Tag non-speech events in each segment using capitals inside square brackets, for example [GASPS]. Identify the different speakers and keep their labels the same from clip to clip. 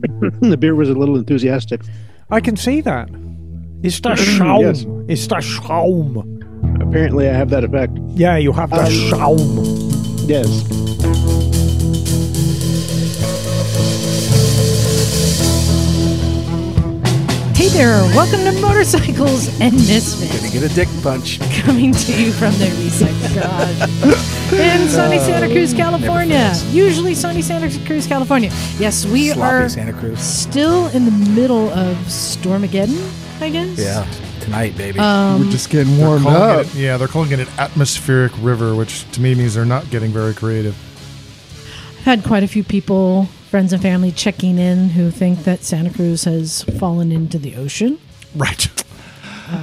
Speaker 1: the beer was a little enthusiastic.
Speaker 2: I can see that. It's the
Speaker 1: Yes.
Speaker 2: schaum. It's the schaum.
Speaker 1: Apparently, I have that effect.
Speaker 2: Yeah, you have the
Speaker 1: Um,
Speaker 2: schaum.
Speaker 1: Yes.
Speaker 3: Hey there, welcome to Motorcycles and Misfits,
Speaker 4: Get a dick punch.
Speaker 3: coming to you from the Recycle Garage in sunny
Speaker 4: Uh,
Speaker 3: Santa Cruz, California. Usually sunny Santa Cruz, California. Yes, we
Speaker 4: Sloppy
Speaker 3: are
Speaker 4: Santa Cruz.
Speaker 3: still in the middle of Stormageddon, I guess.
Speaker 4: Yeah. Tonight, baby.
Speaker 3: Um,
Speaker 5: We're just getting warmed up. [LAUGHS]
Speaker 6: calling it- yeah, they're calling it an atmospheric river, which to me means they're not getting very creative.
Speaker 3: I've had quite a few people, friends and family, checking in who think that Santa Cruz has fallen into the ocean.
Speaker 6: Right.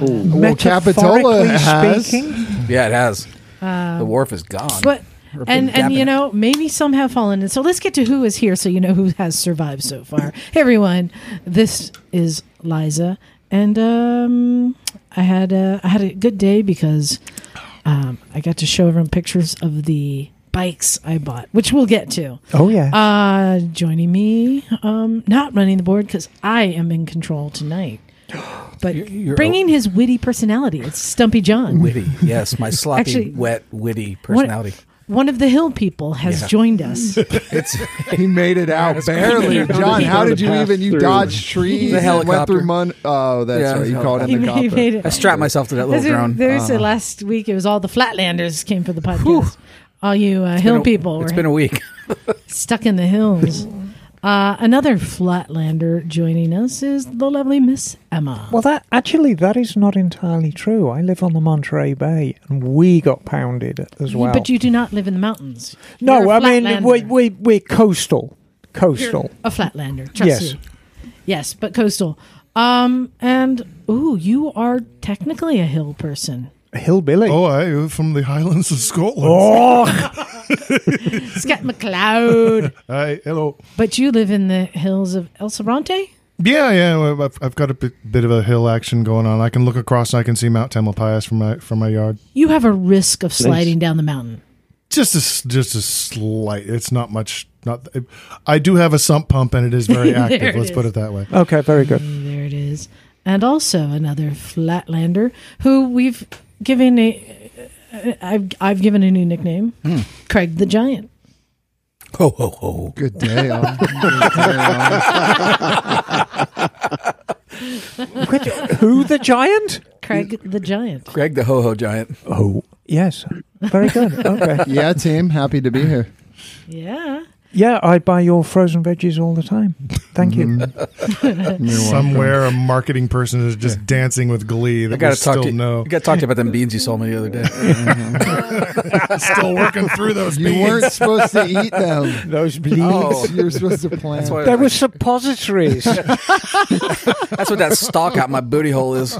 Speaker 5: Well, Capitola
Speaker 2: Metaphorically
Speaker 5: has.
Speaker 2: speaking,
Speaker 4: yeah, it has.
Speaker 3: um,
Speaker 4: the wharf is gone.
Speaker 3: But
Speaker 4: Or been
Speaker 3: and and
Speaker 4: dabbing
Speaker 3: you
Speaker 4: it.
Speaker 3: know maybe some have fallen. And so let's get to who is here, so you know who has survived so far. hey everyone, this is Liza, and um, I had a, I had a good day because um, I got to show everyone pictures of the bikes I bought, which we'll get to.
Speaker 2: oh yeah.
Speaker 3: Uh, joining me, um, not running the board because I am in control tonight.
Speaker 4: [GASPS]
Speaker 3: But
Speaker 4: You're- you're-
Speaker 3: bringing his witty personality, it's Stumpy John.
Speaker 4: witty. Yes, my sloppy,
Speaker 3: Actually-
Speaker 4: wet, witty
Speaker 3: One-
Speaker 4: personality.
Speaker 3: One, of the hill people has
Speaker 4: Yeah.
Speaker 3: joined
Speaker 4: [LAUGHS]
Speaker 3: us.
Speaker 4: It's
Speaker 5: He made it out
Speaker 4: [LAUGHS]
Speaker 5: barely. John, how did you even? You
Speaker 1: Through.
Speaker 5: dodged trees.
Speaker 4: The
Speaker 5: and Went
Speaker 4: helicopter.
Speaker 5: through mon- Oh, that's
Speaker 4: Yeah,
Speaker 5: right. You called
Speaker 3: He
Speaker 5: in the
Speaker 3: made- he
Speaker 5: copter.
Speaker 3: made it.
Speaker 4: I strapped myself to that little
Speaker 3: There's, a,
Speaker 4: drone. Uh, Uh-huh.
Speaker 3: there's a last week. It was all the Flatlanders came for the podcast. All you uh,
Speaker 4: Been
Speaker 3: hill
Speaker 4: a-
Speaker 3: people were
Speaker 4: It's been a week.
Speaker 3: stuck in the
Speaker 4: [LAUGHS]
Speaker 3: hills. Uh, another Flatlander joining us is the lovely Miss Emma.
Speaker 2: well, that actually that is not entirely true. I live on the Monterey Bay, and we got pounded as well.
Speaker 3: But you do not live in the mountains. You're
Speaker 2: no,
Speaker 3: a
Speaker 2: I mean
Speaker 3: Flatlander.
Speaker 2: we we we're coastal,
Speaker 3: You're
Speaker 2: coastal.
Speaker 3: a Flatlander. Trust
Speaker 2: Yes.
Speaker 3: you. Yes, but coastal. Um, and ooh, you are technically a hill person.
Speaker 2: Hillbilly.
Speaker 6: Oh, I from the Highlands of Scotland.
Speaker 2: oh.
Speaker 3: Scott McLeod.
Speaker 6: Hi, hello.
Speaker 3: but you live in the hills of El Sobrante?
Speaker 6: Yeah, yeah. well, I've, I've got a bit, bit of a hill action going on. I can look across. and I can see Mount Tamalpais from my from my yard.
Speaker 3: You have a risk of sliding down the mountain.
Speaker 6: Just a s- just a slight. It's not much. Not. I do have a sump pump, and it is [LAUGHS] very active.
Speaker 3: There it
Speaker 6: let's put
Speaker 3: is.
Speaker 6: it that way.
Speaker 2: Okay, very good.
Speaker 3: There it is. And also another Flatlander who we've given a. uh, I've, I've given a new nickname, Craig the Giant.
Speaker 4: Ho, ho, ho.
Speaker 5: Good [LAUGHS] day. all.
Speaker 2: Which- Who the giant?
Speaker 3: Craig the Giant.
Speaker 4: Greg the ho ho giant.
Speaker 2: Oh, yes. Very good. Okay.
Speaker 5: yeah, team. Happy to be here.
Speaker 3: Yeah.
Speaker 2: Yeah, I buy your frozen veggies all the time. Thank you.
Speaker 6: Somewhere, a marketing person is just dancing with glee. That
Speaker 4: I gotta
Speaker 6: we
Speaker 4: talk
Speaker 6: still
Speaker 4: to you.
Speaker 6: know.
Speaker 4: I gotta talk to you about them beans you sold me the other day.
Speaker 6: still working through
Speaker 5: [LAUGHS]
Speaker 6: those.
Speaker 5: You weren't supposed to eat [LAUGHS] them.
Speaker 2: Those bleeds.
Speaker 4: Oh.
Speaker 5: You're supposed to plan.
Speaker 4: That's why-
Speaker 2: They were suppositories.
Speaker 4: That's what that stalk out my booty hole is.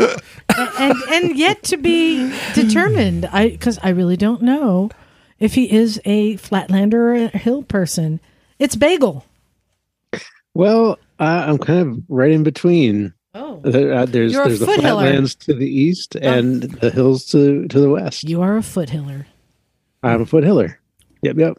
Speaker 3: and and yet to be determined. I because I really don't know if he is a flatlander or a hill person. It's bagel.
Speaker 1: Well, I I'm kind of right in between.
Speaker 3: Oh,
Speaker 1: There- uh, there's
Speaker 3: You're a
Speaker 1: there's the
Speaker 3: foothiller.
Speaker 1: flatlands to the east and the hills to to the west.
Speaker 3: you are a foothiller.
Speaker 1: I'm a foothiller. Yep, yep.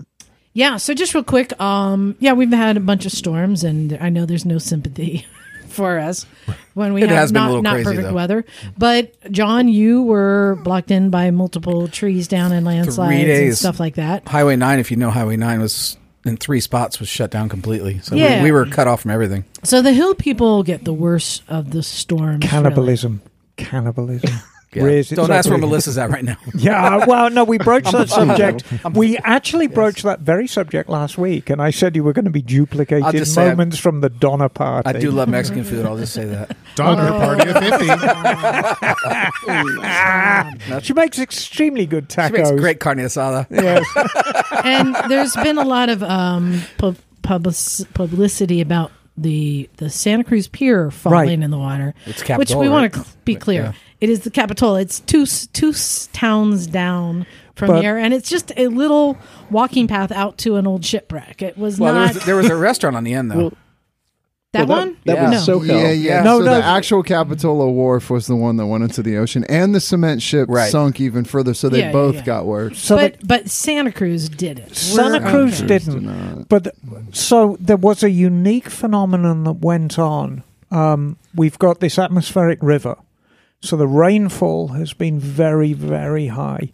Speaker 3: Yeah. So just real quick. Um. Yeah, we've had a bunch of storms, and I know there's no sympathy [LAUGHS] for us when we
Speaker 4: It
Speaker 3: have
Speaker 4: has been a
Speaker 3: not,
Speaker 4: little
Speaker 3: not
Speaker 4: crazy,
Speaker 3: perfect
Speaker 4: though.
Speaker 3: weather. But John, you were blocked in by multiple trees down and landslides and
Speaker 4: days.
Speaker 3: stuff like that.
Speaker 4: Highway 9, if you know Highway 9, was in three spots was shut down completely. So
Speaker 3: Yeah.
Speaker 4: we, we were cut off from everything.
Speaker 3: So the hill people get the worst of the storm.
Speaker 2: [LAUGHS] Cannibalism. Cannibalism.
Speaker 4: Yeah.
Speaker 2: Raise it
Speaker 4: Don't ask where
Speaker 2: ugly.
Speaker 4: Melissa's at right now.
Speaker 2: [LAUGHS] Yeah, uh, well, no, we broached that subject. We actually broached that very subject last week, and I said you were going to be duplicated
Speaker 4: just say I-
Speaker 2: moments from the Donner party.
Speaker 4: I do love Mexican food. I'll just say that.
Speaker 6: Donner
Speaker 3: Oh.
Speaker 6: party [LAUGHS] of fifty.
Speaker 2: She makes extremely good tacos.
Speaker 4: She makes great carne asada. [LAUGHS]
Speaker 2: Yes.
Speaker 3: [LAUGHS] and there's been a lot of um, pub- public- publicity about the the Santa Cruz Pier falling
Speaker 2: Right.
Speaker 3: in the water.
Speaker 4: It's
Speaker 3: which
Speaker 4: Capitol,
Speaker 3: we want
Speaker 4: right?
Speaker 3: to cl- be clear. It is the Capitol. It's two s- two s- towns down from
Speaker 2: But-
Speaker 3: here, and it's just a little walking path out to an old shipwreck. It was
Speaker 4: Well, there
Speaker 3: not.
Speaker 4: was, there was a restaurant on the end, though.
Speaker 3: That
Speaker 1: Well,
Speaker 3: one?
Speaker 1: That,
Speaker 3: no.
Speaker 1: was SoCal.
Speaker 5: Yeah, yeah.
Speaker 2: No,
Speaker 5: so
Speaker 2: no.
Speaker 5: the actual Capitola Wharf was the one that went into the ocean, and the cement ship
Speaker 4: Right.
Speaker 5: sunk even further, so they
Speaker 3: Yeah, yeah,
Speaker 5: both
Speaker 3: yeah.
Speaker 5: got worse.
Speaker 2: So
Speaker 3: but
Speaker 2: that
Speaker 3: but Santa Cruz did it.
Speaker 2: Santa Cruz didn't.
Speaker 5: not.
Speaker 2: But th- so there was a unique phenomenon that went on. Um, we've got this atmospheric river. So the rainfall has been very, very high.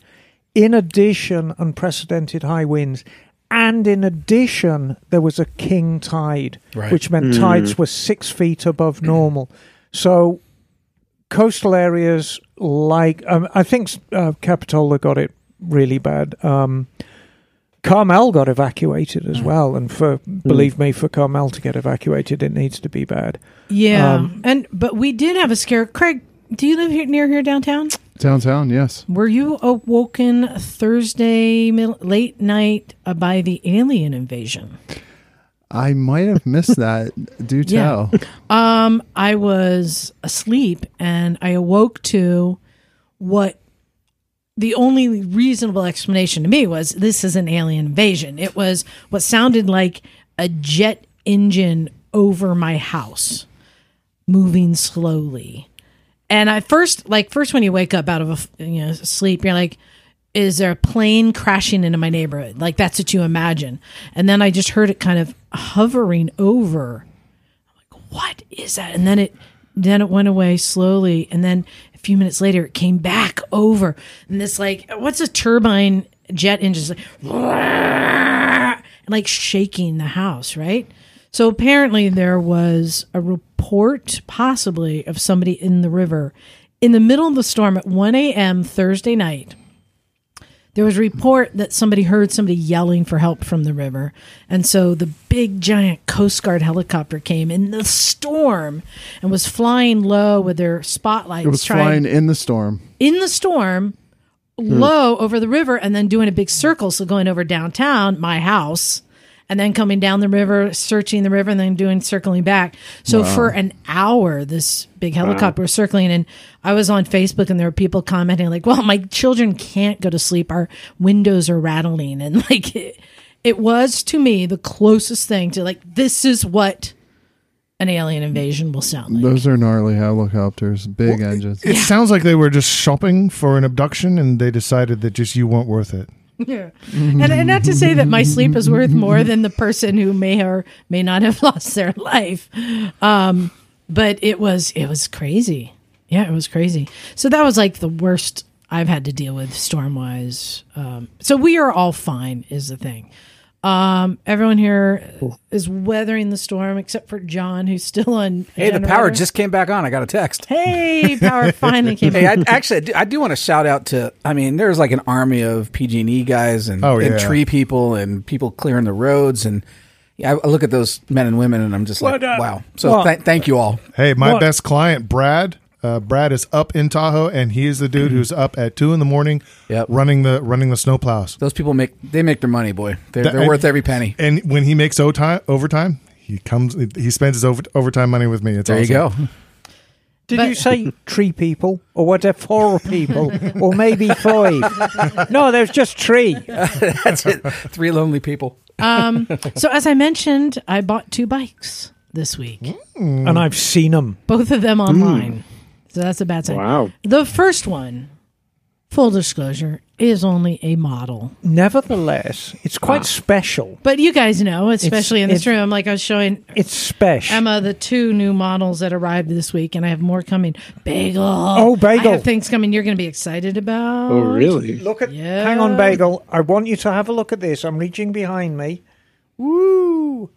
Speaker 2: In addition, unprecedented high winds. And in addition, there was a king tide,
Speaker 4: Right.
Speaker 2: which meant tides were six feet above normal. So coastal areas like, um, I think uh, Capitola got it really bad. Um, Carmel got evacuated
Speaker 1: Mm.
Speaker 2: as well, and for believe me, for Carmel to get evacuated, it needs to be bad.
Speaker 3: Yeah,
Speaker 2: Um,
Speaker 3: and but we did have a scare. Craig, do you live here near here downtown?
Speaker 5: Downtown, yes.
Speaker 3: Were you awoken Thursday mid- late night uh, by the alien invasion?
Speaker 5: I might have missed that. Do
Speaker 3: Yeah.
Speaker 5: tell.
Speaker 3: Um, I was asleep and I awoke to what the only reasonable explanation to me was this is an alien invasion. It was what sounded like a jet engine over my house moving slowly. And I first, like, first when you wake up out of a f- you know sleep, you're like, "Is there a plane crashing into my neighborhood?" Like that's what you imagine. And then I just heard it kind of hovering over. I'm like, "What is that?" And then it, then it went away slowly. And then a few minutes later, it came back over. And this, like, what's a turbine jet engine? It's like, and like shaking the house, right? So apparently there was a report, possibly, of somebody in the river in the middle of the storm at 1 a.m. Thursday night. There was a report that somebody heard somebody yelling for help from the river. And so the big giant Coast Guard helicopter came in the storm and was flying low with their spotlights.
Speaker 5: It was flying in the storm.
Speaker 3: in the storm low over the river and then doing a big circle. So going over downtown, my house, and then coming down the river, searching the river, and then doing circling back. So for an hour, this big helicopter was circling. And I was on Facebook and there were people commenting, like, well, my children can't go to sleep. Our windows are rattling. And [LAUGHS] like, it, it was to me the closest thing to like, this is what an alien invasion will sound like.
Speaker 5: Those are gnarly helicopters, big engines.
Speaker 6: It sounds like they were just shopping for an abduction and they decided that just you weren't worth it.
Speaker 3: Yeah. And, and not to say that my sleep is worth more than the person who may or may not have [LAUGHS] lost their life. Um, but it was it was crazy. Yeah, it was crazy. So that was like the worst I've had to deal with storm wise. Um, so we are all fine is the thing. Um, everyone here is weathering the storm except for John, who's still on.
Speaker 4: Hey, the power
Speaker 3: generator.
Speaker 4: just came back on. I got a text.
Speaker 3: hey, power finally
Speaker 4: [LAUGHS]
Speaker 3: came.
Speaker 4: Hey,
Speaker 3: back.
Speaker 4: I, actually, I do, I do want to shout out to. I mean, there's like an army of PG&E guys and,
Speaker 6: Oh,
Speaker 4: and
Speaker 6: yeah.
Speaker 4: tree people and people clearing the roads and. Yeah, I look at those men and women, and I'm just like,
Speaker 2: What up?
Speaker 4: wow. So
Speaker 2: What?
Speaker 4: th- thank you all.
Speaker 6: Hey, my
Speaker 2: What?
Speaker 6: best client, Brad. Uh, Brad is up in Tahoe, and he is the dude who's up at two in the morning,
Speaker 4: Yep.
Speaker 6: running the running the snowplows.
Speaker 4: Those people make they make their money, boy. They're,
Speaker 6: That-
Speaker 4: they're
Speaker 6: I-
Speaker 4: worth every penny.
Speaker 6: And when he makes overtime, overtime, he comes. He spends his over, overtime money with me. It's
Speaker 4: There you go.
Speaker 6: awesome.
Speaker 2: Did
Speaker 3: But-
Speaker 1: [LAUGHS]
Speaker 2: you say tree people or what? are Four people or
Speaker 1: [LAUGHS]
Speaker 2: maybe five? no, there's just tree.
Speaker 4: That's it. Three lonely people.
Speaker 3: um, so as I mentioned, I bought two bikes this week.
Speaker 1: Mm.
Speaker 2: And I've seen them.
Speaker 3: both of them online. So that's a bad sign.
Speaker 1: Wow.
Speaker 3: The first one, full disclosure, is only a model.
Speaker 2: Nevertheless, it's
Speaker 1: Ah.
Speaker 2: quite special.
Speaker 3: But you guys know, especially in this
Speaker 2: it's-
Speaker 3: room, like I was showing
Speaker 2: It's special.
Speaker 3: Emma the two new models that arrived this week, and I have more coming. Bagel. Oh,
Speaker 2: Bagel.
Speaker 3: I have things coming you're going to be excited about.
Speaker 1: Oh, really?
Speaker 2: Look at
Speaker 3: Yeah.
Speaker 2: hang on, bagel. I want you to have a look at this. I'm reaching behind me. Woo!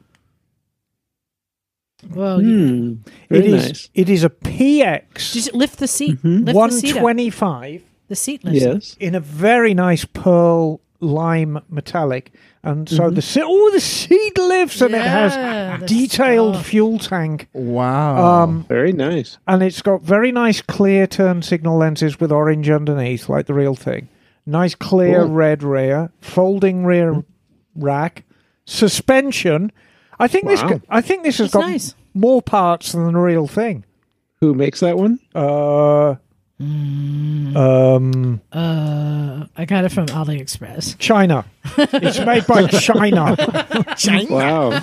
Speaker 3: Whoa.
Speaker 1: Hmm. Very
Speaker 2: it is.
Speaker 1: nice.
Speaker 2: It is a PX
Speaker 3: Just lift the seat. Lift the
Speaker 2: one
Speaker 3: seat up.
Speaker 2: twenty five
Speaker 3: The seat lifts. up.
Speaker 1: Yes.
Speaker 2: in a very nice pearl lime metallic, and so the se- oh the seat lifts and it
Speaker 3: Mm-hmm. Yeah,
Speaker 2: has
Speaker 3: the
Speaker 2: detailed
Speaker 3: stuff.
Speaker 2: fuel tank.
Speaker 5: Wow.
Speaker 2: Um,
Speaker 1: Very nice.
Speaker 2: and it's got very nice clear turn signal lenses with orange underneath, like the real thing. Nice clear red rear, folding
Speaker 3: Mm.
Speaker 2: rear rack, suspension. I think this.
Speaker 1: Wow.
Speaker 2: g- I think this has
Speaker 3: That's
Speaker 2: got
Speaker 3: nice.
Speaker 2: more parts than the real thing.
Speaker 1: Who makes that one?
Speaker 2: Uh, um,
Speaker 3: Uh, I got it from [LAUGHS] AliExpress. [LAUGHS]
Speaker 2: China. it's made by China.
Speaker 1: Wow.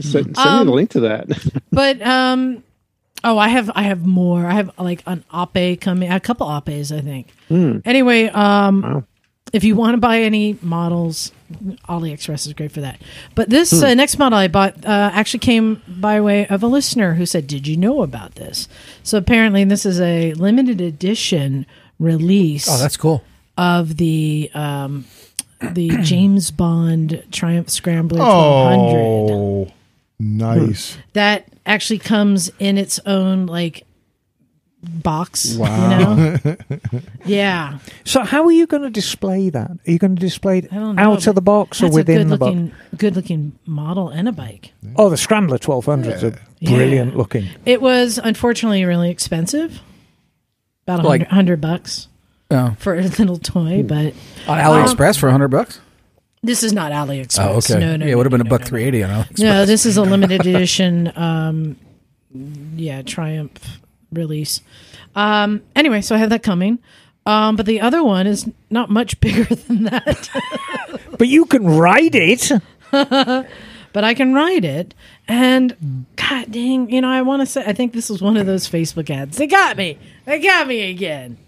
Speaker 1: Send, send
Speaker 3: Um,
Speaker 1: me the link to that. [LAUGHS]
Speaker 3: But um, oh, I have I have more. I have like an ape coming, a couple apes, I think.
Speaker 4: Hmm.
Speaker 3: Anyway, um, if you want to buy any models, AliExpress is great for that. But this
Speaker 4: Hmm.
Speaker 3: uh, next model I bought uh, actually came by way of a listener who said, "Did you know about this?" So apparently, this is a limited edition release
Speaker 4: Oh, that's cool.
Speaker 3: of the um,
Speaker 4: [CLEARS THROAT]
Speaker 3: the James Bond Triumph Scrambler
Speaker 4: Oh.
Speaker 3: 1200
Speaker 6: Oh, nice.
Speaker 3: that actually comes in its own like box. You
Speaker 4: [LAUGHS]
Speaker 3: know? yeah.
Speaker 2: So how are you going to display that? Are you going to display it
Speaker 3: I don't know.
Speaker 2: out of the
Speaker 3: but
Speaker 2: box or
Speaker 3: that's a
Speaker 2: within
Speaker 3: good
Speaker 2: the box?
Speaker 3: looking, Good looking model and a bike.
Speaker 2: Oh, the Scrambler 1200s are brilliant looking.
Speaker 3: It was unfortunately really expensive. About a
Speaker 4: Like-
Speaker 3: hundred hundred bucks
Speaker 4: Oh,
Speaker 3: for a little toy, but
Speaker 4: on AliExpress for hundred bucks.
Speaker 3: this is not AliExpress. No, no.
Speaker 4: Oh, yeah, it would have
Speaker 3: no,
Speaker 4: been
Speaker 3: no,
Speaker 4: a buck
Speaker 3: no, no.
Speaker 4: three eighty on AliExpress.
Speaker 3: Oh, No, this is a
Speaker 4: [LAUGHS]
Speaker 3: limited edition. Um, yeah, Triumph release. Um, anyway, so I have that coming. Um, but the other one is not much [LAUGHS] bigger than that,
Speaker 2: But you can ride it.
Speaker 3: but I can ride it. And God dang, you know, I want to say I think this was one of those Facebook ads. They got me. They got me again.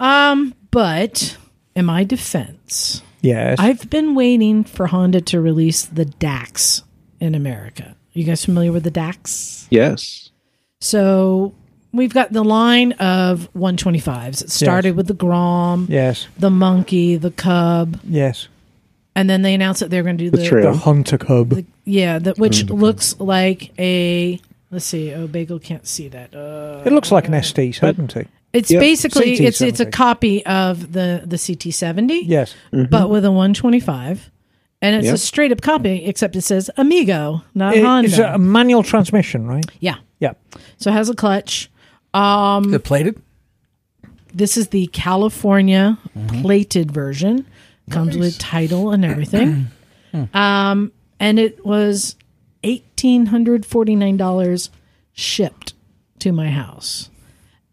Speaker 3: Um, but in my defense,
Speaker 2: Yes.
Speaker 3: I've been waiting for Honda to release the DAX in America. You guys familiar with the DAX?
Speaker 1: Yes.
Speaker 3: So we've got the line of 125s. It started with the Grom,
Speaker 2: yes.
Speaker 3: the Monkey, the Cub,
Speaker 2: Yes.
Speaker 3: and then they announced that they're going to do the,
Speaker 1: The trail.
Speaker 2: The Hunter Cub.
Speaker 3: yeah, the, which looks like a let's see. Oh, Bagel can't see that. Uh,
Speaker 2: it looks like an ST70.
Speaker 3: it's
Speaker 1: Yep.
Speaker 3: basically it's it's a
Speaker 2: CT70.
Speaker 3: copy of the the CT70,
Speaker 2: Yes.
Speaker 1: Mm-hmm.
Speaker 3: but with a 125. And it's a
Speaker 1: Yep.
Speaker 3: straight up copy, except it says Amigo, not
Speaker 2: It-
Speaker 3: Honda.
Speaker 2: it's a manual transmission, right?
Speaker 3: yeah.
Speaker 2: Yeah.
Speaker 3: So it has a clutch.
Speaker 4: The plated.
Speaker 3: this is the California plated version. Comes with title and everything. um, and it was eighteen hundred forty nine dollars shipped to my house.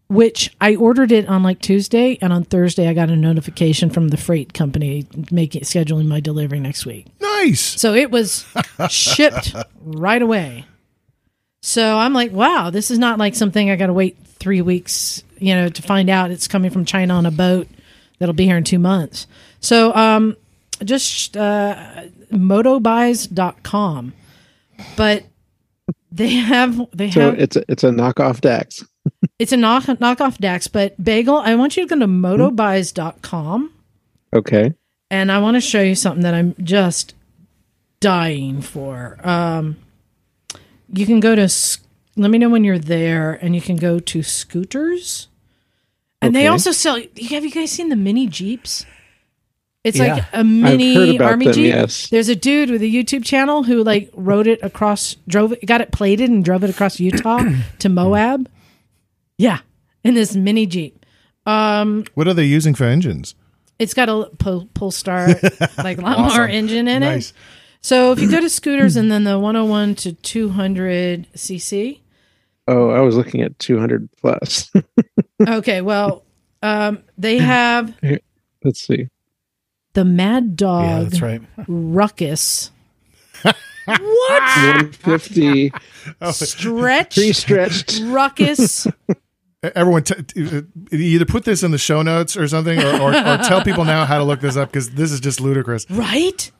Speaker 3: Which I ordered it on like Tuesday, and on Thursday I got a notification from the freight company making scheduling my delivery next week.
Speaker 6: Nice.
Speaker 3: So it was shipped right away. So I'm like, wow, this is not like something I got to wait three weeks, you know, to find out it's coming from China on a boat that'll be here in two months. So um, just uh, motobuys.com. But they have, they
Speaker 1: So
Speaker 3: have,
Speaker 1: it's a, it's a knockoff Dax.
Speaker 3: it's a knock, knockoff Dax, but bagel, I want you to go to motobuys.com
Speaker 1: Okay.
Speaker 3: and I want to show you something that I'm just dying for. Um, you can go to. s- Let me know when you're there, and you can go to scooters. And they
Speaker 1: Okay.
Speaker 3: also sell. you- Have you guys seen the mini jeeps? It's like
Speaker 4: Yeah.
Speaker 3: a mini
Speaker 1: heard about
Speaker 3: army
Speaker 1: them,
Speaker 3: jeep.
Speaker 1: yes.
Speaker 3: There's a dude with a YouTube channel who like rode it across, drove it, got it plated, and drove it across
Speaker 1: [CLEARS THROAT]
Speaker 3: Utah to Moab. Yeah, in this mini jeep.
Speaker 6: What are they using for engines?
Speaker 3: It's got a pull,
Speaker 1: [LAUGHS]
Speaker 3: pull star like lawnmower engine in
Speaker 6: Nice.
Speaker 3: it. So if you go to scooters and then the 101 to 200 cc.
Speaker 1: Oh, I was looking at 200 plus. [LAUGHS]
Speaker 3: Okay, well, um, they have
Speaker 1: Let's see.
Speaker 3: the Mad Dog
Speaker 4: Yeah, that's right.
Speaker 3: Ruckus
Speaker 1: [LAUGHS] 150
Speaker 3: Stretch
Speaker 1: pre stretched.
Speaker 3: Ruckus.
Speaker 6: E, Everyone, t- t- uh, either put this in the show notes or something, or, or, or tell people now how to look this up because this is just ludicrous.
Speaker 3: right?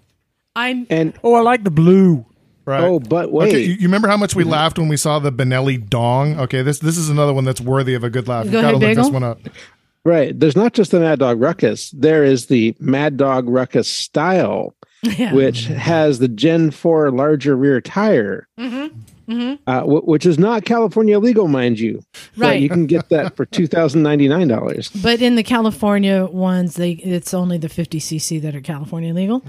Speaker 3: I'm
Speaker 1: And
Speaker 2: Oh, I like the blue.
Speaker 6: Right?
Speaker 1: oh, but wait. Mm-hmm.
Speaker 6: Okay, you, you remember how much we laughed when we saw the Benelli dong? Okay, this this is another one that's worthy of a good laugh.
Speaker 3: Go
Speaker 6: You gotta
Speaker 3: ahead,
Speaker 6: look
Speaker 3: Bagel.
Speaker 6: this one up.
Speaker 1: Right. There's not just the Mad Dog Ruckus. There is the Mad Dog Ruckus style,
Speaker 3: Yeah.
Speaker 1: which has the Gen 4 larger rear tire,
Speaker 3: Mm-hmm,
Speaker 1: uh, w- which is not California legal, mind you. But
Speaker 3: Right.
Speaker 1: uh, you can get that for $2,099.
Speaker 3: But in the California ones, they it's only the 50 cc that are California legal.
Speaker 1: Mm.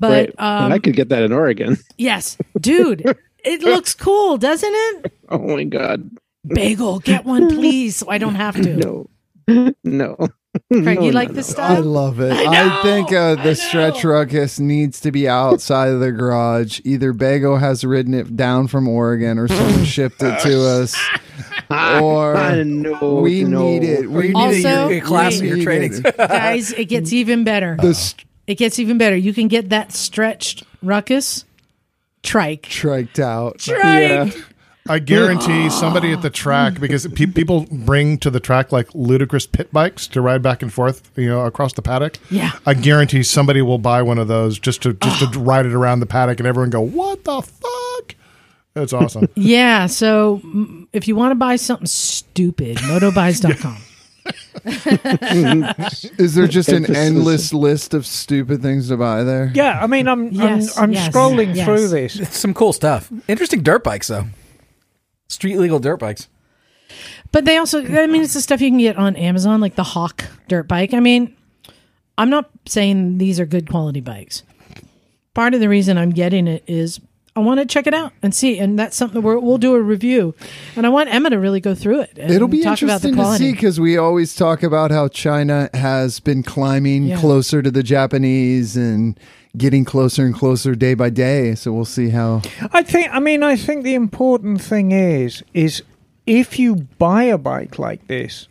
Speaker 1: Right.
Speaker 3: But um,
Speaker 1: and I could get that in Oregon. [LAUGHS]
Speaker 3: yes, dude, it looks cool, doesn't it?
Speaker 1: Oh my God.
Speaker 3: Bagel, get one, please, so I don't have to.
Speaker 1: [LAUGHS] No. no.
Speaker 3: Craig,
Speaker 1: No,
Speaker 3: you
Speaker 1: no,
Speaker 3: like
Speaker 1: no.
Speaker 3: this
Speaker 5: I
Speaker 3: style?
Speaker 5: love it. I,
Speaker 3: know,
Speaker 5: think uh,
Speaker 3: I
Speaker 5: the stretch
Speaker 3: know.
Speaker 5: ruckus needs to be outside of the garage. Either Bago has ridden it down from Oregon or someone shipped it to us.
Speaker 1: [LAUGHS]
Speaker 5: Or
Speaker 1: I know,
Speaker 5: we
Speaker 1: no.
Speaker 5: need it. We need
Speaker 3: Also-
Speaker 5: it.
Speaker 3: So-
Speaker 4: your class,
Speaker 5: We
Speaker 4: your
Speaker 5: need
Speaker 4: trainings.
Speaker 5: it.
Speaker 3: Guys, it gets even better.
Speaker 5: The st-
Speaker 3: It gets even better. You can get that stretched ruckus Trike.
Speaker 5: triked out.
Speaker 3: Trike.
Speaker 1: [GASPS]
Speaker 6: I guarantee somebody at the track because pe- people bring to the track like ludicrous pit bikes to ride back and forth, you know, across the paddock.
Speaker 3: Yeah. Oh.
Speaker 6: I guarantee somebody will buy one of those just to just to ride it around the paddock and everyone go, "What the fuck?"
Speaker 3: [LAUGHS]
Speaker 6: That's awesome.
Speaker 3: Yeah. So mm, if you want to buy something stupid,
Speaker 5: [LAUGHS]
Speaker 3: motobuys.com.
Speaker 5: Is there just an
Speaker 1: Emphasis.
Speaker 5: endless list of stupid things to buy there?
Speaker 2: Yeah, I mean, I'm
Speaker 3: Yes,
Speaker 2: I'm, I'm
Speaker 3: yes,
Speaker 2: scrolling
Speaker 3: yes.
Speaker 2: through this.
Speaker 4: It's some cool stuff. Interesting dirt bikes though. Street legal dirt bikes.
Speaker 3: But they also, I mean, it's the stuff you can get on Amazon, like the Hawk dirt bike. I mean, I'm not saying these are good quality bikes. Part of the reason I'm getting it is I want to check it out and see, and that's something where we'll do a review, and I want Emma to really go through it. And
Speaker 5: It'll be
Speaker 3: Mm, talk about the
Speaker 5: interesting to see
Speaker 3: quality.
Speaker 5: because we always talk about how China has been climbing
Speaker 3: Yeah.
Speaker 5: closer to the Japanese and getting closer and closer day by day. So we'll see how.
Speaker 2: I think. I mean, I think the important thing is is if you buy a bike like this,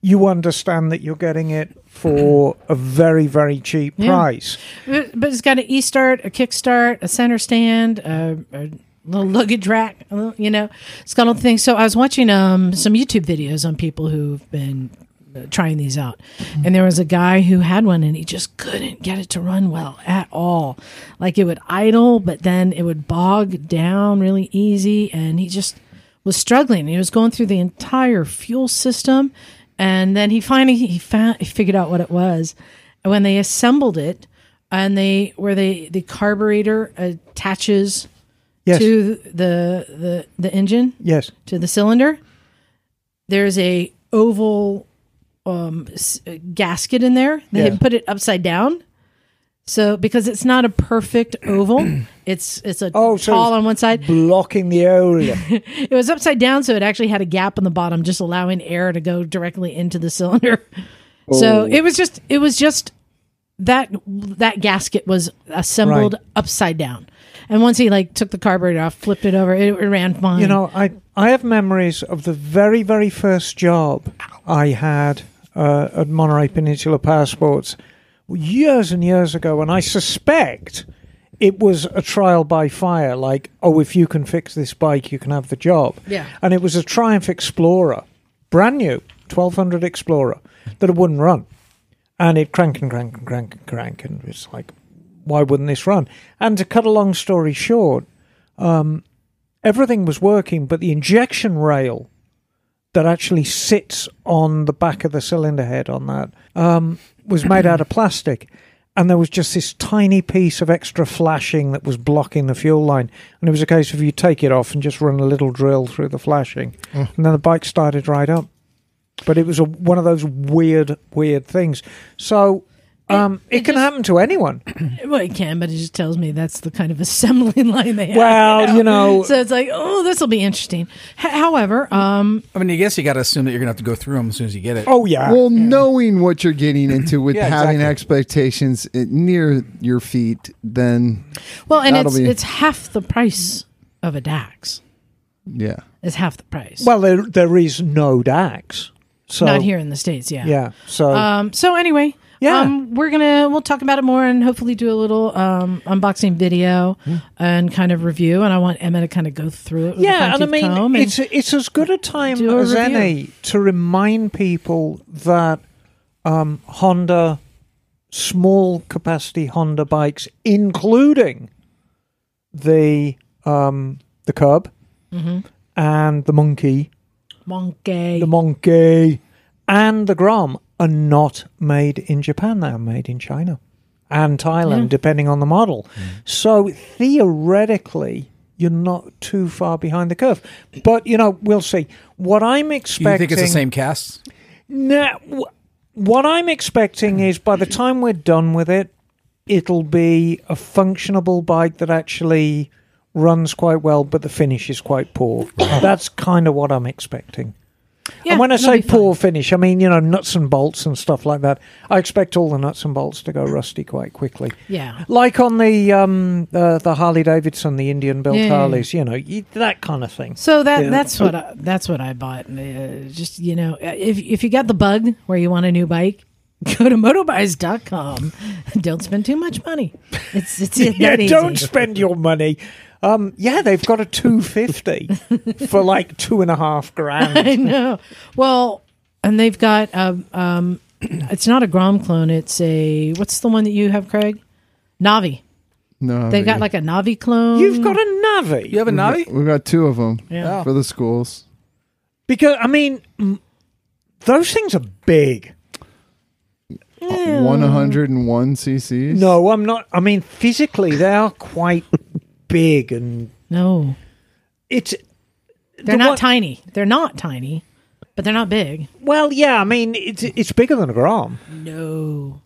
Speaker 2: you understand that you're getting it for a very very cheap
Speaker 3: Yeah.
Speaker 2: price.
Speaker 3: But but it's got an e start, a kick start, a center stand, a, a little luggage rack. a little- You know, it's got all the things. So I was watching um, some YouTube videos on people who've been uh, trying these out, and there was a guy who had one, and he just couldn't get it to run well at all. Like it would idle, but then it would bog down really easy, and he just was struggling. He was going through the entire fuel system, and then he finally he, found, he figured out what it was. And when they assembled it, and they where they the carburetor attaches
Speaker 2: Yes.
Speaker 3: to the the the engine
Speaker 2: Yes.
Speaker 3: to the cylinder. There's a oval um, s- gasket in there. They had put it upside down. So because it's not a perfect
Speaker 2: [CLEARS THROAT]
Speaker 3: oval, it's it's a
Speaker 2: Oh, so
Speaker 3: tall
Speaker 2: it's
Speaker 3: on one side.
Speaker 2: Blocking the oil.
Speaker 3: It was upside down, so it actually had a gap on the bottom, just allowing air to go directly into the [LAUGHS] cylinder.
Speaker 2: Oh.
Speaker 3: So it was just it was just that that gasket was assembled
Speaker 2: Right.
Speaker 3: upside down. And once he like took the carburetor off, flipped it over, it, it ran
Speaker 2: [LAUGHS]
Speaker 3: fine.
Speaker 2: You know, I I have memories of the very very first job I had uh, at Monterey Peninsula Passports years and years ago, and I suspect it was a trial by fire. Like, oh, if you can fix this bike, you can have the job.
Speaker 3: Yeah.
Speaker 2: And it was a Triumph Explorer, brand new, twelve hundred Explorer that it wouldn't run, and it crank and crank and crank and crank, and it's like. Why wouldn't this run? And to cut a long story short, um, everything was working, but the injection rail that actually sits on the back of the cylinder head on that um, was made out of plastic. And there was just this tiny piece of extra flashing that was blocking the fuel line. And it was a case of you take it off and just run a little drill through the flashing. And then the bike started right up. But it was a, one of those weird, weird things. So um, it, can happen to
Speaker 3: [LAUGHS]
Speaker 2: anyone.
Speaker 3: Well, it can, but it just tells me that's the kind of [LAUGHS] assembly line they have.
Speaker 2: Well, you know.
Speaker 3: [LAUGHS] so it's like, oh, this will be interesting. H- however, um,
Speaker 4: I mean, I guess you got to assume that you're gonna have to go through them as soon as you get it.
Speaker 2: Oh, yeah.
Speaker 5: Well, knowing what you're
Speaker 2: [CLEARS THROAT]
Speaker 5: getting into with
Speaker 4: Yeah,
Speaker 5: having
Speaker 4: exactly.
Speaker 5: expectations it, near your feet, then
Speaker 3: well, and
Speaker 5: That'll
Speaker 3: it's
Speaker 5: be-
Speaker 3: it's half the price of a Dax.
Speaker 5: yeah.
Speaker 3: It's half the price.
Speaker 2: Well, there there is no DAX. So
Speaker 3: not here in the states. Yeah.
Speaker 2: Yeah. So
Speaker 3: Um. So anyway.
Speaker 2: Yeah.
Speaker 3: Um, we're gonna we'll talk about it more and hopefully do a little um, unboxing video
Speaker 2: Hmm.
Speaker 3: and kind of review and I want Emma to kind of go through it. With
Speaker 2: yeah,
Speaker 3: a
Speaker 2: and I
Speaker 3: fine-tooth comb
Speaker 2: mean,
Speaker 3: and-
Speaker 2: it's it's as good a time
Speaker 3: Do a
Speaker 2: as
Speaker 3: review.
Speaker 2: any to remind people that um, Honda small capacity Honda bikes, including the um, the Cub
Speaker 3: Mm-hmm.
Speaker 2: and the Monkey,
Speaker 3: monkey.
Speaker 2: the Monkey and the Grom, are not made in Japan. They are made in China and Thailand, depending on the model.
Speaker 4: Mm.
Speaker 2: So theoretically, you're not too far behind the curve. But you know, we'll see. What I'm
Speaker 4: Do you
Speaker 2: expecting,
Speaker 4: think it's the same casts?
Speaker 2: Nah, wh- what I'm expecting is by the time we're done with it, it'll be a functionable bike that actually runs quite well, but the finish is quite
Speaker 4: [COUGHS]
Speaker 2: poor. That's kind of what I'm expecting.
Speaker 3: Yeah,
Speaker 2: and when I
Speaker 3: it'll
Speaker 2: say
Speaker 3: be fun.
Speaker 2: poor finish, I mean, you know, nuts and bolts and stuff like that. I expect all the nuts and bolts to go rusty quite quickly.
Speaker 3: yeah,
Speaker 2: Like on the um, uh, the Harley Davidson, the Indian built
Speaker 3: Yeah, yeah, yeah.
Speaker 2: Harleys, you know, you, that kind of
Speaker 3: [LAUGHS]
Speaker 2: thing.
Speaker 3: So that
Speaker 2: Yeah.
Speaker 3: that's what I, that's what I bought. Uh, just you know, if if you got the bug where you want a new bike, [LAUGHS] go to motobuys.com. Don't spend too much money. It's it's that
Speaker 2: [LAUGHS] yeah,
Speaker 3: easy.
Speaker 2: don't spend your money. Um, yeah, they've got a
Speaker 3: [LAUGHS]
Speaker 2: 250 for like two and a half
Speaker 3: I
Speaker 2: grand.
Speaker 3: know. Well, and they've got um, um, [CLEARS THROAT] it's not a Grom clone. It's a what's the one that you have, Craig? Navi.
Speaker 5: No,
Speaker 3: They've got like a Navi clone.
Speaker 2: You've got a Navi.
Speaker 4: You have a Navi?
Speaker 5: we've got two of them
Speaker 3: Yeah.
Speaker 5: for the schools.
Speaker 2: Because, I mean, mm, those things are big.
Speaker 5: One hundred and one CCs.
Speaker 2: Mm. No, I'm not. I mean, physically, they are quite big and
Speaker 3: no.
Speaker 2: it's.
Speaker 3: They're
Speaker 2: the
Speaker 3: not
Speaker 2: one-
Speaker 3: tiny. They're not tiny, but they're not big.
Speaker 2: Well, yeah, I mean, it's, it's bigger than a Grom.
Speaker 3: No.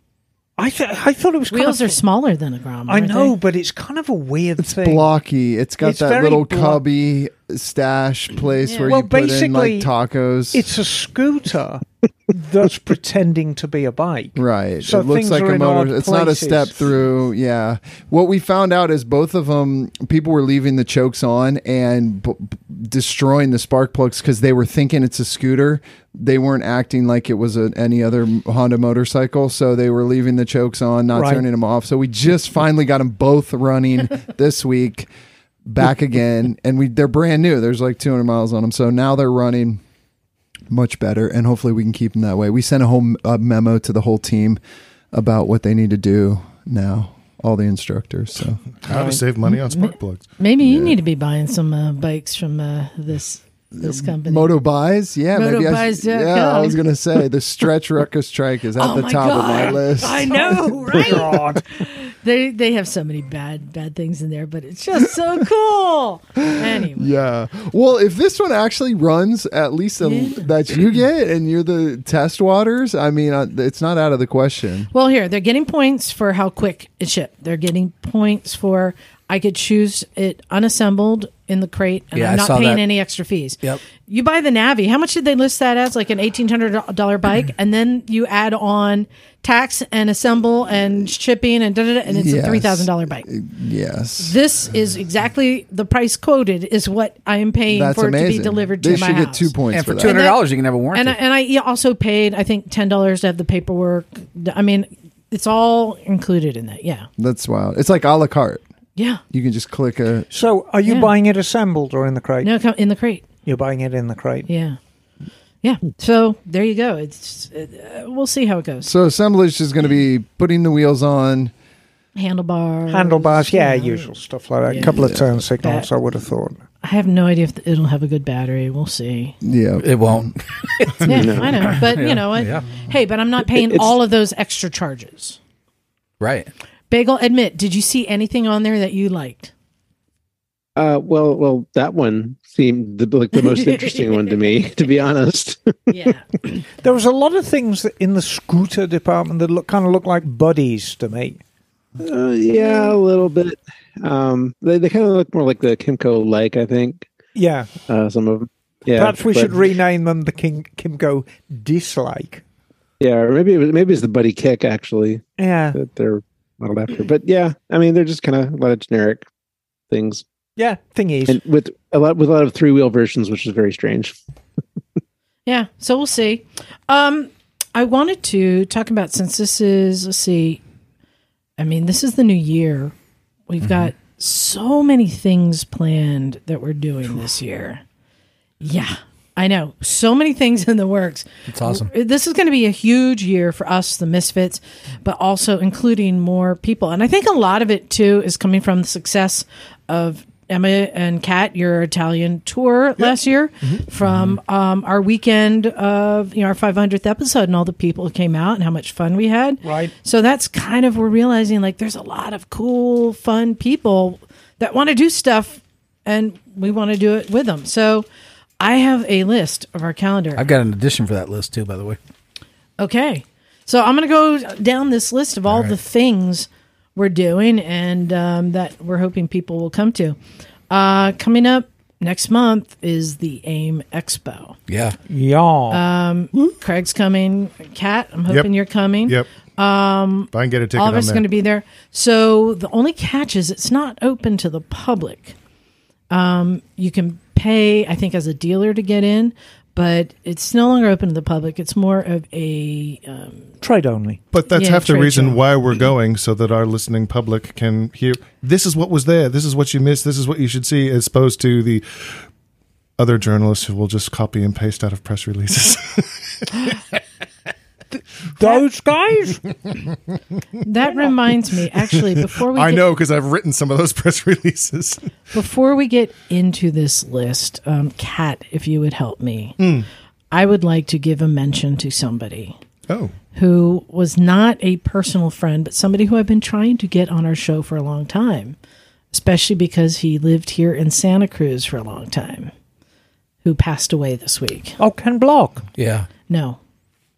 Speaker 2: I, th- I thought it was kind
Speaker 3: Wheels
Speaker 2: of,
Speaker 3: are smaller than a Grom.
Speaker 2: I
Speaker 3: aren't
Speaker 2: know,
Speaker 3: they?
Speaker 2: but it's kind of a weird
Speaker 5: It's
Speaker 2: thing.
Speaker 5: blocky. It's got
Speaker 2: It's
Speaker 5: that
Speaker 2: very
Speaker 5: little
Speaker 2: blo-
Speaker 5: cubby stash place where
Speaker 2: Well,
Speaker 5: you put in like
Speaker 2: basically,
Speaker 5: tacos.
Speaker 2: It's a scooter that's pretending to be a bike.
Speaker 5: Right.
Speaker 2: So
Speaker 5: it looks
Speaker 2: things
Speaker 5: like
Speaker 2: are
Speaker 5: a
Speaker 2: in
Speaker 5: motor.
Speaker 2: odd
Speaker 5: It's not a
Speaker 2: places.
Speaker 5: step through. Yeah. What we found out is both of them, people were leaving the chokes on and b- b- destroying the spark plugs because they were thinking it's a scooter. They weren't acting like it was a, any other Honda motorcycle. So they were leaving the chokes on, not
Speaker 2: Right.
Speaker 5: turning them off. So we just finally got them
Speaker 2: [LAUGHS]
Speaker 5: both running this week back again. And we they're brand new. There's like 200 miles on them. So now they're running much better and hopefully we can keep them that way we sent a whole a memo to the whole team about what they need to do now all the
Speaker 3: [LAUGHS]
Speaker 5: instructors so
Speaker 6: How to save money on spark plugs.
Speaker 3: Maybe you need to be buying some uh, bikes from uh, this this company.
Speaker 5: moto buys yeah maybe I, should-
Speaker 3: Motobuys.com.
Speaker 5: yeah i was gonna say the stretch ruckus strike is at
Speaker 3: Oh
Speaker 5: the
Speaker 3: my
Speaker 5: top of my
Speaker 3: God.
Speaker 5: list
Speaker 3: I know, right?
Speaker 2: Oh, God.
Speaker 3: [LAUGHS] they they have so many bad bad things in there, but it's just
Speaker 2: [LAUGHS]
Speaker 3: so cool. Anyway,
Speaker 5: yeah well if this one actually runs at least a, that you get and you're the test waters i mean uh, it's not out of the question
Speaker 3: well, here they're getting points for how quick it shipped. They're getting points for I could choose it unassembled in the crate, and
Speaker 4: Yeah, I
Speaker 3: I'm not
Speaker 4: saw
Speaker 3: paying
Speaker 4: that.
Speaker 3: any extra fees.
Speaker 4: Yep.
Speaker 3: You buy the Navi. How much did they list that as? Like an eighteen hundred dollar
Speaker 5: [CLEARS THROAT]
Speaker 3: bike, and then you add on tax and assemble and shipping and da da da, and it's
Speaker 5: Yes.
Speaker 3: a three thousand dollar bike.
Speaker 5: yes
Speaker 3: This is exactly the price quoted is what I am paying
Speaker 5: that's
Speaker 3: for
Speaker 5: amazing
Speaker 3: it to be delivered
Speaker 5: they
Speaker 3: to my
Speaker 5: should get
Speaker 3: house.
Speaker 5: two points
Speaker 4: And for
Speaker 5: for
Speaker 4: two
Speaker 5: that
Speaker 4: hundred dollars, you can have a warranty.
Speaker 3: and I, and I yeah, also paid I think ten dollars to have the paperwork. I mean, it's all included in that. Yeah,
Speaker 5: that's wild it's like a la carte
Speaker 3: yeah.
Speaker 5: you can just click a
Speaker 2: So, are you
Speaker 3: Yeah.
Speaker 2: buying it assembled or in the crate?
Speaker 3: No, come in the crate.
Speaker 2: You're buying it in the crate.
Speaker 3: Yeah, yeah. So there you go. It's uh, we'll see how it goes.
Speaker 5: So assemblage is going to be putting the wheels on.
Speaker 3: Handlebars.
Speaker 2: Handlebars, yeah,
Speaker 3: you know.
Speaker 2: usual stuff like that.
Speaker 3: Yeah.
Speaker 2: A couple of turn signals, I would have thought.
Speaker 3: I have no idea if it'll have a good battery. We'll see.
Speaker 5: Yeah,
Speaker 4: it won't.
Speaker 3: Yeah, I know. But you know what? Hey, but I'm not paying
Speaker 1: It's-
Speaker 3: all of those extra charges.
Speaker 4: Right.
Speaker 3: Bagel, admit, did you see anything on there that you liked?
Speaker 1: Uh, well, well, that one seemed the, like the most interesting one to
Speaker 2: [LAUGHS]
Speaker 1: me, to be honest.
Speaker 3: Yeah.
Speaker 2: There was a lot of things that in the scooter department that look kind of look like buddies to me.
Speaker 1: Uh, yeah, a little bit. Um, they they kind of look more like the Kimco like, I think.
Speaker 2: Yeah,
Speaker 1: Uh, some of them. Yeah,
Speaker 2: perhaps we
Speaker 1: but-
Speaker 2: should rename them the King Kimco dislike.
Speaker 1: Yeah, or maybe it was, maybe it's the Buddy Kick actually
Speaker 2: Yeah,
Speaker 1: that they're modeled after. But yeah, I mean they're just kind of a lot of generic things,
Speaker 2: yeah. Thing is,
Speaker 1: and with a lot with a lot of three wheel versions, which is very strange.
Speaker 3: Yeah, so we'll see. Um, I wanted to talk about since this is let's see, I mean this is the new year. We've got so many things planned that we're doing this year. Yeah, I know so many things in the works.
Speaker 4: It's awesome.
Speaker 3: This is going to be a huge year for us, the Misfits, but also including more people. And I think a lot of it too is coming from the success of Emma and Kat, your Italian tour last year, from um, our weekend of you know our 500th episode and all the people who came out and how much fun we had.
Speaker 2: Right.
Speaker 3: So that's kind of we're realizing like there's a lot of cool, fun people that want to do stuff, and we want to do it with them. So. I have a list of our calendar.
Speaker 4: I've got an addition for that list too, by the way.
Speaker 3: Okay. So I'm going to go down this list of all the things we're doing and um, that we're hoping people will come to. Uh, coming up next month is the AIM Expo.
Speaker 4: Yeah.
Speaker 2: yeah,
Speaker 3: Craig's coming. Kat, I'm hoping you're coming.
Speaker 6: Yep. Um, if I can get a ticket,
Speaker 3: All
Speaker 6: I'm
Speaker 3: of us
Speaker 6: there.
Speaker 3: are going to be there. So the only catch is it's not open to the public. Um, you can pay, I think, as a dealer to get in, but it's no longer open to the public. It's more of a um,
Speaker 2: Trade only.
Speaker 6: But that's
Speaker 3: Yeah,
Speaker 6: half the
Speaker 3: trade
Speaker 6: reason
Speaker 3: show.
Speaker 6: why we're going, so that our listening public can hear. This is what was there. This is what you missed. This is what you should see, as opposed to the other journalists who will just copy and paste out of
Speaker 3: [LAUGHS]
Speaker 6: press releases.
Speaker 2: Those guys?
Speaker 3: that reminds me actually before we
Speaker 6: I
Speaker 3: get-
Speaker 6: know because I've written some of those [LAUGHS]
Speaker 3: [LAUGHS]
Speaker 6: press releases.
Speaker 3: Before we get into this list, um, Kat, if you would help me,
Speaker 6: Hmm.
Speaker 3: I would like to give a mention to somebody
Speaker 6: Oh,
Speaker 3: who was not a personal friend, but somebody who I've been trying to get on our show for a long time, especially because he lived here in Santa Cruz for a long time, who passed away this week.
Speaker 2: oh, Ken Block.
Speaker 4: Yeah.
Speaker 3: No,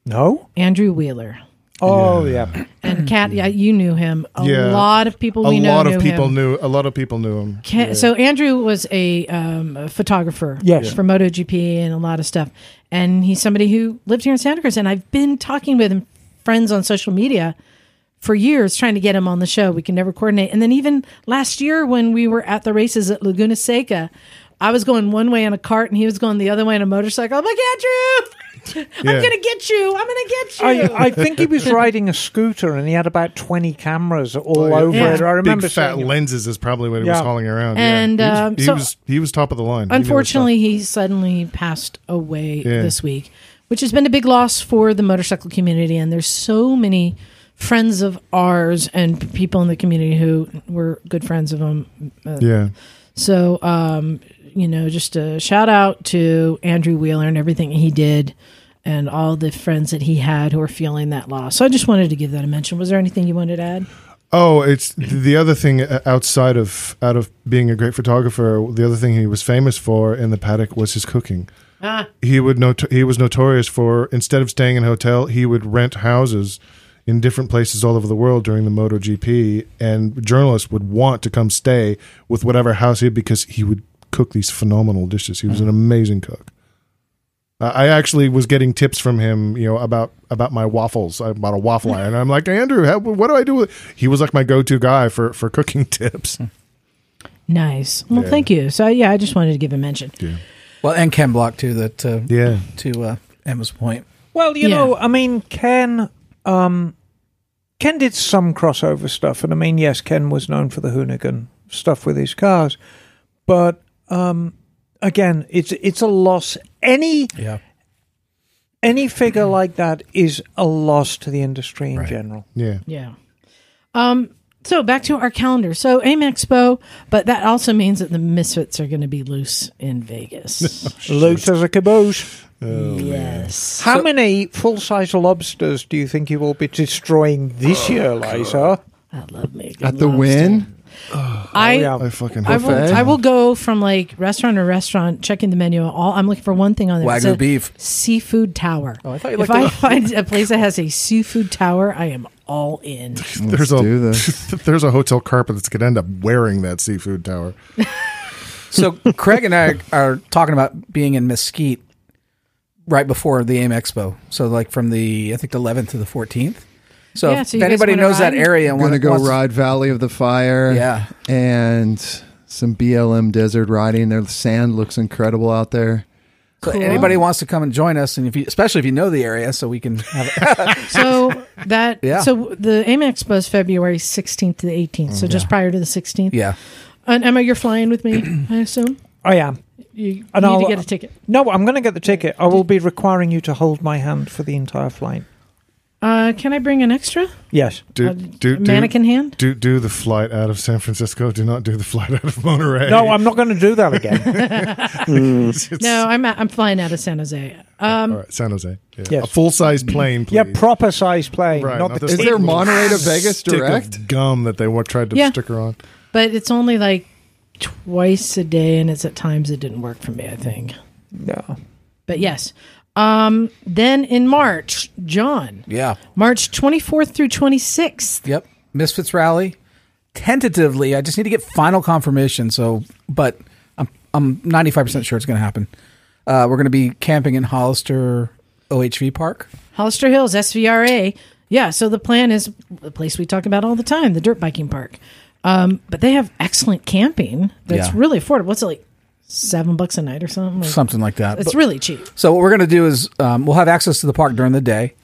Speaker 2: No?
Speaker 3: Andrew Wheeler.
Speaker 2: Oh, yeah.
Speaker 3: And Kat, yeah, you knew him. A
Speaker 6: Hmm. Yeah.
Speaker 3: lot of people
Speaker 6: a
Speaker 3: we know
Speaker 6: lot
Speaker 3: knew
Speaker 6: of people
Speaker 3: him.
Speaker 6: knew. A lot of people knew him.
Speaker 3: Ken, So Andrew was a, um, a photographer
Speaker 2: Yes.
Speaker 3: for MotoGP and a lot of stuff, and he's somebody who lived here in Santa Cruz. And I've been talking with him, friends on social media, for years trying to get him on the show. We can never coordinate. And then even last year when we were at the races at Laguna Seca, I was going one way on a cart and he was going the other way on a motorcycle. I'm like Andrew, [LAUGHS] I'm
Speaker 6: Yeah.
Speaker 3: gonna get you. I'm gonna get you.
Speaker 2: I, I think he was riding a scooter and he had about 20 cameras all
Speaker 6: Oh,
Speaker 2: over
Speaker 3: Yeah.
Speaker 2: it. I remember
Speaker 6: Big fat
Speaker 2: seeing it.
Speaker 6: lenses is probably what he was
Speaker 2: Yeah.
Speaker 6: hauling around.
Speaker 3: And,
Speaker 6: yeah.
Speaker 3: um,
Speaker 6: he, was, he,
Speaker 3: so-
Speaker 6: was, he was top of the line. He knew his stuff.
Speaker 3: Unfortunately, he suddenly passed away
Speaker 6: Yeah.
Speaker 3: this week, which has been a big loss for the motorcycle community. And there's so many friends of ours and people in the community who were good friends of him. Uh,
Speaker 6: yeah.
Speaker 3: So, um, you know, just a shout out to Andrew Wheeler and everything he did. And all the friends that he had who are feeling that loss. So I just wanted to give that a mention. Was there anything you wanted to add?
Speaker 6: Oh, it's the other thing uh, outside of out of being a great photographer. The other thing he was famous for in the paddock was his cooking. He would not- he was notorious for instead of staying in a hotel, he would rent houses in different places all over the world during the MotoGP, and journalists would want to come stay with whatever house he had because he would cook these phenomenal dishes. He was an amazing cook. Uh, I I actually was getting tips from him, you know, about about my waffles. I bought a waffle iron. I'm like, Andrew, how, what do I do? With-? He was like my go-to guy for for
Speaker 3: [LAUGHS]
Speaker 6: cooking [LAUGHS] tips.
Speaker 3: Nice. Well,
Speaker 6: Yeah.
Speaker 3: thank you. So, yeah, I just wanted to give a mention.
Speaker 4: Well, and Ken Block too. That uh,
Speaker 6: Yeah,
Speaker 4: to uh, Emma's point.
Speaker 2: Well, you
Speaker 3: Yeah.
Speaker 2: know, I mean, Ken, um, Ken did some crossover stuff, and I mean, yes, Ken was known for the Hoonigan stuff with his cars, but um, again, it's it's a loss. Any
Speaker 4: Yeah.
Speaker 2: any figure like that is a loss to the industry in
Speaker 4: Right.
Speaker 2: general.
Speaker 6: yeah.
Speaker 3: Yeah. Um, so back to our calendar. So AIM Expo, but that also means that the Misfits are going to be loose in Vegas.
Speaker 2: [LAUGHS] Loose as a caboose.
Speaker 3: yes.
Speaker 2: How many full size lobsters do you think you will be destroying
Speaker 6: Oh,
Speaker 2: this year, Liza?
Speaker 3: I love me. a good
Speaker 5: At the
Speaker 3: lobster.
Speaker 5: win,
Speaker 3: I,
Speaker 2: yeah.
Speaker 6: I fucking
Speaker 3: I
Speaker 6: hope
Speaker 3: will, I will go from like restaurant to restaurant, checking the menu. All I'm looking for one thing on there. It
Speaker 4: Wagyu
Speaker 3: says
Speaker 4: beef.
Speaker 3: Seafood tower. Oh,
Speaker 4: I thought you
Speaker 3: if
Speaker 4: liked
Speaker 3: I [LAUGHS] find a place that has a seafood tower, I am all in.
Speaker 6: there's
Speaker 5: Let's
Speaker 6: a
Speaker 5: do this.
Speaker 6: [LAUGHS] there's a hotel carpet that's gonna end up wearing that seafood tower.
Speaker 4: So Craig and I are talking about being in Mesquite right before the AIM Expo. So like from the I think the 11th to the 14th. So
Speaker 3: Yeah,
Speaker 4: if
Speaker 3: so you guys
Speaker 4: anybody
Speaker 3: wanna
Speaker 4: knows that
Speaker 3: ride?
Speaker 4: area, and
Speaker 5: I'm gonna
Speaker 4: wanna-
Speaker 5: go
Speaker 4: wants-
Speaker 5: ride Valley of the Fire.
Speaker 4: Yeah.
Speaker 5: and some BLM desert riding. Their sand looks incredible out there.
Speaker 4: so
Speaker 3: Cool.
Speaker 4: Anybody wants to come and join us, and if you, especially if you know the area, so we can have
Speaker 3: So that
Speaker 4: Yeah.
Speaker 3: so the AIM Expo is February 16th to the 18th. So just prior to the 16th.
Speaker 4: yeah.
Speaker 3: And Emma, you're flying with me,
Speaker 6: [CLEARS THROAT]
Speaker 3: I assume.
Speaker 2: I am.
Speaker 3: You
Speaker 2: And
Speaker 3: need
Speaker 2: I'll-
Speaker 3: to get a ticket.
Speaker 2: No, I'm going to get the ticket. I will be requiring you to hold my hand for the entire flight.
Speaker 3: Uh, can I bring an extra
Speaker 2: Yes.
Speaker 6: Do
Speaker 3: A
Speaker 6: do do,
Speaker 3: Uh, mannequin hand?
Speaker 6: do do the flight out of San Francisco. Do not do the flight out of Monterey.
Speaker 2: No, I'm not going to do that again.
Speaker 6: [LAUGHS]
Speaker 3: [LAUGHS]
Speaker 6: It's-
Speaker 3: No, I'm I'm flying out of San Jose. Um,
Speaker 6: all right, San Jose. Yeah.
Speaker 2: Yes.
Speaker 6: A full size plane, please.
Speaker 2: yeah, proper size plane.
Speaker 6: Right,
Speaker 2: not
Speaker 6: not
Speaker 2: the
Speaker 6: this
Speaker 5: Is
Speaker 2: team.
Speaker 5: there Monterey to Vegas
Speaker 6: [LAUGHS] Stick of
Speaker 5: direct?
Speaker 6: gum that they wa- tried to
Speaker 3: Yeah.
Speaker 6: stick her on.
Speaker 3: but it's only like twice a day, and it's at times it didn't work for me. I think,
Speaker 2: No.
Speaker 3: but yes. Um, then in March, John,
Speaker 4: Yeah.
Speaker 3: March 24th through 26th.
Speaker 4: Yep. Misfits rally. Tentatively, I just need to get final confirmation. So, but I'm I'm 95 percent sure it's going to happen. Uh, we're going to be camping in Hollister OHV Park.
Speaker 3: Hollister Hills, SVRA. Yeah, so the plan is the place we talk about all the time, the dirt biking park. Um, but they have excellent camping that's
Speaker 4: Yeah.
Speaker 3: really affordable. What's it like? seven bucks a night or something. Like,
Speaker 4: something like that.
Speaker 3: It's
Speaker 4: But-
Speaker 3: really cheap.
Speaker 4: So what we're going to do is um, we'll have access to the park during the day.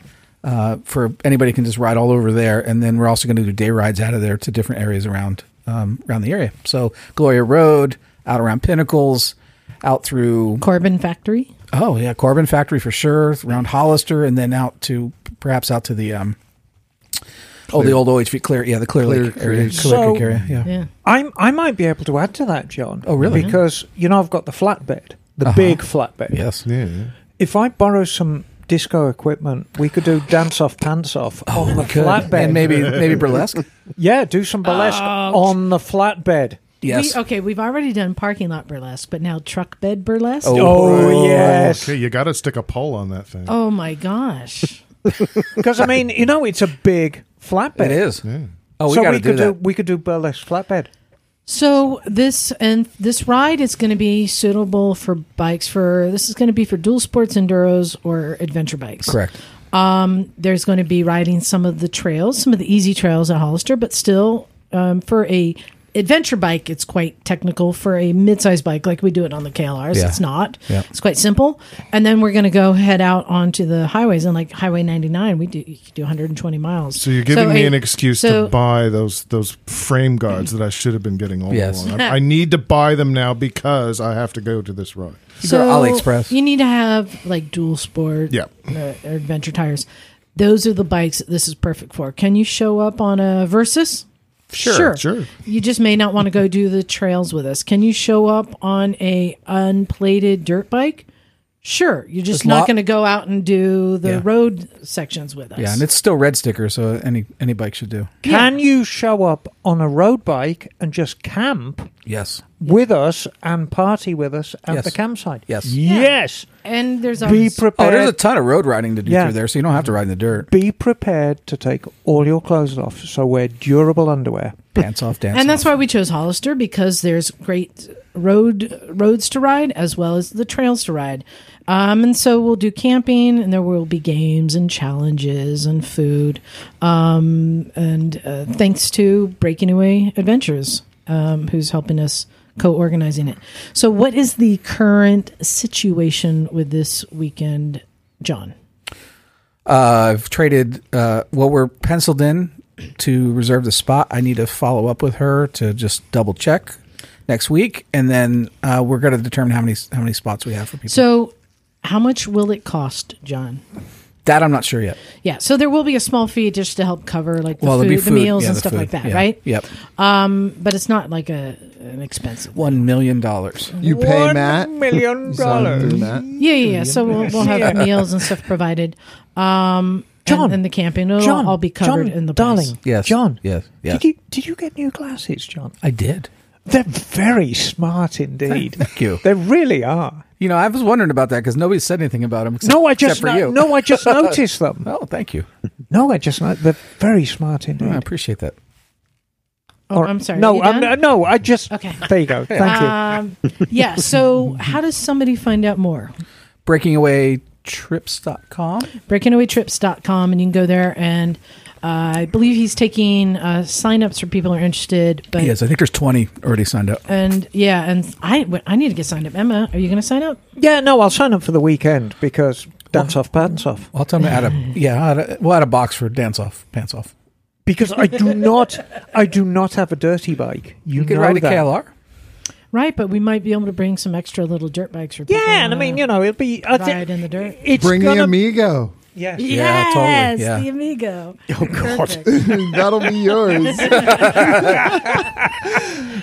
Speaker 4: Uh, for anybody can just ride all over there, and then we're also going to do day rides out of there to different areas around um, around the area. So Gloria Road, out around Pinnacles, out through
Speaker 3: Corbin Factory.
Speaker 4: oh yeah Corbin Factory for sure, around Hollister, and then out to perhaps out to the um, oh the old OHV Clear yeah the Clear,
Speaker 5: Clear
Speaker 4: Lake area,
Speaker 5: Creek.
Speaker 4: Clear
Speaker 2: So-
Speaker 4: Creek area yeah.
Speaker 3: Yeah.
Speaker 2: I'm, I might be able to add to that, John.
Speaker 4: Oh,
Speaker 6: Mm-hmm.
Speaker 4: really?
Speaker 2: Because, you know, I've got the flatbed, the
Speaker 4: Uh-huh.
Speaker 2: big flatbed.
Speaker 4: yes
Speaker 6: Yeah, yeah.
Speaker 2: If I borrow some disco equipment, we could do dance off, pants off on the
Speaker 4: We could.
Speaker 2: flatbed.
Speaker 4: and maybe
Speaker 2: [LAUGHS]
Speaker 4: maybe burlesque
Speaker 2: Yeah, do some burlesque on the flatbed.
Speaker 4: yes
Speaker 3: We, okay, we've already done parking lot burlesque, but now truck bed burlesque.
Speaker 4: Oh.
Speaker 2: Oh, yes.
Speaker 6: Okay, you got to stick a pole on that thing.
Speaker 3: Oh my gosh.
Speaker 2: Because, I mean, you know, it's a big flatbed.
Speaker 4: it is
Speaker 6: Yeah.
Speaker 4: oh we
Speaker 2: so
Speaker 4: got to
Speaker 2: we
Speaker 4: do
Speaker 2: could
Speaker 4: that
Speaker 2: do we could do burlesque flatbed.
Speaker 3: so this and this ride is going to be suitable for bikes for this is going to be for dual sports enduros or adventure bikes.
Speaker 4: correct
Speaker 3: Um, there's going to be riding some of the trails, some of the easy trails at Hollister, but still um, for a adventure bike, it's quite technical. For a mid-sized bike, like we do it on the KLRs,
Speaker 4: Yeah.
Speaker 3: it's not.
Speaker 4: Yeah.
Speaker 3: It's quite simple. And then we're going to go head out onto the highways, and like Highway 99, we do you can do 120 miles.
Speaker 6: So you're giving me
Speaker 3: a-
Speaker 6: an excuse
Speaker 3: so-
Speaker 6: to buy those those frame guards that I should have been getting all
Speaker 4: Yes.
Speaker 3: [LAUGHS]
Speaker 6: along. I, I need to buy them now because I have to go to this ride.
Speaker 4: You go to AliExpress.
Speaker 3: You need to have like dual sport,
Speaker 6: Yeah.
Speaker 3: uh, or adventure tires. Those are the bikes that this is perfect for. Can you show up on a Versus? Sure,
Speaker 6: sure.
Speaker 3: You just may not want to go do the trails with us. Can you show up on a unplated dirt bike? Sure. You're just
Speaker 4: There's
Speaker 3: not
Speaker 4: lot-
Speaker 3: going to go out and do the
Speaker 4: Yeah.
Speaker 3: road sections with us.
Speaker 4: yeah and it's still red sticker so any any bike should do
Speaker 3: Yeah.
Speaker 2: Can you show up on a road bike and just camp
Speaker 4: yes
Speaker 2: with us and party with us at
Speaker 4: Yes.
Speaker 2: the campsite?
Speaker 4: Yes.
Speaker 3: Yeah.
Speaker 2: Yes.
Speaker 3: and there's
Speaker 2: Be
Speaker 3: always
Speaker 4: Oh, there's a
Speaker 2: prepared.
Speaker 4: ton of road riding to do
Speaker 2: Yeah.
Speaker 4: through there, so you don't have to ride in the dirt. [LAUGHS]
Speaker 2: be prepared to take all your clothes off. So wear durable underwear.
Speaker 4: Pants off, dance.
Speaker 3: and that's why we chose Hollister because there's great road roads to ride as well as the trails to ride. Um, and so we'll do camping, and there will be games and challenges and food. Um, and uh, thanks to Breaking Away Adventures, um, who's helping us co-organizing it. So, what is the current situation with this weekend, John?
Speaker 4: Uh, I've traded uh, what we're penciled in to reserve the spot. I need to follow up with her to just double check next week, and then uh, we're going to determine how many how many spots we have for people.
Speaker 3: So, how much will it cost, John?
Speaker 4: that I'm not sure yet.
Speaker 3: Yeah, so there will be a small fee just to help cover like the
Speaker 4: well,
Speaker 3: food,
Speaker 4: there'll be
Speaker 3: the
Speaker 4: food.
Speaker 3: meals
Speaker 4: Yeah,
Speaker 3: and
Speaker 4: the
Speaker 3: stuff
Speaker 4: food.
Speaker 3: like that,
Speaker 4: Yeah.
Speaker 3: right?
Speaker 4: Yep,
Speaker 3: Um, but it's not like a an expensive.
Speaker 4: one million dollars.
Speaker 5: You pay
Speaker 2: One
Speaker 5: Matt.
Speaker 2: million
Speaker 4: [LAUGHS]
Speaker 5: He's on through
Speaker 2: dollars.
Speaker 5: Matt. [LAUGHS]
Speaker 3: Yeah, yeah. yeah. So we'll, we'll have meals and stuff provided. Um,
Speaker 2: John,
Speaker 3: and, and the camping, it'll
Speaker 2: John,
Speaker 3: all be covered
Speaker 2: John,
Speaker 3: in the
Speaker 2: darling.
Speaker 3: price.
Speaker 4: Yes,
Speaker 2: John.
Speaker 4: Yes, yes.
Speaker 2: Did you did you get new glasses, John?
Speaker 4: I did.
Speaker 2: They're very smart indeed. [LAUGHS]
Speaker 4: Thank
Speaker 3: [LAUGHS]
Speaker 4: you.
Speaker 2: They really are.
Speaker 4: You know, I was wondering about that because nobody said anything about them. Except,
Speaker 2: No, I just
Speaker 4: except for
Speaker 2: no,
Speaker 4: you.
Speaker 2: no, I [LAUGHS] just noticed them.
Speaker 4: [LAUGHS] Oh, thank you.
Speaker 2: No, I just no- they're very smart indeed.
Speaker 4: Oh, I appreciate that.
Speaker 3: Oh,
Speaker 2: Or-
Speaker 3: I'm sorry.
Speaker 2: No,
Speaker 3: you
Speaker 2: I'm,
Speaker 3: done?
Speaker 2: no, I just.
Speaker 3: Okay.
Speaker 2: There you
Speaker 3: [LAUGHS]
Speaker 2: go. Thank
Speaker 3: Um, yeah. So how does somebody find out more?
Speaker 4: Breakingawaytrips.com.
Speaker 3: breakingawaytrips.com and you can go there and uh, I believe he's taking uh, signups for people who are interested. But
Speaker 4: Yes, I think there's 20 already signed up.
Speaker 3: and yeah, and I I need to get signed up. Emma, are you going to sign up?
Speaker 2: you. Yeah, no, I'll sign up for the weekend because dance off, pants off.
Speaker 4: I'll tell
Speaker 2: [SIGHS]
Speaker 4: them to add a yeah. I'll add a, we'll add a box for dance off, pants off.
Speaker 2: Because I do
Speaker 3: [LAUGHS]
Speaker 2: not, I do not have a dirty bike. You,
Speaker 4: You can
Speaker 2: know
Speaker 4: ride a
Speaker 2: that.
Speaker 4: KLR.
Speaker 2: [LAUGHS]
Speaker 3: Right, but we might be able to bring some extra little dirt bikes for people.
Speaker 2: Yeah, and I mean, you know, it'll be I thi-
Speaker 3: ride in the dirt.
Speaker 2: It's
Speaker 5: Bring
Speaker 2: gonna,
Speaker 5: the amigo.
Speaker 2: Yes.
Speaker 4: Yeah, totally,
Speaker 3: yes,
Speaker 4: yeah.
Speaker 3: the [LAUGHS] Amigo.
Speaker 2: Oh God.
Speaker 3: Perfect.
Speaker 5: That'll be yours.
Speaker 3: I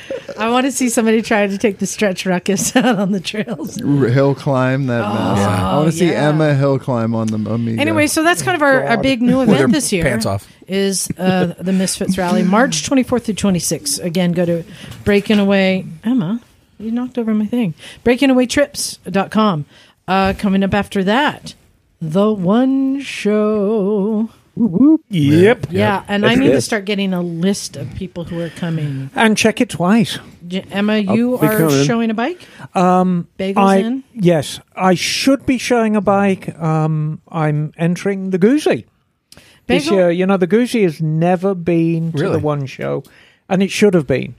Speaker 3: want to see somebody try to take the stretch ruckus [LAUGHS] out on the trails.
Speaker 5: Hill climb that
Speaker 2: Oh,
Speaker 5: mess. I want to see
Speaker 3: yeah.
Speaker 5: Emma hill climb on the amigo.
Speaker 3: Anyway, so that's kind of our, our big new
Speaker 4: their
Speaker 3: event this year.
Speaker 4: pants off.
Speaker 3: Is uh, the Misfits
Speaker 4: [LAUGHS]
Speaker 3: Rally, March 24th through 26th. Again, go to Breaking Away. Emma, you knocked over my thing. BreakingAwayTrips.com. Uh, coming up after that, The One Show.
Speaker 2: Yep.
Speaker 3: Yeah, and I
Speaker 1: That's
Speaker 3: need to
Speaker 1: good.
Speaker 3: start getting a list of people who are coming.
Speaker 2: And check it twice.
Speaker 3: J- Emma, you
Speaker 1: be
Speaker 3: are
Speaker 1: coming.
Speaker 3: showing a bike? Um, Bagels
Speaker 2: I
Speaker 3: in?
Speaker 2: yes, I should be showing a bike. Um, I'm entering the Goosey this
Speaker 3: Bagel?
Speaker 2: year. You know, the Goosey has never been to
Speaker 4: Really?
Speaker 2: the one show, and it should have been.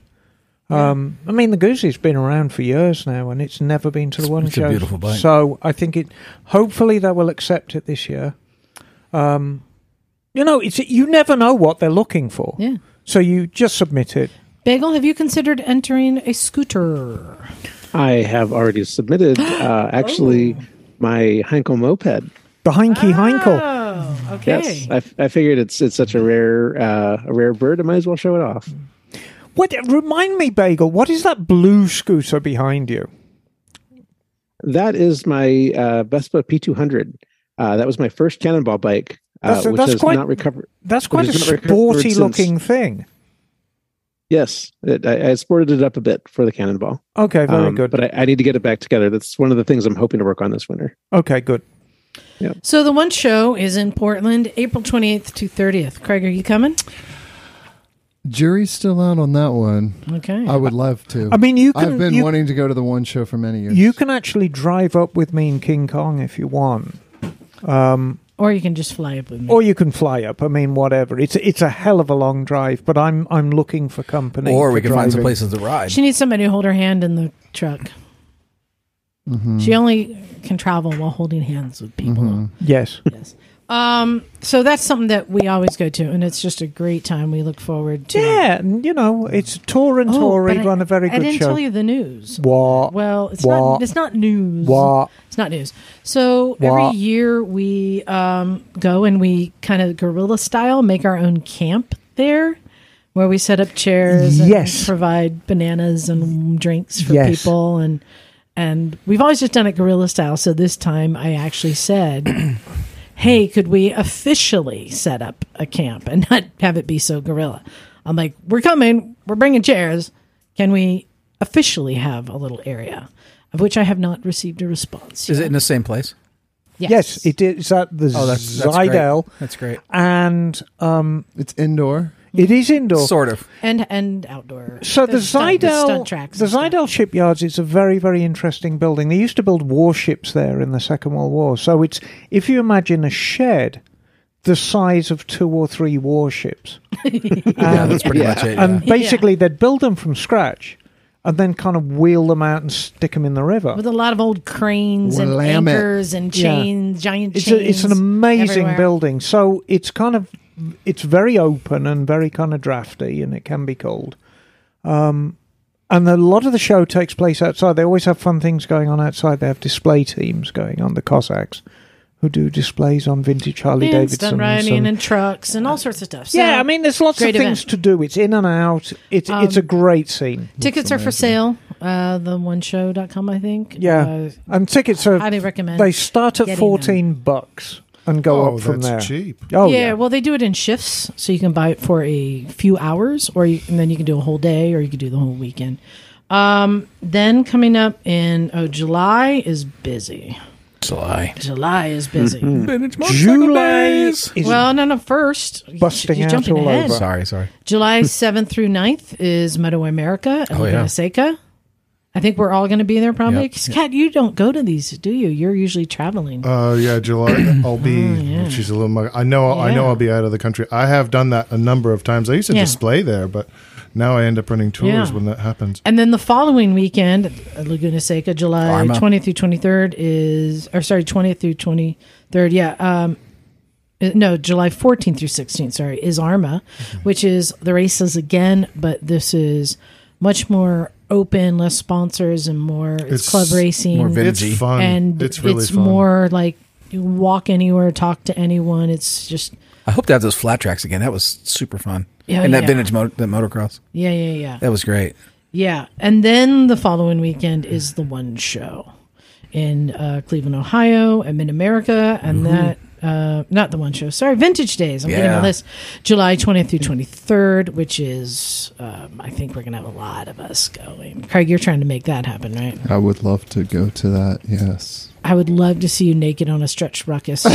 Speaker 2: Um, I mean, the goosey's been around for years now, and it's never been to the
Speaker 4: It's-
Speaker 2: one
Speaker 4: it's a
Speaker 2: show.
Speaker 4: beautiful bite.
Speaker 2: So I think it. Hopefully, they will accept it this year. Um, you know, it's you never know what they're looking for,
Speaker 3: Yeah.
Speaker 2: so you just submit it.
Speaker 3: Bagel, have you considered entering a scooter?
Speaker 1: I have already submitted uh, actually
Speaker 2: Oh.
Speaker 1: my Heinkel moped.
Speaker 2: The Heinke Heinkel.
Speaker 3: Oh, okay.
Speaker 1: Yes, I, f- I figured it's it's such a rare uh, a rare bird. I might as well show it off.
Speaker 2: What? Remind me, Bagel. What is that blue scooter behind you?
Speaker 1: That is my uh, Vespa P200. Uh, that was my first cannonball bike, uh,
Speaker 2: That's-
Speaker 1: which
Speaker 2: that's
Speaker 1: has
Speaker 2: quite-
Speaker 1: not recovered.
Speaker 2: That's quite a
Speaker 1: Which is not recovered
Speaker 2: sporty
Speaker 1: since-
Speaker 2: looking thing.
Speaker 1: Yes, it, I, I sported it up a bit for the cannonball.
Speaker 2: Okay, very
Speaker 1: Um,
Speaker 2: good.
Speaker 1: But I, I need to get it back together. That's one of the things I'm hoping to work on this winter.
Speaker 2: okay, good.
Speaker 3: So the one show is in Portland, April 28th to 30th. Craig, are you coming?
Speaker 5: Jury's still out on that one.
Speaker 3: Okay.
Speaker 5: I would love to.
Speaker 2: I mean, you can
Speaker 5: I've been
Speaker 2: you,
Speaker 5: wanting to go to the one show for many years.
Speaker 2: you can actually drive up with me in King Kong if you want,
Speaker 3: or you can just fly up with me.
Speaker 2: or you can fly up. I mean, whatever. It's it's a hell of a long drive, but I'm I'm looking for company.
Speaker 4: Or
Speaker 2: for
Speaker 4: we can find some
Speaker 2: driving.
Speaker 4: places to ride.
Speaker 3: she needs somebody to hold her hand in the truck. She only can travel while holding hands with people.
Speaker 4: [LAUGHS]
Speaker 2: Yes.
Speaker 3: Yes. Um, so that's something that we always go to, and it's just a great time. We look forward to.
Speaker 2: Yeah, and you know, it's tour and
Speaker 3: Oh,
Speaker 2: Tory
Speaker 3: but I-
Speaker 2: run a very
Speaker 3: I
Speaker 2: good
Speaker 3: didn't
Speaker 2: show.
Speaker 3: tell you the news.
Speaker 2: what?
Speaker 3: Well, it's
Speaker 2: Wah.
Speaker 3: not. It's not news.
Speaker 2: Wah.
Speaker 3: It's not news. So
Speaker 2: Wah.
Speaker 3: every year we um, go and we kind of guerrilla style make our own camp there, where we set up chairs. and
Speaker 2: Yes.
Speaker 3: Provide bananas and drinks for
Speaker 2: Yes.
Speaker 3: people and. And we've always just done it guerrilla style. So this time I actually said, hey, could we officially set up a camp and not have it be so guerrilla? I'm like, we're coming, we're bringing chairs. Can we officially have a little area? Of which I have not received a response.
Speaker 4: Is
Speaker 3: yet.
Speaker 4: it in the same place?
Speaker 2: Yes, it is at the
Speaker 4: Oh, that's, that's great.
Speaker 2: Zidell,
Speaker 4: That's great.
Speaker 2: and um,
Speaker 5: it's indoor.
Speaker 2: it is indoor.
Speaker 4: Sort of.
Speaker 3: and and outdoor?
Speaker 2: So the
Speaker 3: There's stunt- there's
Speaker 2: Zidell,
Speaker 3: stunt tracks
Speaker 2: the
Speaker 3: and stuff.
Speaker 2: Zidell shipyards is a very, very interesting building. They used to build warships there in the Second World War. So it's if you imagine a shed the size of two or three warships, uh,
Speaker 4: yeah, that's pretty much it.
Speaker 2: and
Speaker 4: Yeah.
Speaker 2: basically they'd build them from scratch, and then kind of wheel them out and stick them in the river.
Speaker 3: with a lot of old cranes and
Speaker 5: Willamette.
Speaker 3: anchors and
Speaker 2: Yeah.
Speaker 3: chains, giant
Speaker 2: It's,
Speaker 3: chains.
Speaker 2: a, it's an amazing
Speaker 3: everywhere.
Speaker 2: building. So it's kind of it's very open and very kind of drafty, and it can be cold. Um, and a lot of the show takes place outside. They always have fun things going on outside. They have display teams going on. The Cossacks, who do displays on vintage Harley
Speaker 3: And stunt
Speaker 2: Davidsons.
Speaker 3: riding and,
Speaker 2: and-
Speaker 3: trucks and all sorts of stuff. So
Speaker 2: yeah, I mean, there's lots of
Speaker 3: great
Speaker 2: things
Speaker 3: event. Um,
Speaker 2: to do. It's in and out. It's it's a great scene.
Speaker 3: tickets are for sale. Uh, the oneshow.com, I think.
Speaker 2: Yeah,
Speaker 3: Uh,
Speaker 2: and tickets are
Speaker 3: highly recommend.
Speaker 2: they start at
Speaker 3: getting them.
Speaker 2: fourteen bucks and go
Speaker 6: oh,
Speaker 2: up from
Speaker 6: that's
Speaker 2: there.
Speaker 6: cheap.
Speaker 2: Oh
Speaker 3: yeah,
Speaker 2: yeah,
Speaker 3: well, they do it in shifts, so you can buy it for a few hours, or you, and then you can do a whole day, or you can do the whole weekend. Um, then coming up in oh, July is busy.
Speaker 4: July.
Speaker 3: July
Speaker 2: [LAUGHS]
Speaker 3: is busy.
Speaker 2: July is
Speaker 3: Well, no, no. First, you-
Speaker 2: Busting
Speaker 3: you're
Speaker 2: out
Speaker 3: jumping
Speaker 2: all
Speaker 3: ahead.
Speaker 2: over.
Speaker 4: Sorry, sorry.
Speaker 3: July seventh through 9th is Moto America and
Speaker 4: Oh, yeah.
Speaker 3: Laguna Seca. I think we're all going to be there probably.
Speaker 4: Yep.
Speaker 3: 'Cause, Kat, you don't go to these, do you? You're usually traveling.
Speaker 6: Uh,
Speaker 3: [CLEARS THROAT]
Speaker 6: yeah, July. I'll be. She's a little. Mug. I know. I know.
Speaker 3: Oh, Yeah.
Speaker 6: I'll be out of the country. I have done that a number of times. I used to
Speaker 3: Yeah.
Speaker 6: display there, but now I end up running tours
Speaker 3: Yeah.
Speaker 6: when that happens.
Speaker 3: And then the following weekend, uh, Laguna Seca, July
Speaker 4: Arma.
Speaker 3: 20th through 23rd is, or sorry, 20th through 23rd. Yeah. Um, uh, no, July 14th through 16th, sorry, is Arma,
Speaker 6: Mm-hmm.
Speaker 3: which is the races again, but this is much more open, less sponsors, and more, it's,
Speaker 6: It's
Speaker 3: club racing.
Speaker 4: more vintage.
Speaker 6: It's
Speaker 4: Benji.
Speaker 6: fun.
Speaker 3: And
Speaker 6: it's really fun.
Speaker 3: more like you walk anywhere, talk to anyone. It's just,
Speaker 4: I hope to have those flat tracks again. That was super fun.
Speaker 3: Yeah,
Speaker 2: Oh,
Speaker 4: and that
Speaker 3: yeah.
Speaker 4: vintage motor, that motocross.
Speaker 3: yeah, yeah, yeah.
Speaker 4: That was great.
Speaker 3: Yeah, and then the following weekend is the one show in uh, Cleveland, Ohio, at Mid America, and that uh, not the one show. Sorry, Vintage Days. I'm getting
Speaker 4: Yeah.
Speaker 3: all this. July 20th through 23rd, which is um, I think we're gonna have a lot of us going. Craig, you're trying to make that happen, right?
Speaker 5: I would love to go to that. Yes.
Speaker 3: I would love to see you naked on a stretch ruckus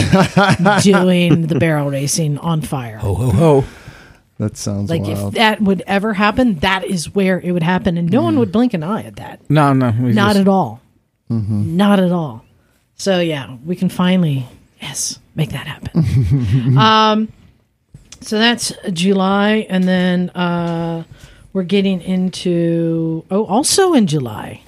Speaker 3: doing the barrel racing on fire.
Speaker 4: Ho, ho, ho.
Speaker 5: That sounds
Speaker 3: Like if
Speaker 5: wild.
Speaker 3: that would ever happen, that is where it would happen, and no one would blink an eye at that.
Speaker 4: No, no. we
Speaker 3: Not
Speaker 4: just-
Speaker 3: at all. Not at all. So yeah, we can finally yes make that happen. um, so that's July, and then uh, we're getting into oh, also in July.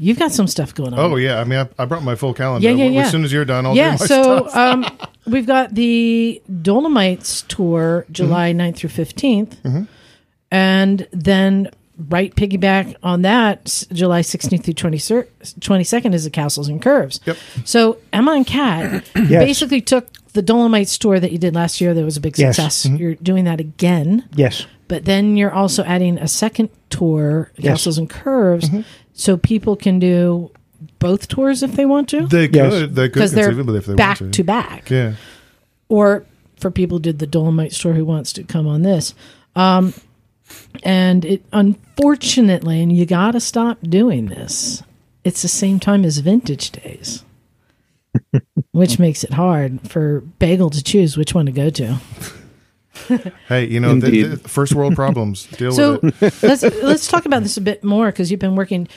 Speaker 3: You've got some stuff going on.
Speaker 6: Oh yeah, I mean, I, I brought my full calendar.
Speaker 3: Yeah, yeah, yeah.
Speaker 6: As soon as you're done, I'll
Speaker 3: yeah.
Speaker 6: do my
Speaker 3: So
Speaker 6: stuff. [LAUGHS]
Speaker 3: um, we've got the Dolomites tour, July
Speaker 6: Mm-hmm.
Speaker 3: 9th through 15th. And then right piggyback on that, s- July 16th through 20, 22nd is the Castles and Curves.
Speaker 6: Yep.
Speaker 3: So Emma and Kat
Speaker 6: [CLEARS THROAT]
Speaker 3: basically took the Dolomites tour that you did last year. That was a big
Speaker 2: Yes.
Speaker 3: success.
Speaker 6: Mm-hmm.
Speaker 3: You're doing that again.
Speaker 2: Yes.
Speaker 3: But then you're also adding a second tour, Castles and Curves,
Speaker 6: Mm-hmm.
Speaker 3: so people can do both tours if they want to
Speaker 6: They
Speaker 2: Yes.
Speaker 6: could, they could
Speaker 3: because they're
Speaker 6: conceivably if they
Speaker 3: back
Speaker 6: want
Speaker 3: to
Speaker 6: to.
Speaker 3: back.
Speaker 6: yeah.
Speaker 3: Or for people who did the Dolomite store who wants to come on this. Um, and it unfortunately, and you got to stop doing this. It's the same time as Vintage Days, which makes it hard for Bagel to choose which one to go to.
Speaker 6: Hey, you know, the,
Speaker 1: Indeed.
Speaker 6: the first world
Speaker 3: [LAUGHS]
Speaker 6: problems. Deal
Speaker 3: So
Speaker 6: with it.
Speaker 3: let's let's talk about this a bit more because you've been working.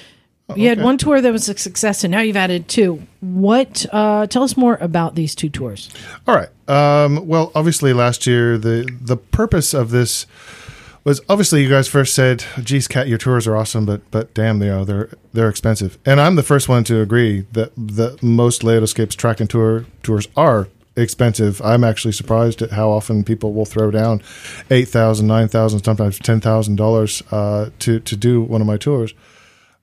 Speaker 3: You had
Speaker 6: okay.
Speaker 3: one tour that was a success, and now you've added two. What? Uh, tell us more about these two tours.
Speaker 6: All right. Um, well, obviously, last year the the purpose of this was obviously you guys first said, "Geez, Cat, your tours are awesome, but but damn, they are they're they're expensive." And I'm the first one to agree that that most Layout Escapes track and tour tours are expensive. I'm actually surprised at how often people will throw down eight thousand, nine thousand, sometimes ten thousand dollars uh, to to do one of my tours.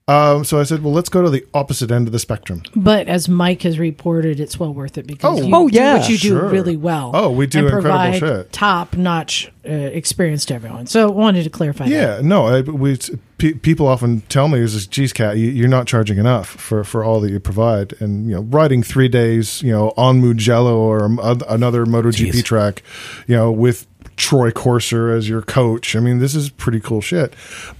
Speaker 6: Um, so I said, well, let's go to the opposite end of the spectrum.
Speaker 3: But as Mike has reported, it's well worth it because
Speaker 6: Oh.
Speaker 3: you
Speaker 2: Oh,
Speaker 3: do
Speaker 2: yeah.
Speaker 3: what you do
Speaker 6: Sure.
Speaker 3: really well.
Speaker 6: Oh, we do
Speaker 3: and
Speaker 6: incredible
Speaker 3: provide
Speaker 6: shit.
Speaker 3: Top notch uh, experience to everyone. So I wanted to clarify. that.
Speaker 6: Yeah, no, I, we pe- people often tell me, "Is geez, cat, you, you're not charging enough for, for all that you provide." And you know, riding three days, you know, on Mugello or um, oth- another MotoGP
Speaker 4: Jeez.
Speaker 6: track, you know, with Troy Corser as your coach. I mean, this is pretty cool shit.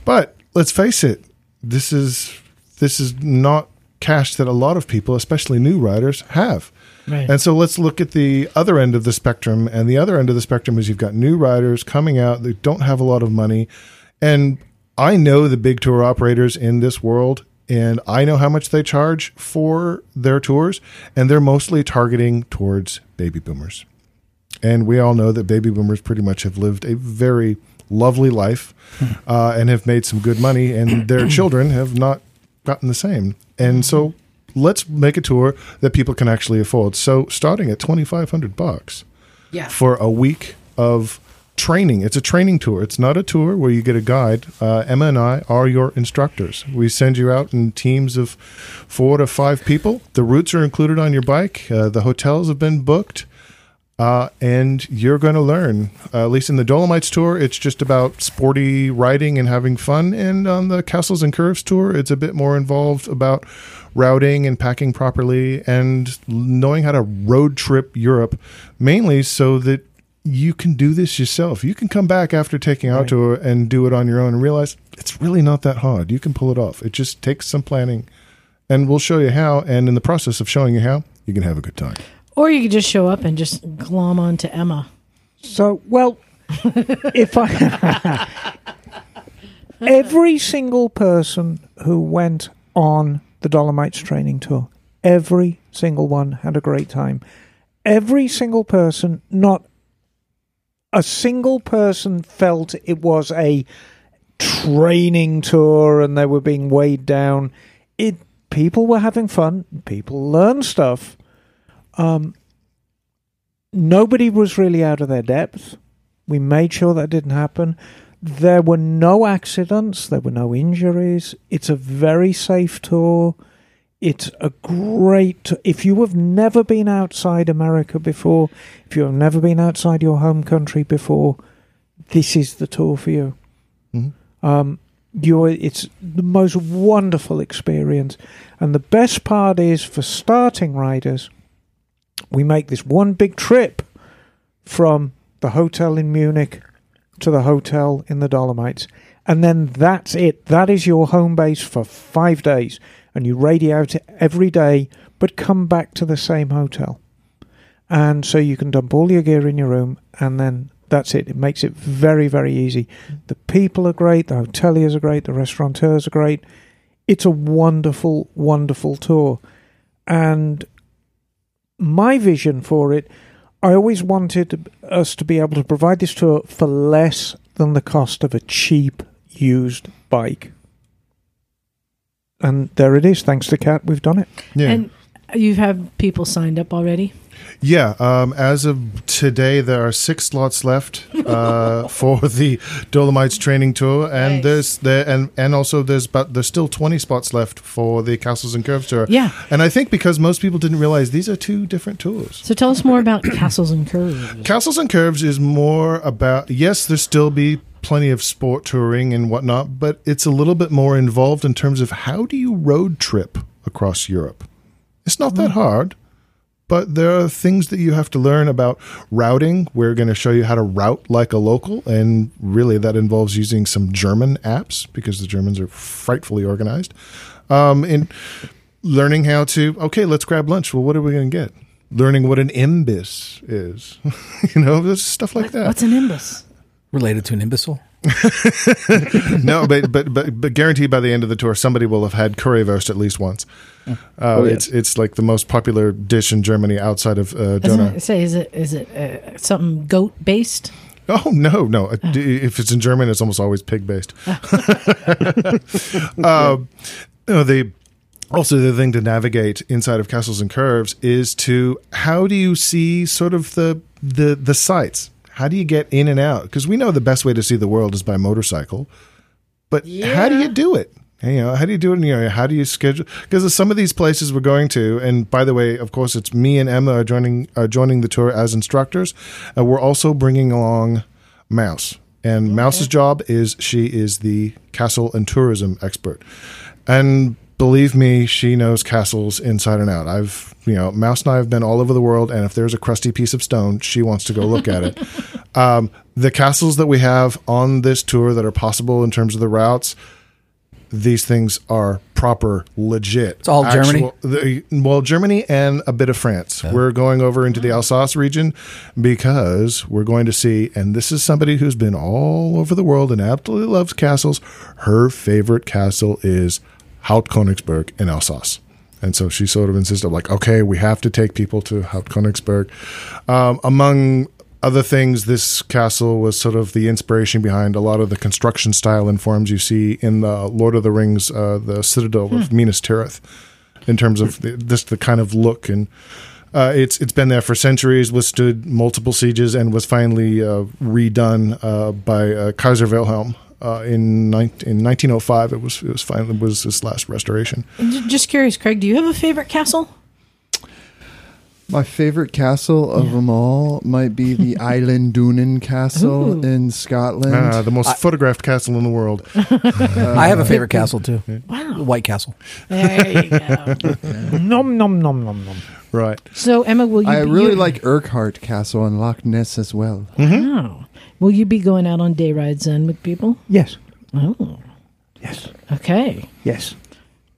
Speaker 6: But let's face it, this is this is not cash that a lot of people, especially new riders, have.
Speaker 3: Right.
Speaker 6: And so let's look at the other end of the spectrum. And the other end of the spectrum is you've got new riders coming out that don't have a lot of money. And I know the big tour operators in this world, and I know how much they charge for their tours. And they're mostly targeting towards baby boomers. And we all know that baby boomers pretty much have lived a very lovely life uh, and have made some good money, and their children have not gotten the same. And so let's make a tour that people can actually afford. So starting at 2500 bucks
Speaker 3: yeah.
Speaker 6: for a week of training. It's a training tour. It's not a tour where you get a guide. Uh, Emma and I are your instructors. We send you out in teams of four to five people. The routes are included on your bike. Uh, the hotels have been booked. Uh, and you're going to learn. Uh, at least in the Dolomites tour, it's just about sporty riding and having fun. And on the Castles and Curves tour, it's a bit more involved about routing and packing properly and knowing how to road trip Europe, mainly so that you can do this yourself. You can come back after taking out tour and do it on your own and realize it's really not that hard. You can pull it off. It just takes some planning. And we'll show you how. And in the process of showing you how, you can have a good time.
Speaker 3: Or you could just show up and just glom onto Emma.
Speaker 2: So, well, if I. every single person who went on the Dolomites training tour, every single one had a great time. Every single person, not a single person felt it was a training tour and they were being weighed down. It people were having fun, people learned stuff. Um nobody was really out of their depth. We made sure that didn't happen. There were no accidents, there were no injuries. It's a very safe tour. It's a great if you have never been outside America before, if you have never been outside your home country before, this is the tour for you.
Speaker 6: Mhm.
Speaker 2: Um, you're, it's the most wonderful experience. And the best part is for starting riders, we make this one big trip from the hotel in Munich to the hotel in the Dolomites. And then that's it. That is your home base for five days. And you radio it every day, but come back to the same hotel. And so you can dump all your gear in your room, and then that's it. It makes it very, very easy. The people are great, the hoteliers are great, the restaurateurs are great. It's a wonderful, wonderful tour. And my vision for it, I always wanted us to be able to provide this tour for less than the cost of a cheap used bike. And there it is. Thanks to Cat, we've done it.
Speaker 6: Yeah.
Speaker 3: And you have people signed up already.
Speaker 6: Yeah, um, as of today, there are six
Speaker 3: [LAUGHS]
Speaker 6: slots left uh, for the Dolomites training tour, and
Speaker 3: Nice.
Speaker 6: there's there and and also there's but there's still twenty spots left for the Castles and Curves tour.
Speaker 3: Yeah.
Speaker 6: and I think because most people didn't realize these are two different tours.
Speaker 3: So tell us more about [COUGHS] castles and curves.
Speaker 6: Castles and Curves is more about yes, there still be plenty of sport touring and whatnot, but it's a little bit more involved in terms of how do you road trip across Europe. It's not
Speaker 3: Mm.
Speaker 6: that hard, but there are things that you have to learn about routing. We're going to show you how to route like a local, and really that involves using some German apps because the Germans are frightfully organized. Um, and learning how to okay, let's grab lunch. Well, what are we going to get? Learning what an imbis is, [LAUGHS] you know, there's stuff like that.
Speaker 3: What's an imbus?
Speaker 4: Related to an imbecile.
Speaker 6: no, but, but but but guaranteed by the end of the tour, somebody will have had currywurst at least once. Uh, It's it's like the most popular dish in Germany outside of uh,
Speaker 3: I was
Speaker 6: doner.
Speaker 3: gonna say, is it is it uh, something goat based?
Speaker 6: Oh no, no! Uh, d- If it's in German, it's almost always pig based. [LAUGHS] um, no, the also the thing to navigate inside of castles and curves is to how do you see sort of the the the sights? How do you get in and out? Because we know the best way to see the world is by motorcycle, but how do you do it? You know, how do you do it in your area? How do you schedule? Because some of these places we're going to, and by the way, of course, it's me and Emma are joining are joining the tour as instructors. Uh, we're also bringing along Mouse, and Mouse's job is she is the castle and tourism expert, and believe me, she knows castles inside and out. I've you know, Mouse and I have been all over the world, and if there's a crusty piece of stone, she wants to go look at it. Um, the castles that we have on this tour that are possible in terms of the routes these things are proper, legit. It's
Speaker 4: all Germany?
Speaker 6: The, well, Germany and a bit of France. We're going over into the Alsace region because we're going to see, and this is somebody who's been all over the world and absolutely loves castles. Her favorite castle is Haut Königsberg in Alsace. And so she sort of insisted, like, okay, we have to take people to Haut Königsberg. Um, among other things, this castle was sort of the inspiration behind a lot of the construction style and forms you see in the Lord of the Rings, uh, the Citadel of Minas Tirith, in terms of the, just the kind of look and. Uh, it's it's been there for centuries, withstood multiple sieges, and was finally uh, redone uh, by uh, Kaiser Wilhelm uh, in, nine in 1905. It was it was finally was his last restoration.
Speaker 3: And ju- Just curious, Craig. Do you have a favorite castle?
Speaker 5: My favorite castle of them all might
Speaker 3: [LAUGHS]
Speaker 5: be the Islandunnen Castle
Speaker 3: Ooh.
Speaker 5: in Scotland. Uh,
Speaker 6: Ah, the most photographed castle in the world.
Speaker 4: I have a favorite castle too.
Speaker 3: Wow.
Speaker 4: White Castle.
Speaker 3: There you go.
Speaker 2: Nom nom nom nom nom.
Speaker 6: Right.
Speaker 3: So Emma, will you?
Speaker 5: I
Speaker 3: be-
Speaker 5: really
Speaker 3: you-
Speaker 5: like Urquhart Castle in Loch Ness as well.
Speaker 3: Wow. Oh. Will you be going out on day rides then with people?
Speaker 2: Yes,
Speaker 3: Oh,
Speaker 2: yes,
Speaker 3: okay.
Speaker 2: yes.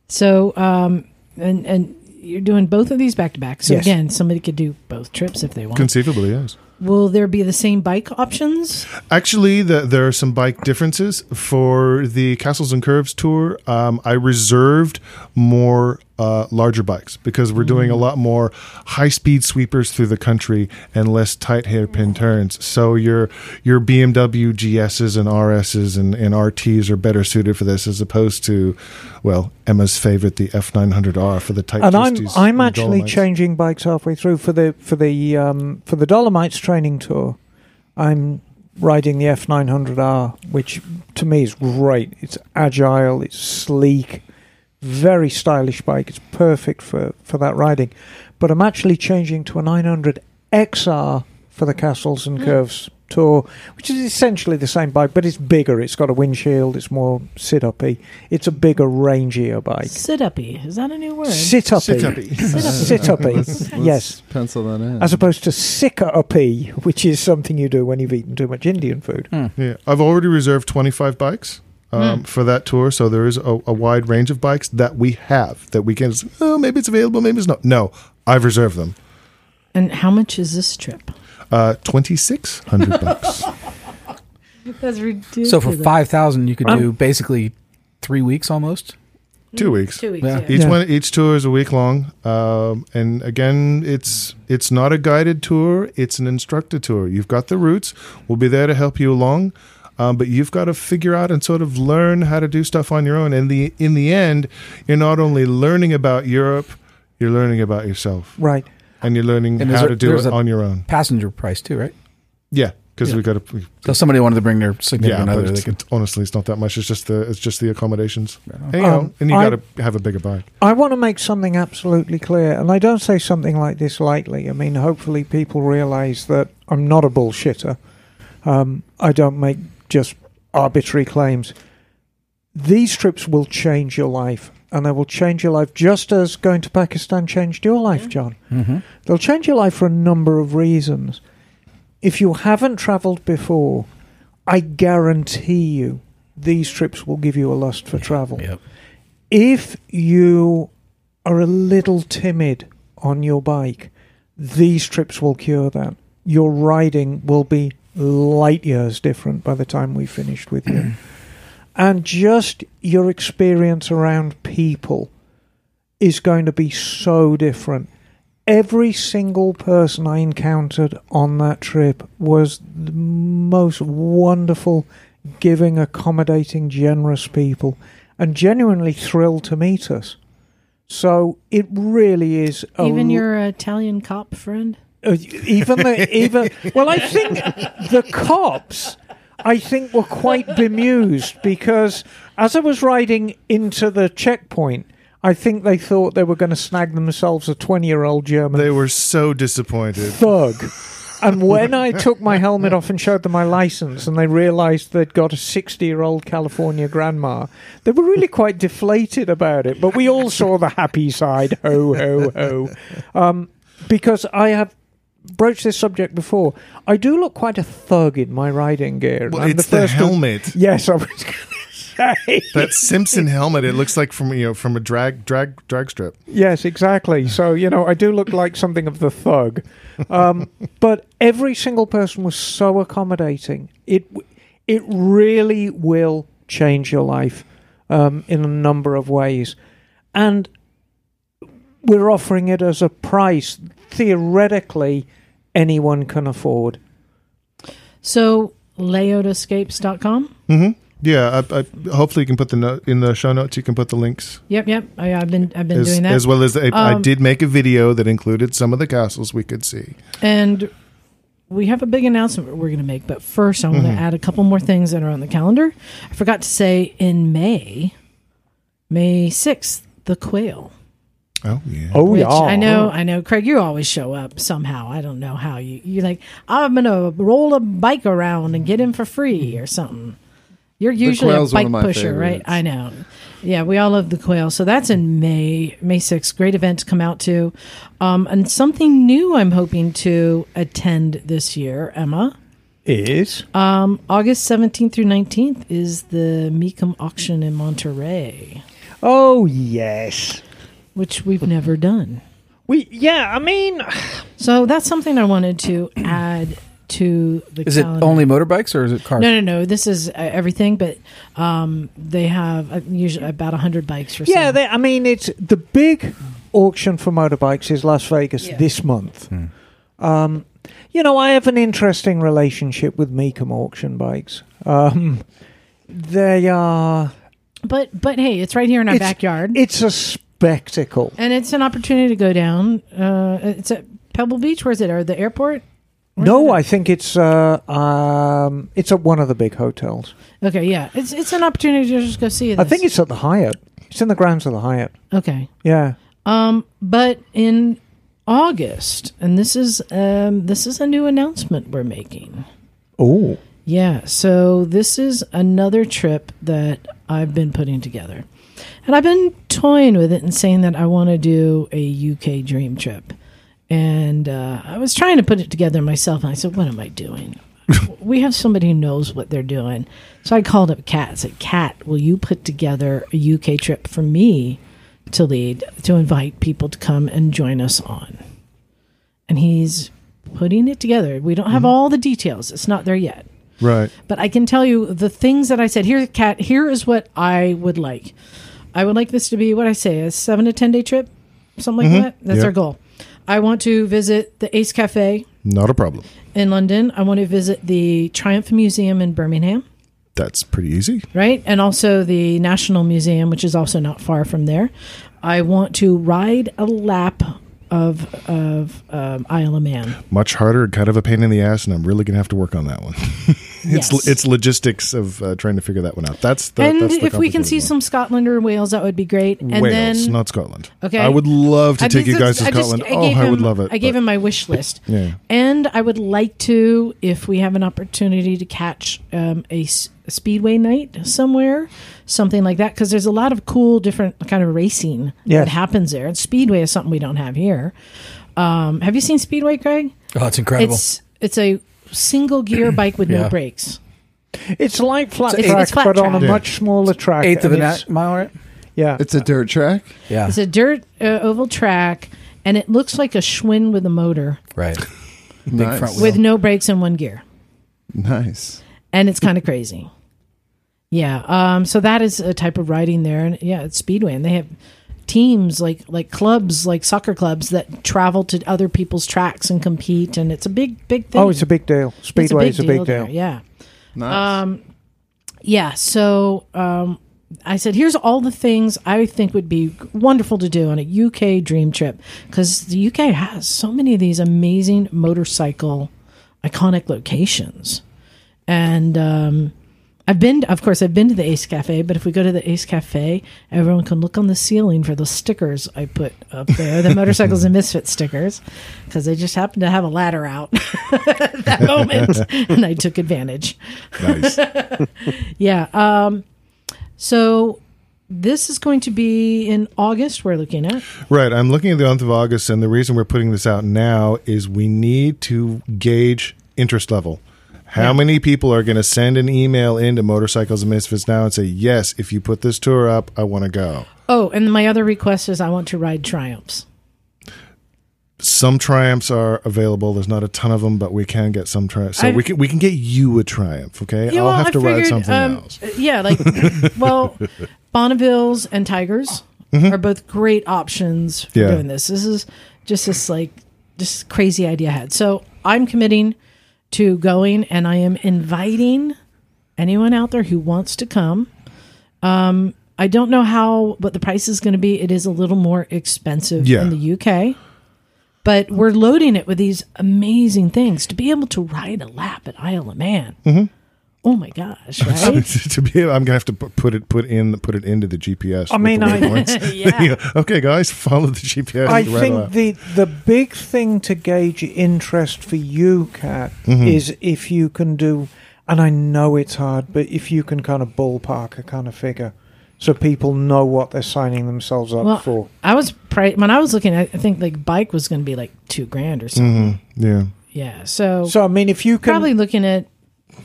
Speaker 3: So, um, and and you're doing both of these back to back. So
Speaker 2: Yes.
Speaker 3: again, somebody could do both trips if they want.
Speaker 6: Conceivably, yes.
Speaker 3: Will there be the same bike options?
Speaker 6: Actually, the, there are some bike differences for the Castles and Curves tour. Um, I reserved more uh, larger bikes because we're doing a
Speaker 2: Mm.
Speaker 6: lot more high-speed sweepers through the country and less tight
Speaker 2: Mm.
Speaker 6: hairpin turns. So your your BMW GSs and RSs and, and RTs are better suited for this as opposed to, well, Emma's favorite, the F900R for the tight.
Speaker 2: and I'm
Speaker 6: twisties
Speaker 2: I'm
Speaker 6: and
Speaker 2: actually
Speaker 6: Dolomites.
Speaker 2: changing bikes halfway through for the for the um, for the Dolomites training tour. I'm riding the F900R, which to me is great. It's agile, it's sleek, very stylish bike. It's perfect for for that riding. But I'm actually changing to a 900 XR for the Castles and Curves tour, which is essentially the same bike, but it's bigger. It's got a windshield. It's more sit uppy. It's a bigger, rangier bike.
Speaker 3: Sit uppy. Is that a new word?
Speaker 2: Sit uppy.
Speaker 6: Sit
Speaker 2: [LAUGHS]
Speaker 6: uppy.
Speaker 2: Sit uppy. yes.
Speaker 5: Pencil that in.
Speaker 2: As opposed to sicker uppy, which is something you do when you've eaten too much Indian food.
Speaker 6: Yeah, I've already reserved 25 bikes um, for that tour, so there is a, a wide range of bikes that we have that we can. Oh, maybe it's available, maybe it's not. No, I've reserved them.
Speaker 3: And how much is this trip?
Speaker 6: Uh, 2,600 bucks.
Speaker 3: [LAUGHS] That's ridiculous.
Speaker 4: So for five thousand, you could do basically three weeks almost.
Speaker 6: Two weeks.
Speaker 3: two weeks.
Speaker 4: Yeah.
Speaker 3: Yeah.
Speaker 6: Each
Speaker 2: Yeah.
Speaker 6: one, each tour is a week long, um, and again, it's it's not a guided tour; it's an instructor tour. You've got the routes; we'll be there to help you along. um, but you've got to figure out and sort of learn how to do stuff on your own. And the in the end, you're not only learning about Europe, you're learning about yourself,
Speaker 2: Right.
Speaker 6: and you're learning
Speaker 4: And there's
Speaker 6: how
Speaker 4: a-
Speaker 6: to do
Speaker 4: there's
Speaker 6: it
Speaker 4: a-
Speaker 6: on your own.
Speaker 4: Passenger price too, right?
Speaker 6: Yeah, because
Speaker 4: Yeah.
Speaker 6: we got to.
Speaker 4: So if somebody wanted to bring their
Speaker 6: Yeah,
Speaker 4: significant
Speaker 6: but
Speaker 4: other. They
Speaker 6: it's,
Speaker 4: could,
Speaker 6: it's- honestly, it's not that much. It's just the it's just the accommodations. And, you
Speaker 2: Um,
Speaker 6: know, and you
Speaker 2: I-
Speaker 6: got to have a bigger bike.
Speaker 2: I want to make something absolutely clear, and I don't say something like this lightly. I mean, hopefully, people realize that I'm not a bullshitter. Um, I don't make just arbitrary claims. These trips will change your life, and they will change your life just as going to Pakistan changed your life, John.
Speaker 4: Mhm.
Speaker 2: They'll change your life for a number of reasons. If you haven't traveled before, I guarantee you these trips will give you a lust for travel
Speaker 4: Yep.
Speaker 2: if you are a little timid on your bike, these trips will cure that. Your riding will be light years different by the time we finished with you. and just your experience around people is going to be so different. Every single person I encountered on that trip was the most wonderful, giving, accommodating, generous people and genuinely thrilled to meet us. So it really is a
Speaker 3: Even your Italian cop friend.
Speaker 2: uh, even the even well, I think the cops, I think, were quite bemused because as I was riding into the checkpoint, I think they thought they were going to snag themselves a twenty-year-old German
Speaker 6: They were so disappointed.
Speaker 2: thug. And when I took my helmet off and showed them my license, and they realised they'd got a sixty-year-old California grandma, they were really quite deflated about it. But we all saw the happy side. Ho ho ho! Um, because I have broached this subject before. I do look quite a thug in my riding gear.
Speaker 6: Well,
Speaker 2: I'm
Speaker 6: it's the,
Speaker 2: first to-
Speaker 6: helmet.
Speaker 2: yes, I was going to [LAUGHS] say.
Speaker 6: that Simpson helmet. It looks like from you know from a drag drag drag strip.
Speaker 2: Yes, [LAUGHS] exactly. So, you know, I do look like something of the thug. [LAUGHS] Um, but every single person was so accommodating. It w- it really will change your life um, in a number of ways. And we're offering it as a price theoretically anyone can afford.
Speaker 3: So layotascapes.com.
Speaker 6: Mm-hmm. Yeah. I, I, hopefully, you can put the note in the show notes. You can put the links
Speaker 3: Yep, yep. I, have been I've been
Speaker 6: as,
Speaker 3: doing that.
Speaker 6: as well as the, I
Speaker 3: Um,
Speaker 6: did make a video that included some of the castles we could see.
Speaker 3: And we have a big announcement we're going to make, but first I want to add a couple more things that are on the calendar. I forgot to say in May, May 6th, the quail.
Speaker 6: Oh yeah.
Speaker 2: Oh,
Speaker 3: Which I know, I know, Craig, you always show up somehow. I don't know how you, you're like, I'm going to roll a bike around and get in for free or something. You're usually a
Speaker 5: quail's one
Speaker 3: bike
Speaker 5: of my
Speaker 3: pusher, right?
Speaker 5: favorites.
Speaker 3: I know. Yeah, we all love the quail. So that's in May, May 6th. Great event to come out to. Um, and something new I'm hoping to attend this year, Emma.
Speaker 2: Is
Speaker 3: Um, August 17th through 19th is the Mecum auction in Monterey,
Speaker 2: oh yes.
Speaker 3: which we've never done.
Speaker 2: We yeah. I mean,
Speaker 3: So that's something I wanted to add to the
Speaker 4: Is it
Speaker 3: calendar.
Speaker 4: only motorbikes or is it cars?
Speaker 3: No, no, no. This is uh, everything, but um, they have uh, usually about 100 bikes for
Speaker 2: Yeah,
Speaker 3: sale.
Speaker 2: they, I mean, it's the big auction for motorbikes is Las Vegas
Speaker 3: Yeah.
Speaker 2: this month. Um, you know, I have an interesting relationship with Mecum auction bikes. Um, they are.
Speaker 3: But but hey, it's right here in our
Speaker 2: It's-
Speaker 3: backyard.
Speaker 2: It's a spectacle.
Speaker 3: and it's an opportunity to go down. Uh, it's at Pebble Beach. Where's it? Or the airport? Where's
Speaker 2: No,
Speaker 3: it?
Speaker 2: I think it's uh, um, it's at one of the big hotels.
Speaker 3: Okay, yeah. It's it's an opportunity to just go see this.
Speaker 2: I think it's at the Hyatt. It's in the grounds of the Hyatt.
Speaker 3: Okay.
Speaker 2: Yeah.
Speaker 3: Um, but in August, and this is um, this is a new announcement we're making.
Speaker 2: Oh.
Speaker 3: Yeah, so this is another trip that I've been putting together. And I've been toying with it and saying that I want to do a UK dream trip. And uh, I was trying to put it together myself, and I said, What am I doing? [LAUGHS] we have somebody who knows what they're doing. So I called up Kat and said, Kat, will you put together a UK trip for me to lead, to invite people to come and join us on? And he's putting it together. We don't have all the details, it's not there yet
Speaker 6: Right.
Speaker 3: but I can tell you the things that I said. Here, Kat, here is what I would like. I would like this to be what I say a seven to 10 day trip, something like that. That's
Speaker 6: Yeah.
Speaker 3: our goal. I want to visit the Ace Cafe
Speaker 6: Not a problem.
Speaker 3: in London. I want to visit the Triumph Museum in Birmingham.
Speaker 6: that's pretty easy.
Speaker 3: right? And also the National Museum, which is also not far from there. I want to ride a lap of of um, Isle of Man.
Speaker 6: Much harder, kind of a pain in the ass, and I'm really gonna have to work on that one. [LAUGHS] it's
Speaker 3: Yes.
Speaker 6: it's logistics of uh, trying to figure that one out. That's the
Speaker 3: and
Speaker 6: that's the
Speaker 3: if we can see
Speaker 6: complicated
Speaker 3: some Scotland or Wales, that would be great. And
Speaker 6: Wales,
Speaker 3: then
Speaker 6: not Scotland.
Speaker 3: Okay.
Speaker 6: I would love to
Speaker 3: I
Speaker 6: take
Speaker 3: just-
Speaker 6: you guys to
Speaker 3: I just-
Speaker 6: Scotland.
Speaker 3: I
Speaker 6: oh,
Speaker 3: gave
Speaker 6: I would
Speaker 3: him-
Speaker 6: love it.
Speaker 3: I gave
Speaker 6: but-
Speaker 3: him my wish list.
Speaker 6: [LAUGHS] Yeah.
Speaker 3: And I would like to, if we have an opportunity to catch um, a, s- a speedway night somewhere, something like that, because there's a lot of cool, different kind of racing
Speaker 2: Yes.
Speaker 3: that happens there. And speedway is something we don't have here. Um, have you seen speedway, Craig?
Speaker 4: Oh, it's incredible.
Speaker 3: It's it's a single gear bike with no
Speaker 4: Yeah.
Speaker 3: brakes.
Speaker 2: It's like flat
Speaker 3: It's-
Speaker 2: track,
Speaker 3: it's flat
Speaker 2: but on a
Speaker 3: track.
Speaker 2: much smaller track.
Speaker 4: Eighth of
Speaker 2: and
Speaker 4: an
Speaker 2: it's-
Speaker 4: at- mile, right?
Speaker 2: Yeah,
Speaker 5: It's a dirt track.
Speaker 4: Yeah.
Speaker 3: It's a dirt uh, oval track, and it looks like a Schwinn with a motor
Speaker 4: right. Big
Speaker 5: Nice.
Speaker 4: front wheel.
Speaker 3: with no brakes and one gear.
Speaker 5: Nice.
Speaker 3: and it's kind of crazy. Yeah. Um. So that is a type of riding there, and yeah, it's speedway, and they have teams like like clubs like soccer clubs that travel to other people's tracks and compete, and it's a big big thing.
Speaker 2: oh, it's a big deal.
Speaker 3: It's
Speaker 2: Speedway is a big
Speaker 3: there,
Speaker 2: deal.
Speaker 3: Yeah.
Speaker 5: Nice.
Speaker 3: Um, yeah. So um, I said, here's all the things I think would be wonderful to do on a UK dream trip because the UK has so many of these amazing motorcycle iconic locations, and um, I've been, of course, I've been to the Ace Cafe. But if we go to the Ace Cafe, everyone can look on the ceiling for the stickers I put up there, the motorcycles and misfit stickers, because I just happened to have a ladder out [LAUGHS] at that moment, and I took advantage.
Speaker 6: Nice.
Speaker 3: Yeah. Um, so this is going to be in August. We're looking at.
Speaker 6: Right. I'm looking at the month of August, and the reason we're putting this out now is we need to gauge interest level. How many people are going to send an email into Motorcycles and Misfits now and say, yes, if you put this tour up, I want to go?
Speaker 3: Oh, and my other request is I want to ride Triumphs.
Speaker 6: Some triumphs are available. There's not a ton of them, but we can get some triumphs. So
Speaker 3: I-
Speaker 6: we can we can get you a triumph, okay?
Speaker 3: Yeah,
Speaker 6: I'll
Speaker 3: well,
Speaker 6: have
Speaker 3: I
Speaker 6: to
Speaker 3: figured,
Speaker 6: ride something
Speaker 3: um,
Speaker 6: else.
Speaker 3: Yeah,
Speaker 6: [LAUGHS]
Speaker 3: like well, Bonnevilles and Tigers are both great options for
Speaker 6: Mm-hmm. Yeah.
Speaker 3: doing this. This is just this like just crazy idea I had. So I'm committing to going, and I am inviting anyone out there who wants to come. Um, I don't know how what the price is going to be. It is a little more expensive
Speaker 6: Yeah.
Speaker 3: in the UK. But we're loading it with these amazing things to be able to ride a lap at Isle of Man.
Speaker 6: Mm-hmm.
Speaker 3: Oh my
Speaker 6: [LAUGHS]
Speaker 3: gosh! Right?
Speaker 6: to be, I'm gonna have to pu- put it put in put it into the GPS.
Speaker 2: I
Speaker 6: with
Speaker 2: mean,
Speaker 6: the
Speaker 2: I-
Speaker 3: [LAUGHS]
Speaker 6: waypoints.
Speaker 3: Yeah.
Speaker 6: [LAUGHS] okay, guys, follow the GPS.
Speaker 2: I
Speaker 6: right
Speaker 2: think
Speaker 6: away.
Speaker 2: the the big thing to gauge interest for you, Kat,
Speaker 6: Mm-hmm.
Speaker 2: is if you can do, and I know it's hard, but if you can kind of ballpark a kind of figure, so people know what they're signing themselves up for.
Speaker 3: I was pri- when I was looking. I I think like bike was going to be like two grand
Speaker 6: Mm.
Speaker 3: or something.
Speaker 6: Mm-hmm. yeah,
Speaker 3: Yeah, so,
Speaker 2: So I mean, if you can,
Speaker 3: probably looking at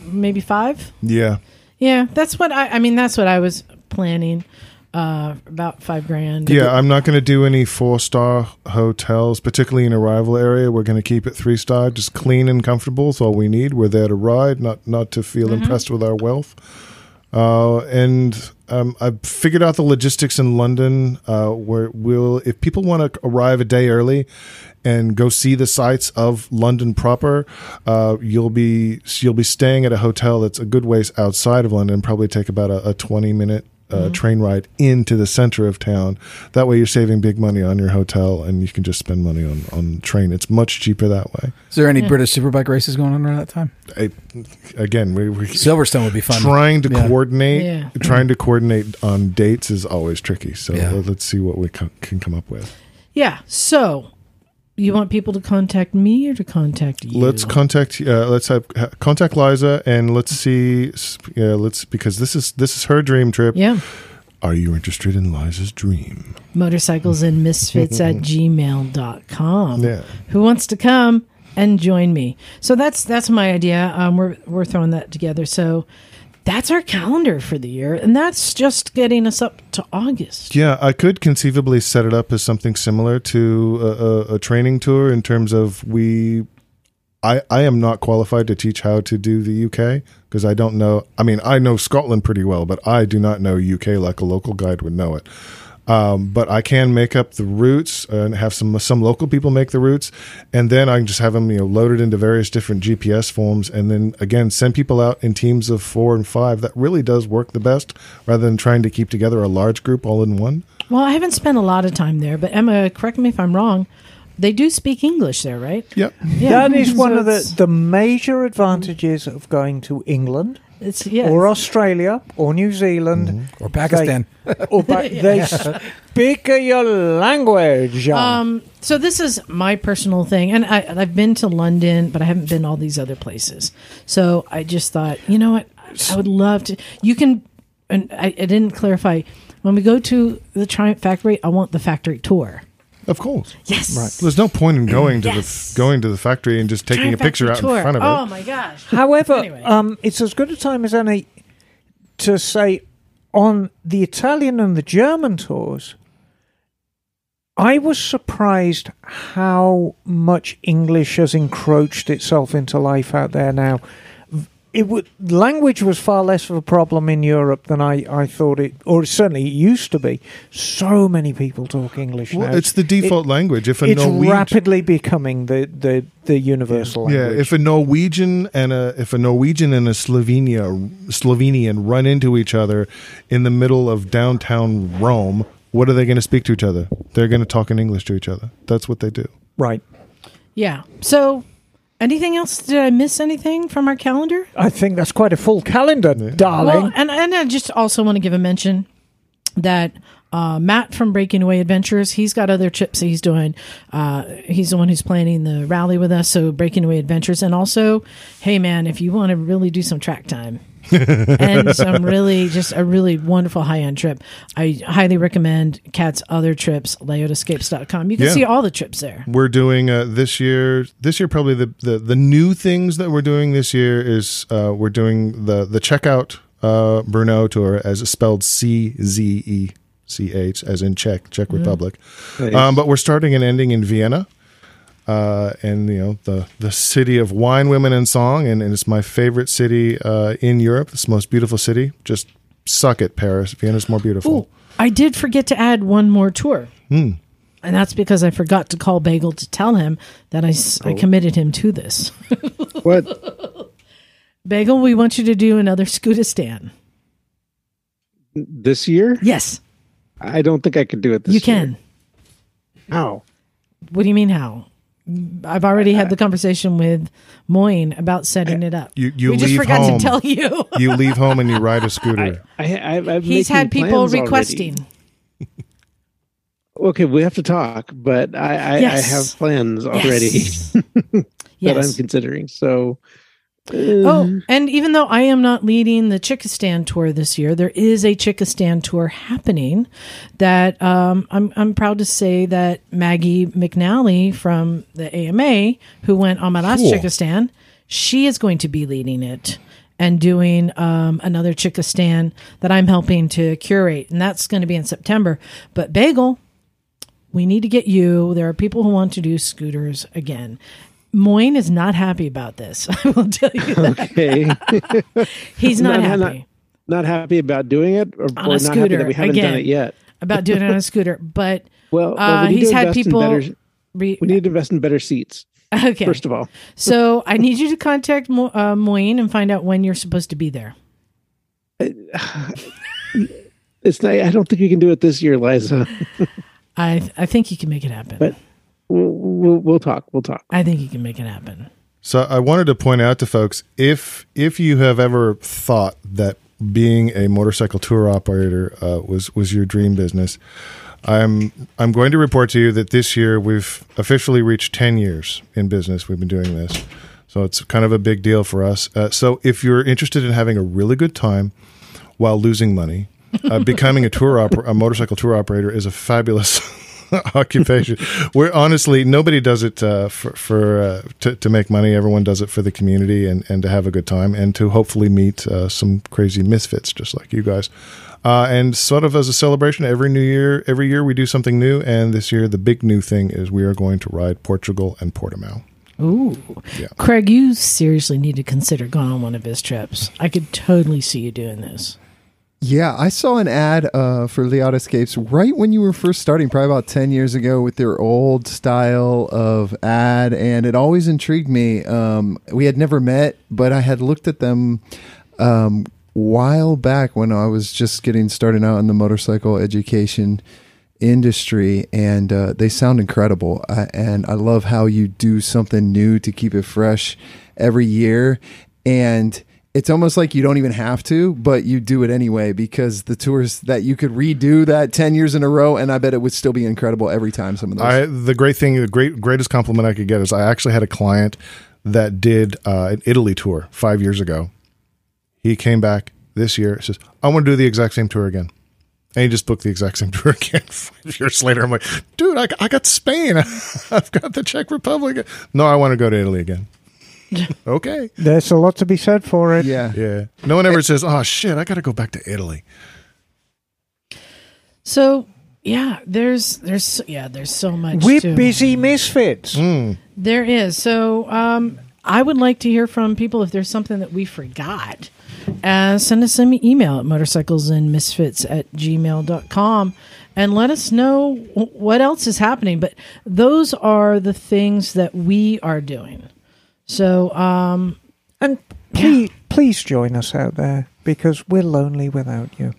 Speaker 3: maybe five.
Speaker 6: yeah.
Speaker 3: Yeah, that's what I. I mean, that's what I was planning. Uh, about five grand.
Speaker 6: Yeah, I'm not going to do any four star hotels, particularly in a rival area. We're going to keep it three star, just clean and comfortable. That's all we need. We're there to ride, not not to feel impressed with our wealth. Uh, and um, I've figured out the logistics in London. Uh, where we'll, if people want to arrive a day early and go see the sights of London proper, uh, you'll be you'll be staying at a hotel that's a good ways outside of London. Probably take about a, a twenty minute. Uh,
Speaker 4: Mm-hmm.
Speaker 6: Train ride into the center of town. That way, you're saving big money on your hotel, and you can just spend money on on train. It's much cheaper that way.
Speaker 4: Is there any British superbike races going on around that time?
Speaker 6: I, again, we, we
Speaker 4: [LAUGHS] Silverstone would be fun.
Speaker 6: trying to
Speaker 4: Yeah.
Speaker 6: coordinate
Speaker 3: Yeah.
Speaker 6: trying to coordinate on dates is always tricky so
Speaker 4: Yeah.
Speaker 6: let's see what we co- can come up with
Speaker 3: Yeah. So, you want people to contact me or to contact you?
Speaker 6: let's contact uh, let's have ha- contact liza and let's see s- yeah, let's because this is this is her dream trip
Speaker 3: yeah.
Speaker 6: are you interested in liza's dream
Speaker 3: Motorcycles and misfits
Speaker 6: [LAUGHS]
Speaker 3: at gmail.com.
Speaker 6: Yeah.
Speaker 3: Who wants to come and join me? So that's that's my idea. Um, we're we're throwing that together. So that's our calendar for the year, and that's just getting us up to August.
Speaker 6: yeah i could conceivably set it up as something similar to a, a, a training tour in terms of we I, I am not qualified to teach how to do the UK because I don't know. I mean, I know Scotland pretty well, but I do not know UK like a local guide would know it. Um, but I can make up the routes and have some some local people make the routes, and then I can just have them you know loaded into various different GPS forms, and then again send people out in teams of four and five. That really does work the best, rather than trying to keep together a large group all in one.
Speaker 3: Well, I haven't spent a lot of time there, but Emma, correct me if I'm wrong. They do speak English there, right?
Speaker 6: Yep.
Speaker 3: Yeah.
Speaker 2: That is
Speaker 3: So
Speaker 2: one of
Speaker 3: it's-
Speaker 2: the, the major advantages of going to England
Speaker 3: It's yes.
Speaker 2: or Australia or New Zealand.
Speaker 6: Mm-hmm.
Speaker 4: Or Pakistan.
Speaker 2: Or
Speaker 3: [LAUGHS]
Speaker 2: back, They speak your language.
Speaker 3: Um, so this is my personal thing, and I, and I've been to London, but I haven't been all these other places. So I just thought, you know what, I would love to. You can, and I, I didn't clarify when we go to the Triumph Factory. I want the factory tour.
Speaker 6: Of course.
Speaker 3: Yes,
Speaker 6: There's no point in going to
Speaker 3: Yes.
Speaker 6: the going to the factory and just taking
Speaker 3: Triumph
Speaker 6: a picture out
Speaker 3: Factory
Speaker 6: in front of
Speaker 3: Oh
Speaker 6: it.
Speaker 3: my gosh!
Speaker 2: However,
Speaker 3: Anyway.
Speaker 2: um, it's as good a time as any to say on the Italian and the German tours, I was surprised how much English has encroached itself into life out there now. It would, language was far less of a problem in Europe than I, I thought it, or certainly it used to be. So many people talk English
Speaker 6: Well,
Speaker 2: now.
Speaker 6: it's the default language. If a
Speaker 2: it's
Speaker 6: Norwegian,
Speaker 2: rapidly becoming the, the, the universal
Speaker 6: yeah,
Speaker 2: language.
Speaker 6: if a Norwegian and a if a Norwegian and a Slovenia Slovenian run into each other in the middle of downtown Rome, what are they going to speak to each other? They're going to talk in English to each other. That's what they do.
Speaker 2: right.
Speaker 3: Yeah. So, anything else? Did I miss anything from our calendar?
Speaker 2: I think that's quite a full calendar, darling.
Speaker 3: Well, and and I just also want to give a mention that uh, Matt from Breaking Away Adventures, he's got other trips that he's doing. Uh, he's the one who's planning the rally with us, so Breaking Away Adventures. And also, hey man, if you want to really do some track time. and some really just a really wonderful high end trip. I highly recommend Cat's other trips, layotascapes.com. You can
Speaker 6: Yeah.
Speaker 3: see all the trips there.
Speaker 6: We're doing uh, this year. This year, probably the, the the new things that we're doing this year is uh, we're doing the the checkout uh, Bruno tour as spelled C Z E C H as in Czech Czech Republic. Um, but we're starting and ending in Vienna, uh, and you know the the city of wine, women, and song, and, and it's my favorite city uh, in Europe. It's the most beautiful city. Just suck it, Paris. Vienna's more beautiful.
Speaker 3: Ooh, I did forget to add one more tour.
Speaker 6: Hmm.
Speaker 3: And that's because I forgot to call Bagel to tell him that I, s-
Speaker 6: Oh.
Speaker 3: I committed him to this.
Speaker 1: What?
Speaker 3: Bagel, we want you to do another Scootistan.
Speaker 1: [LAUGHS] This year?
Speaker 3: Yes,
Speaker 1: I don't think I could do it this
Speaker 3: you
Speaker 1: year.
Speaker 3: can.
Speaker 1: How?
Speaker 3: What do you mean how? I've already had the conversation with Moyne about setting it up.
Speaker 6: You- you
Speaker 3: we just
Speaker 6: leave
Speaker 3: forgot
Speaker 6: home.
Speaker 3: to tell
Speaker 1: [LAUGHS]
Speaker 3: you.
Speaker 6: You leave home and you ride a scooter.
Speaker 1: I, I, I'm
Speaker 3: He's
Speaker 1: making
Speaker 3: had people
Speaker 1: plans already.
Speaker 3: requesting.
Speaker 1: Okay, we have to talk, but I, I,
Speaker 3: Yes.
Speaker 1: I have plans already [LAUGHS]
Speaker 3: [LAUGHS] Yes.
Speaker 1: that I'm
Speaker 3: yes.
Speaker 1: considering. So,
Speaker 3: Oh, and even though I am not leading the Chickistan tour this year, there is a Chickistan tour happening that um, I'm, I'm proud to say that Maggie McNally from the AMA, who went on my last
Speaker 6: Cool.
Speaker 3: Chickistan, she is going to be leading it and doing um, another Chickistan that I'm helping to curate. And that's going to be in September. But Bagel, we need to get you. There are people who want to do scooters again. Moyne is not happy about this. [LAUGHS] I will tell you that. [LAUGHS]
Speaker 1: okay.
Speaker 3: He's
Speaker 1: No,
Speaker 3: not
Speaker 1: no,
Speaker 3: happy
Speaker 1: no. not happy about doing it or, or
Speaker 3: a
Speaker 1: not happy
Speaker 3: scooter,
Speaker 1: that we haven't
Speaker 3: again.
Speaker 1: done it yet.
Speaker 3: about doing it on a scooter, but
Speaker 1: Well, well,
Speaker 3: uh,
Speaker 1: we need
Speaker 3: he's
Speaker 1: to
Speaker 3: had
Speaker 1: invest in
Speaker 3: people.
Speaker 1: better-
Speaker 3: re-
Speaker 1: We need to invest in better seats,
Speaker 3: [LAUGHS] okay.
Speaker 1: first of all.
Speaker 3: so I need you to contact Mo- uh, Moyne and find out when you're supposed to be there.
Speaker 1: It's not, I don't think we can do it this year,
Speaker 3: [LAUGHS]
Speaker 1: Liza.
Speaker 3: I I think you can make it happen.
Speaker 1: But- We'll, we'll, we'll talk. We'll talk.
Speaker 3: I think you can make it happen.
Speaker 6: So I wanted to point out to folks if if you have ever thought that being a motorcycle tour operator uh, was was your dream business, I'm I'm going to report to you that this year we've officially reached 10 years in business. We've been doing this, so it's kind of a big deal for us. Uh, so if you're interested in having a really good time while losing money, uh, becoming a tour oper- a motorcycle tour operator is a fabulous [LAUGHS] occupation. We're honestly nobody does it uh, for, for uh, to, to make money. Everyone does it for the community and, and to have a good time and to hopefully meet uh, some crazy misfits just like you guys. Uh, and sort of as a celebration, every new year, every year we do something new. And this year, the big new thing is we are going to ride Portugal and Portimao.
Speaker 3: Ooh,
Speaker 6: Yeah.
Speaker 3: Craig, you seriously need to consider going on one of his trips. I could totally see you doing this.
Speaker 5: Yeah, I saw an ad uh, for Liotta Escapes right when you were first starting, probably about 10 years ago, with their old style of ad, and it always intrigued me. Um, we had never met, but I had looked at them um, while back when I was just getting starting out in the motorcycle education industry, and uh, they sound incredible. I, and I love how you do something new to keep it fresh every year. And it's almost like you don't even have to, but you do it anyway because the tours that you could redo that 10 years in a row, and I bet it would still be incredible every time some of those.
Speaker 6: I the great thing, the great greatest compliment I could get is I actually had a client that did uh, an Italy tour five years ago. He came back this year. Says I want to do the exact same tour again, and he just booked the exact same [LAUGHS] tour again. five years later, I'm like, dude, I, I got Spain. [LAUGHS] I've got the Czech Republic. No, I want to go to
Speaker 2: [LAUGHS]
Speaker 6: Italy again. okay.
Speaker 2: There's a lot to be said for it.
Speaker 5: yeah.
Speaker 6: Yeah. No one ever says, "Oh shit, I got to go back to Italy."
Speaker 3: So yeah, there's there's yeah there's so much.
Speaker 2: We're
Speaker 3: to-
Speaker 2: busy misfits.
Speaker 3: There is. So um, I would like to hear from people if there's something that we forgot. Uh, send us an email at motorcyclesandmisfits at gmail.com and let us know w- what else is happening. But those are the things that we are doing. So, um,
Speaker 2: And please, please join us out there because we're lonely without you.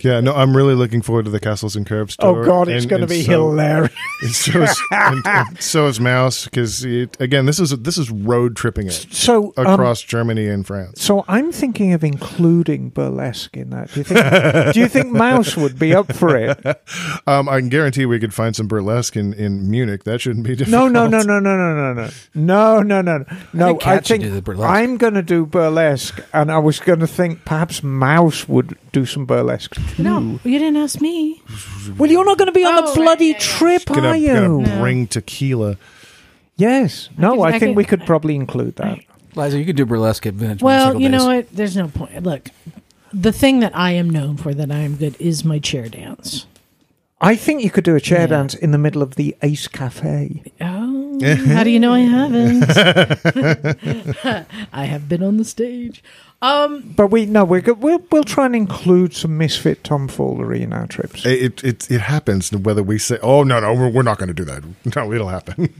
Speaker 6: Yeah. No, I'm really looking forward to the Castles and Curbs tour.
Speaker 2: Oh, God, it's
Speaker 6: and-
Speaker 2: going to
Speaker 6: and
Speaker 2: be
Speaker 6: so-
Speaker 2: hilarious.
Speaker 6: And so is, and,
Speaker 2: [LAUGHS]
Speaker 6: and so is Mouse because again, this is this is road tripping it
Speaker 2: So, um,
Speaker 6: across Germany and France.
Speaker 2: so I'm thinking of including burlesque in that. Do you think, do you think Mouse would be up for it?
Speaker 6: Um, I can guarantee we could find some burlesque in, in Munich. That shouldn't be [LAUGHS] difficult.
Speaker 2: No, no, no, no, no, no, no, no, no, no, no, no. no
Speaker 4: think
Speaker 2: I
Speaker 4: Kat should
Speaker 2: think
Speaker 4: do the burlesque.
Speaker 2: I'm going to do burlesque, and I was going to think perhaps Mouse would do some burlesque.
Speaker 4: Hmm.
Speaker 3: no, you didn't ask me.
Speaker 2: Well, you're not going to be on
Speaker 3: Oh,
Speaker 2: the
Speaker 3: right,
Speaker 2: bloody
Speaker 3: yeah, yeah.
Speaker 2: trip, are
Speaker 6: Gonna,
Speaker 2: you?
Speaker 6: gonna bring tequila.
Speaker 2: Yes. No,
Speaker 3: can-
Speaker 2: I,
Speaker 3: I
Speaker 2: think
Speaker 3: can-
Speaker 2: we could probably include that.
Speaker 4: Liza, you could do burlesque at Vintage
Speaker 3: Well,
Speaker 4: Motorcycle
Speaker 3: you know
Speaker 4: Days.
Speaker 3: what? There's no point. Look, the thing that I am known for that I am good is my chair dance.
Speaker 2: I think you could do a chair
Speaker 3: Yeah.
Speaker 2: dance in the middle of the Ace Cafe.
Speaker 3: Oh, how do you know I haven't? [LAUGHS] I have been on the stage. Um,
Speaker 2: But we no, we're good. We'll, we'll try and include some misfit tomfoolery in our trips.
Speaker 6: It, it it it happens whether we say, "Oh no, no, we're, we're not going to do that." [LAUGHS] No, it'll happen.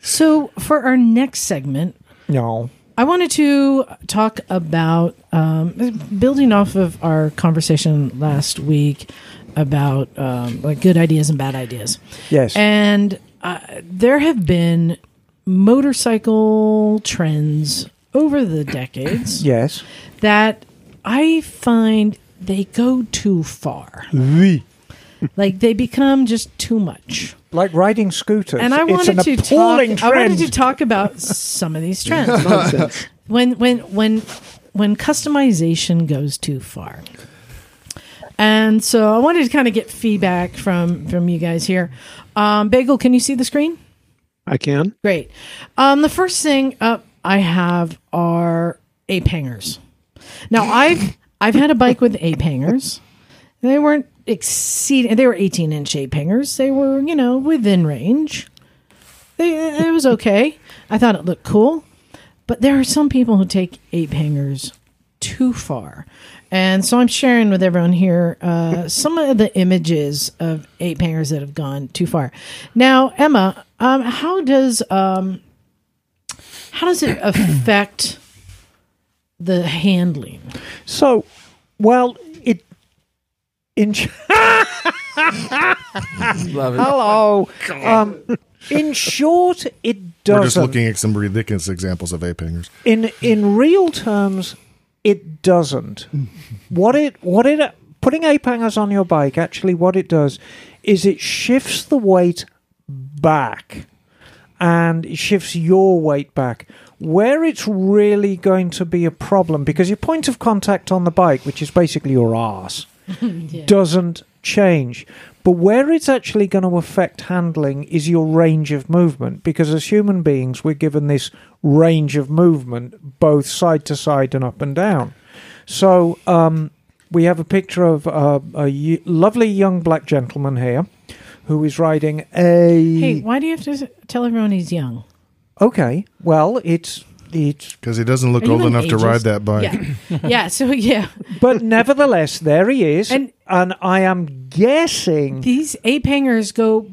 Speaker 3: so for our next segment,
Speaker 2: No,
Speaker 3: I wanted to talk about um, building off of our conversation last week about um, like good ideas and bad ideas.
Speaker 2: yes,
Speaker 3: And uh, there have been motorcycle trends over the decades
Speaker 2: yes.
Speaker 3: that I find they go too far. like they become just too much.
Speaker 2: Like riding scooters.
Speaker 3: And I
Speaker 2: it's an
Speaker 3: wanted to talk
Speaker 2: appalling
Speaker 3: I wanted
Speaker 2: trend.
Speaker 3: to talk about some of these trends.
Speaker 1: Nonsense.
Speaker 3: when when when when customization goes too far. And so I wanted to kind of get feedback from from you guys here. Um, Bagel, can you see the screen?
Speaker 1: I can.
Speaker 3: Great. Um, the first thing up I have are ape hangers. Now I've I've had a bike with ape hangers. They weren't exceeding. They were eighteen inch ape hangers. They were you know within range. They it was okay. I thought it looked cool, but there are some people who take ape hangers too far. And so I'm sharing with everyone here uh, some of the images of ape hangers that have gone too far. Now, Emma, um, how does um, how does
Speaker 6: [COUGHS]
Speaker 3: it affect the handling?
Speaker 2: So, well, it. In [LAUGHS] ch-
Speaker 4: Love it.
Speaker 2: hello. Um, in short, it
Speaker 6: we're just
Speaker 2: doesn't.
Speaker 6: looking at some ridiculous examples of ape hangers.
Speaker 2: in in real terms, it doesn't. what it what it putting ape hangers on your bike actually what it does is it shifts the weight back and it shifts your weight back. Where it's really going to be a problem because your point of contact on the bike, which is basically your ass, doesn't change. But where it's actually going to affect handling is your range of movement because as human beings, we're given this range of movement both side to side and up and down. So um, we have a picture of uh, a y- lovely young black gentleman here who is riding a.
Speaker 3: Hey, why do you have to s- tell everyone he's young?
Speaker 2: Okay. Well, it's it's
Speaker 6: because he doesn't look
Speaker 3: Are you
Speaker 6: old
Speaker 3: an
Speaker 6: enough to
Speaker 3: ageist?
Speaker 6: ride that bike.
Speaker 3: Yeah.
Speaker 6: [LAUGHS]
Speaker 3: yeah. So yeah,
Speaker 2: but nevertheless, there he is,
Speaker 3: And-
Speaker 2: and, I am guessing
Speaker 3: these ape hangers go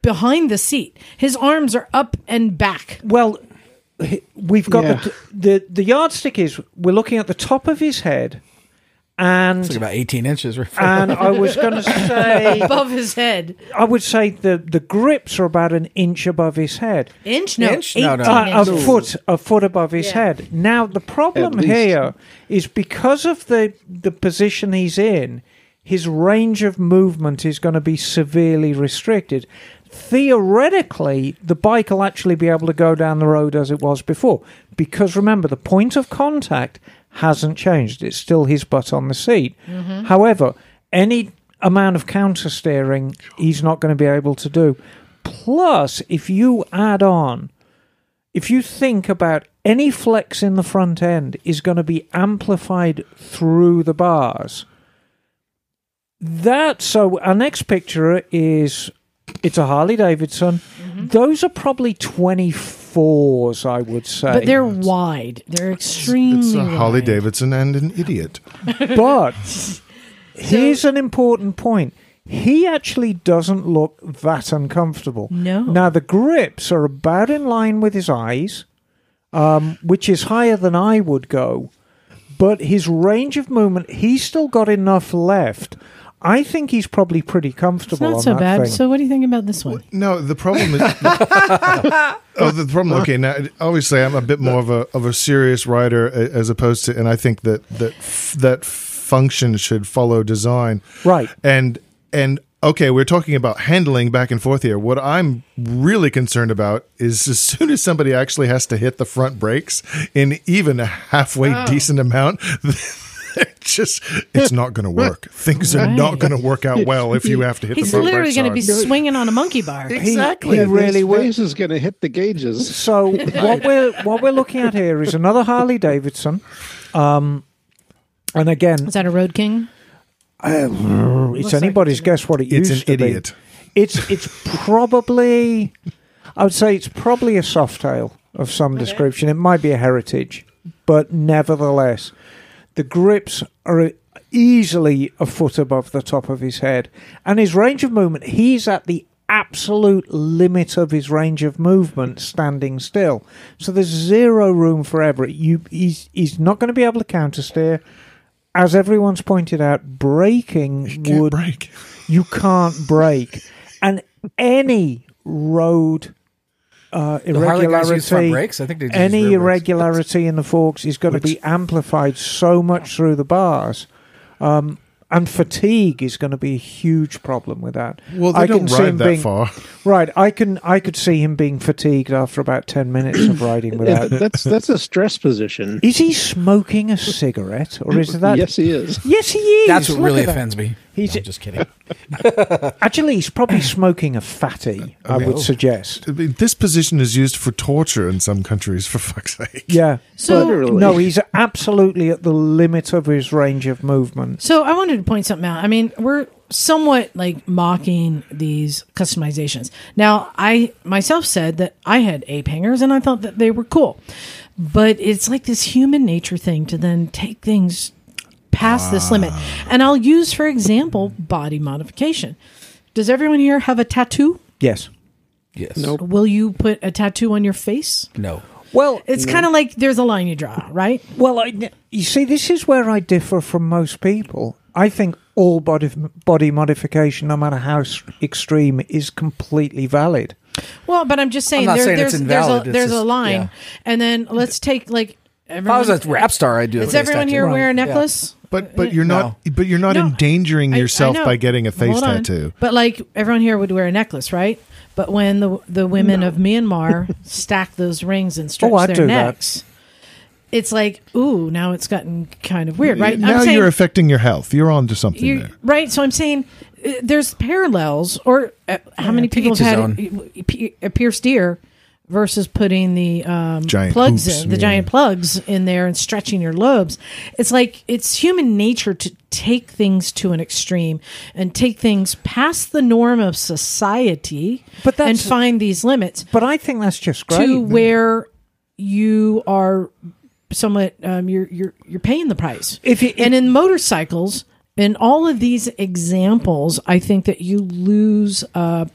Speaker 3: behind the seat. His arms are up and back.
Speaker 2: Well, h- we've got
Speaker 1: Yeah.
Speaker 2: the, the the yardstick is we're looking at the top of his head,
Speaker 4: It's like
Speaker 2: and
Speaker 4: about 18 inches. right?
Speaker 2: and I was going to say
Speaker 3: Above his head,
Speaker 2: I would say the the grips are about an inch above his head,
Speaker 3: inch no,
Speaker 4: Inch? No, no.
Speaker 3: eighteen
Speaker 2: uh, a
Speaker 3: inches.
Speaker 2: foot a foot above his
Speaker 3: Yeah.
Speaker 2: head. Now the
Speaker 1: At
Speaker 2: problem
Speaker 1: least.
Speaker 2: here is because of the the position he's in, his range of movement is going to be severely restricted. Theoretically, the bike will actually be able to go down the road as it was before, because remember the point of contact hasn't changed. It's still his butt on the seat. However, any amount of counter steering he's not going to be able to do. Plus, if you add on if you think about any flex in the front end is going to be amplified through the bars. That so our next picture is it's a Harley Davidson.
Speaker 3: Mm-hmm.
Speaker 2: Those are probably twenty fours, I would say.
Speaker 3: But they're wide. They're extremely
Speaker 6: It's a Holly
Speaker 3: wide.
Speaker 6: Davidson and an idiot.
Speaker 3: [LAUGHS]
Speaker 2: But here's an important point. He actually doesn't look that uncomfortable.
Speaker 3: No.
Speaker 2: Now the grips are about in line with his eyes, um, which is higher than I would go. But his range of movement, he's still got enough left. I think he's probably pretty
Speaker 3: It's
Speaker 2: comfortable.
Speaker 3: not
Speaker 2: on
Speaker 3: so
Speaker 2: that
Speaker 3: bad.
Speaker 2: thing.
Speaker 3: So what do you think about this one?
Speaker 6: No, the problem
Speaker 3: [LAUGHS]
Speaker 6: is. oh, the problem. Okay, now obviously I'm a bit more of a of a serious writer a- as opposed to, and I think that that f- that function should follow design.
Speaker 2: Right.
Speaker 6: And and okay, we're talking about handling back and forth here. What I'm really concerned about is as soon as somebody actually has to hit the front brakes in even a halfway
Speaker 3: Oh.
Speaker 6: decent amount. [LAUGHS] it Just it's not going to work. Things are not
Speaker 3: Right.
Speaker 6: going to work out well if you have to hit
Speaker 3: He's
Speaker 6: the front
Speaker 3: literally
Speaker 6: brakes.
Speaker 3: going to
Speaker 6: hard.
Speaker 3: be swinging on a monkey bar.
Speaker 2: Exactly. He
Speaker 1: his
Speaker 2: really will.
Speaker 1: face is going to hit the gauges.
Speaker 3: [LAUGHS]
Speaker 2: So what we're what we're looking at here is another Harley Davidson. Um, and again,
Speaker 3: Is that a Road King?
Speaker 2: it's anybody's guess what it
Speaker 6: It's
Speaker 2: used
Speaker 6: an
Speaker 2: to
Speaker 6: idiot.
Speaker 2: be. It's it's probably I would say it's probably a soft tail of some description. It might be a heritage, but nevertheless, the grips are easily a foot above the top of his head, and his range of movement. He's at the absolute limit of his range of movement standing still. So there's zero room for Everett. You he's he's not going to be able to counter steer. As everyone's pointed out, braking
Speaker 6: Can't
Speaker 2: would
Speaker 6: brake.
Speaker 2: you can't brake. And any road uh,
Speaker 4: The Harley guys use front
Speaker 2: irregularity,
Speaker 4: brakes. I think they just use
Speaker 2: any
Speaker 4: rear brakes.
Speaker 2: irregularity in the forks is going to be amplified so much through the bars. Um, and fatigue is going to be a huge problem with that.
Speaker 6: Well, they
Speaker 2: I
Speaker 6: don't
Speaker 2: can see him
Speaker 6: ride that
Speaker 2: being,
Speaker 6: far.
Speaker 2: Right, I can I could see him being fatigued after about ten minutes of
Speaker 1: [COUGHS]
Speaker 2: riding without.
Speaker 1: that's that's a stress position.
Speaker 2: Is he smoking a cigarette, or is that?
Speaker 1: yes, he is.
Speaker 2: Yes, he is.
Speaker 4: That's what
Speaker 2: Look
Speaker 4: really
Speaker 2: at that.
Speaker 4: offends me.
Speaker 2: He's-
Speaker 4: I'm just kidding.
Speaker 2: Actually, he's
Speaker 4: [CLEARS THROAT]
Speaker 2: probably smoking a fatty.
Speaker 4: Uh,
Speaker 2: I would suggest.
Speaker 6: I mean, this position is used for torture in some countries, for fuck's sake.
Speaker 2: Yeah.
Speaker 3: So
Speaker 1: Literally.
Speaker 2: No, he's absolutely at the limit of his range of movement.
Speaker 3: So I wanted to point something out. I mean, we're somewhat like mocking these customizations. Now, I myself said that I had ape hangers and I thought that they were cool. But it's like this human nature thing to then take things past this limit. And I'll use, for example, body modification. Does everyone here have a tattoo?
Speaker 2: Yes.
Speaker 4: [LAUGHS] Yes.
Speaker 1: Nope.
Speaker 3: Will you put a tattoo on your face?
Speaker 4: No.
Speaker 2: Well,
Speaker 3: It's kind of like there's a line you draw, right?
Speaker 2: well, I, you see, this is where I differ from most people. I think all body body modification, no matter how s- extreme, is completely valid.
Speaker 3: Well, but I'm just saying,
Speaker 4: not
Speaker 3: there,
Speaker 4: saying
Speaker 3: there's
Speaker 4: it's invalid,
Speaker 3: there's a
Speaker 4: it's
Speaker 3: there's a
Speaker 4: just-
Speaker 3: line,
Speaker 4: yeah.
Speaker 3: and then let's take like
Speaker 4: If I
Speaker 3: everyone.
Speaker 4: was a rap star, I'd do it.
Speaker 3: does everyone here wear a necklace?
Speaker 6: But but you're not but you're not
Speaker 3: No.
Speaker 6: endangering
Speaker 3: I- I
Speaker 6: yourself
Speaker 3: know.
Speaker 6: by getting a face
Speaker 3: Hold on.
Speaker 6: tattoo.
Speaker 3: But like everyone here would wear a necklace, right? But when the the women of
Speaker 4: [LAUGHS]
Speaker 3: Myanmar stack those rings and stretch
Speaker 2: Oh, I
Speaker 3: their
Speaker 2: do that.
Speaker 3: necks, it's like ooh, now it's gotten kind of weird, right?
Speaker 6: Now
Speaker 3: I'm saying,
Speaker 6: you're affecting your health. You're onto something
Speaker 3: you-
Speaker 6: there.
Speaker 3: right. So I'm saying uh, there's parallels, or uh, how many
Speaker 4: to
Speaker 3: people
Speaker 4: each
Speaker 3: have had
Speaker 4: his
Speaker 3: a, a pierced ear versus putting the um,
Speaker 6: Giant
Speaker 3: plugs
Speaker 6: hoops,
Speaker 3: in, the
Speaker 6: yeah.
Speaker 3: giant plugs in there and stretching your lobes. It's like it's human nature to take things to an extreme and take things past the norm of society,
Speaker 2: But
Speaker 3: and
Speaker 2: that's-
Speaker 3: find these limits
Speaker 2: But I think that's just great.
Speaker 3: to where you are somewhat um, you're you're you're paying the price.
Speaker 2: If you-
Speaker 3: and in motorcycles, in all of these examples, I think that you lose uh,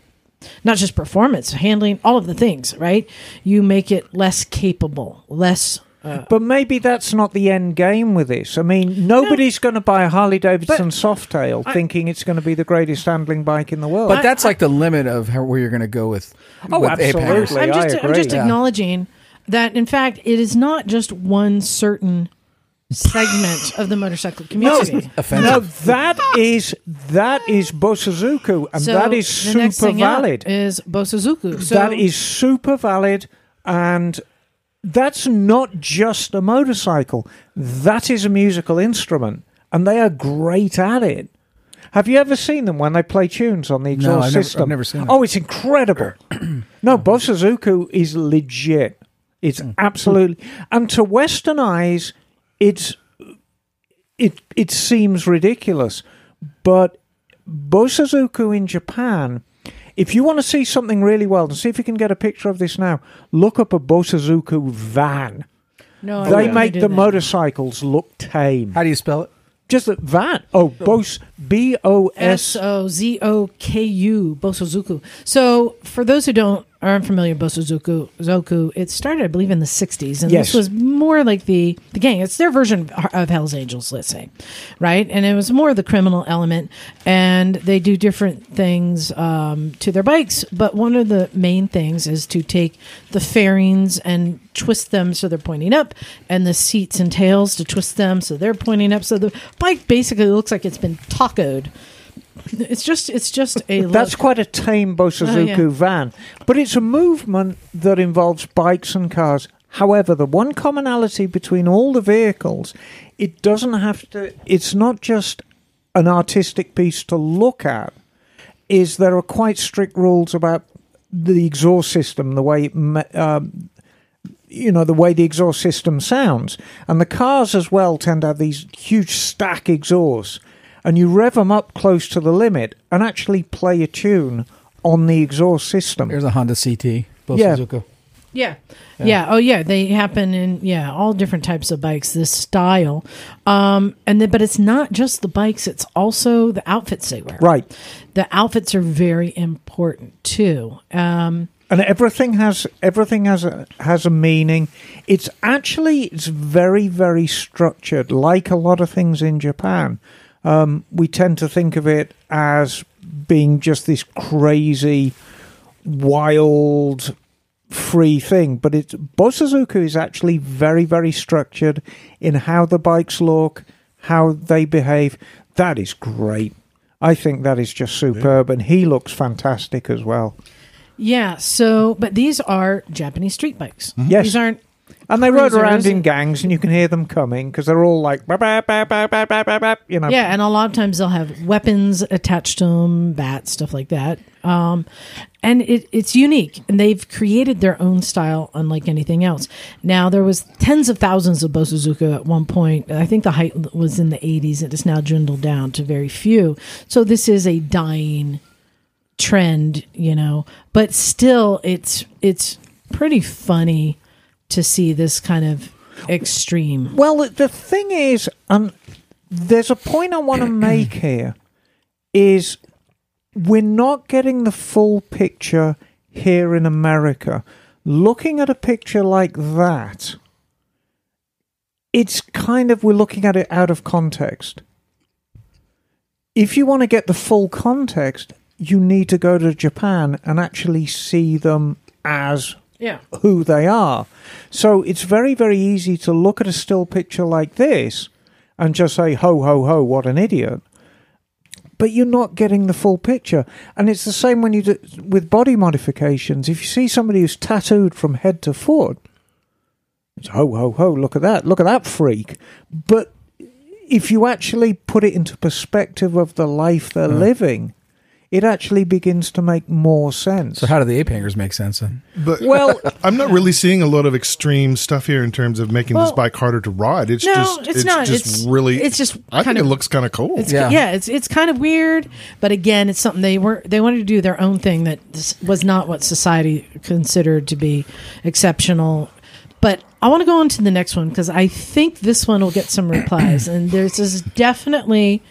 Speaker 3: not just performance, handling, all of the things. Right? You make it less capable, less. Uh,
Speaker 2: But maybe that's not the end game with this. I mean, nobody's going to buy a Harley Davidson Softail thinking it's going to be the greatest handling bike in the world.
Speaker 4: But that's like the limit of how, where you're going to go with.
Speaker 2: Oh,
Speaker 4: with
Speaker 2: absolutely.
Speaker 4: Apex.
Speaker 2: I
Speaker 3: I'm just I'm
Speaker 2: agree,
Speaker 3: just
Speaker 2: yeah.
Speaker 3: acknowledging that in fact it is not just one certain segment of the motorcycle community.
Speaker 4: Offensive.
Speaker 2: no, that is that is Bosuzuku, and
Speaker 3: So
Speaker 2: that is
Speaker 3: the next
Speaker 2: super
Speaker 3: thing up
Speaker 2: valid.
Speaker 3: Is Bosuzuku. So
Speaker 2: that is super valid, and that's not just a motorcycle. That is a musical instrument, and they are great at it. Have you ever seen them when they play tunes on the exhaust
Speaker 4: I've never- I've
Speaker 2: system?
Speaker 4: never seen them.
Speaker 2: Oh, it's
Speaker 4: [CLEARS THROAT]
Speaker 2: incredible. no, Bob Suzuku is legit. It's
Speaker 4: Hmm.
Speaker 2: absolutely, and to Western eyes, it's it it seems ridiculous, but Bosuzuku in Japan. If you want to see something really well, and see if you can get a picture of this now, look up a Bosuzuku van.
Speaker 3: no, I
Speaker 2: they
Speaker 3: wouldn't
Speaker 2: make
Speaker 3: Oh, do
Speaker 2: the
Speaker 3: that.
Speaker 2: motorcycles look tame.
Speaker 4: How do you spell it?
Speaker 2: Just the van. Oh, Bos B O
Speaker 3: S
Speaker 2: S.
Speaker 3: O Z O K U Bosozuku. So, for those who don't aren't familiar with Bosozuku, Zoku, it started, I believe, in the '60s, and
Speaker 2: Yes.
Speaker 3: this was more like the the gang. It's their version of- of Hell's Angels, let's say, right? And it was more of the criminal element, and they do different things um, to their bikes. But one of the main things is to take the fairings and twist them so they're pointing up, and the seats and tails to twist them so they're pointing up. So the bike basically looks like it's been tacoed. It's just it's just a look.
Speaker 2: That's quite a tame Bosuzuku
Speaker 3: Oh, yeah.
Speaker 2: van, but it's a movement that involves bikes and cars. However, the one commonality between all the vehicles, it doesn't have to. It's not just an artistic piece to look at. Is there are quite strict rules about the exhaust system, the way it ma- um, you know the way the exhaust system sounds, and the cars as well tend to have these huge stack exhausts, and you rev them up close to the limit and actually play a tune on the exhaust system.
Speaker 4: Here's a Honda CT. Bo
Speaker 2: Yeah.
Speaker 4: Suzuka.
Speaker 3: yeah. yeah oh yeah they happen in yeah all different types of bikes this style um and then but it's not just the bikes it's also the outfits they wear
Speaker 2: Right,
Speaker 3: the outfits are very important too um
Speaker 2: and everything has everything has a, has a meaning. It's actually it's very very structured, like a lot of things in Japan. Um, we tend to think of it as being just this crazy, wild, free thing. But it's Bosuzuku is actually very very structured in how the bikes look, how they behave. That is great. I think that is just superb, and he looks fantastic as well.
Speaker 3: yeah so but these are japanese street bikes
Speaker 2: Yes.
Speaker 3: these aren't
Speaker 2: And they rode
Speaker 3: Cruisers.
Speaker 2: around in gangs, and you can hear them coming because they're all like, "Bap, bap, bap, bap, bap, bap, bap, bap," you know.
Speaker 3: yeah and a lot of times they'll have weapons attached to them bats stuff like that um, and it, it's unique and they've created their own style unlike anything else now there was tens of thousands of bosuzuka at one point i think the height was in the 80s it has now dwindled down to very few so this is a dying trend, you know, but still it's it's pretty funny to see this kind of extreme.
Speaker 2: Well, the thing is, and there's a point I want to make here, is we're not getting the full picture here in America. Looking at a picture like that, it's kind of we're looking at it out of context. If you want to get the full context, you need to go to Japan and actually see them as
Speaker 3: Yeah.
Speaker 2: who they are. So it's very, very easy to look at a still picture like this and just say, ho, ho, ho, what an idiot. But you're not getting the full picture. And it's the same when you do with body modifications. If you see somebody who's tattooed from head to foot, it's ho, ho, ho, look at that, look at that freak. But if you actually put it into perspective of the life they're living, it actually begins to make more sense.
Speaker 4: So how do the ape hangers make sense then?
Speaker 6: But
Speaker 2: well,
Speaker 6: [LAUGHS] I'm not really seeing a lot of extreme stuff here in terms of making this
Speaker 3: Well-
Speaker 6: bike harder to ride. It's
Speaker 3: No,
Speaker 6: just
Speaker 3: it's not.
Speaker 6: just
Speaker 3: It's-
Speaker 6: really
Speaker 3: it's just
Speaker 6: I
Speaker 3: kind
Speaker 6: think it
Speaker 3: of-
Speaker 6: looks kind of cool.
Speaker 3: It's yeah.
Speaker 4: Yeah.
Speaker 3: it's it's kind of weird, but again, it's something they were they wanted to do their own thing that s- was not what society considered to be exceptional. But I want to go on to the next one because I think this one will get some replies. and there's this is definitely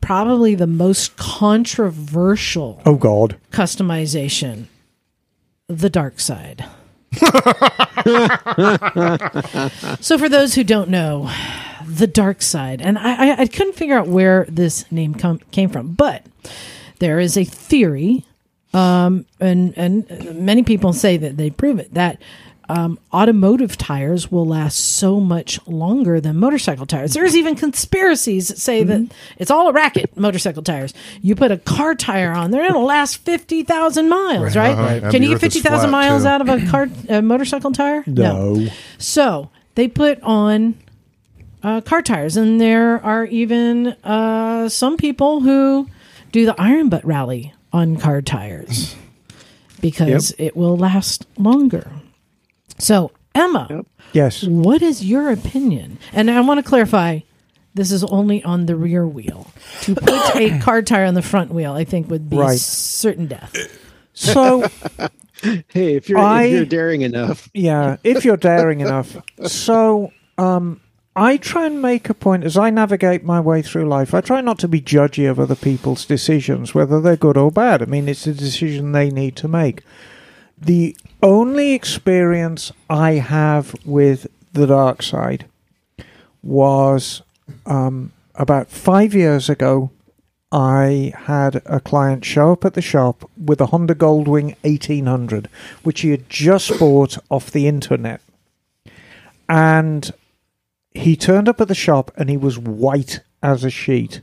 Speaker 3: probably the most controversial
Speaker 2: Oh God.
Speaker 3: customization the dark side. so, for those who don't know, the dark side, and I, I, I couldn't figure out where this name com- came from, but there is a theory, um, and and many people say that they prove it that. Um, automotive tires will last so much longer than motorcycle tires. There's even conspiracies that say that it's all a racket. Motorcycle tires. You put a car tire on there, it'll last fifty thousand miles, right?
Speaker 6: Right, right. And
Speaker 3: Can you
Speaker 6: the
Speaker 3: get
Speaker 6: Earth is
Speaker 3: fifty thousand
Speaker 6: flat,
Speaker 3: miles
Speaker 6: too.
Speaker 3: out of a car, a motorcycle tire?
Speaker 2: No.
Speaker 3: So they put on uh, car tires, and there are even uh, some people who do the Iron Butt Rally on car tires because it will last longer. So Emma,
Speaker 2: Yes.
Speaker 4: [LAUGHS]
Speaker 3: what is your opinion? And I want to clarify. This is only on the rear wheel. To put a car tire on the front wheel, I think would be
Speaker 2: Right.
Speaker 3: certain death.
Speaker 2: So
Speaker 1: Hey, if you're
Speaker 2: I-
Speaker 1: if you're daring enough,
Speaker 2: Yeah, if you're daring enough. So, um, I try and make a point as I navigate my way through life. I try not to be judgy of other people's decisions, whether they're good or bad. I mean, it's a decision they need to make. The only experience I have with the dark side was um, about five years ago. I had a client show up at the shop with a Honda Goldwing 1800, which he had just bought off the internet. And he turned up at the shop and he was white as a sheet.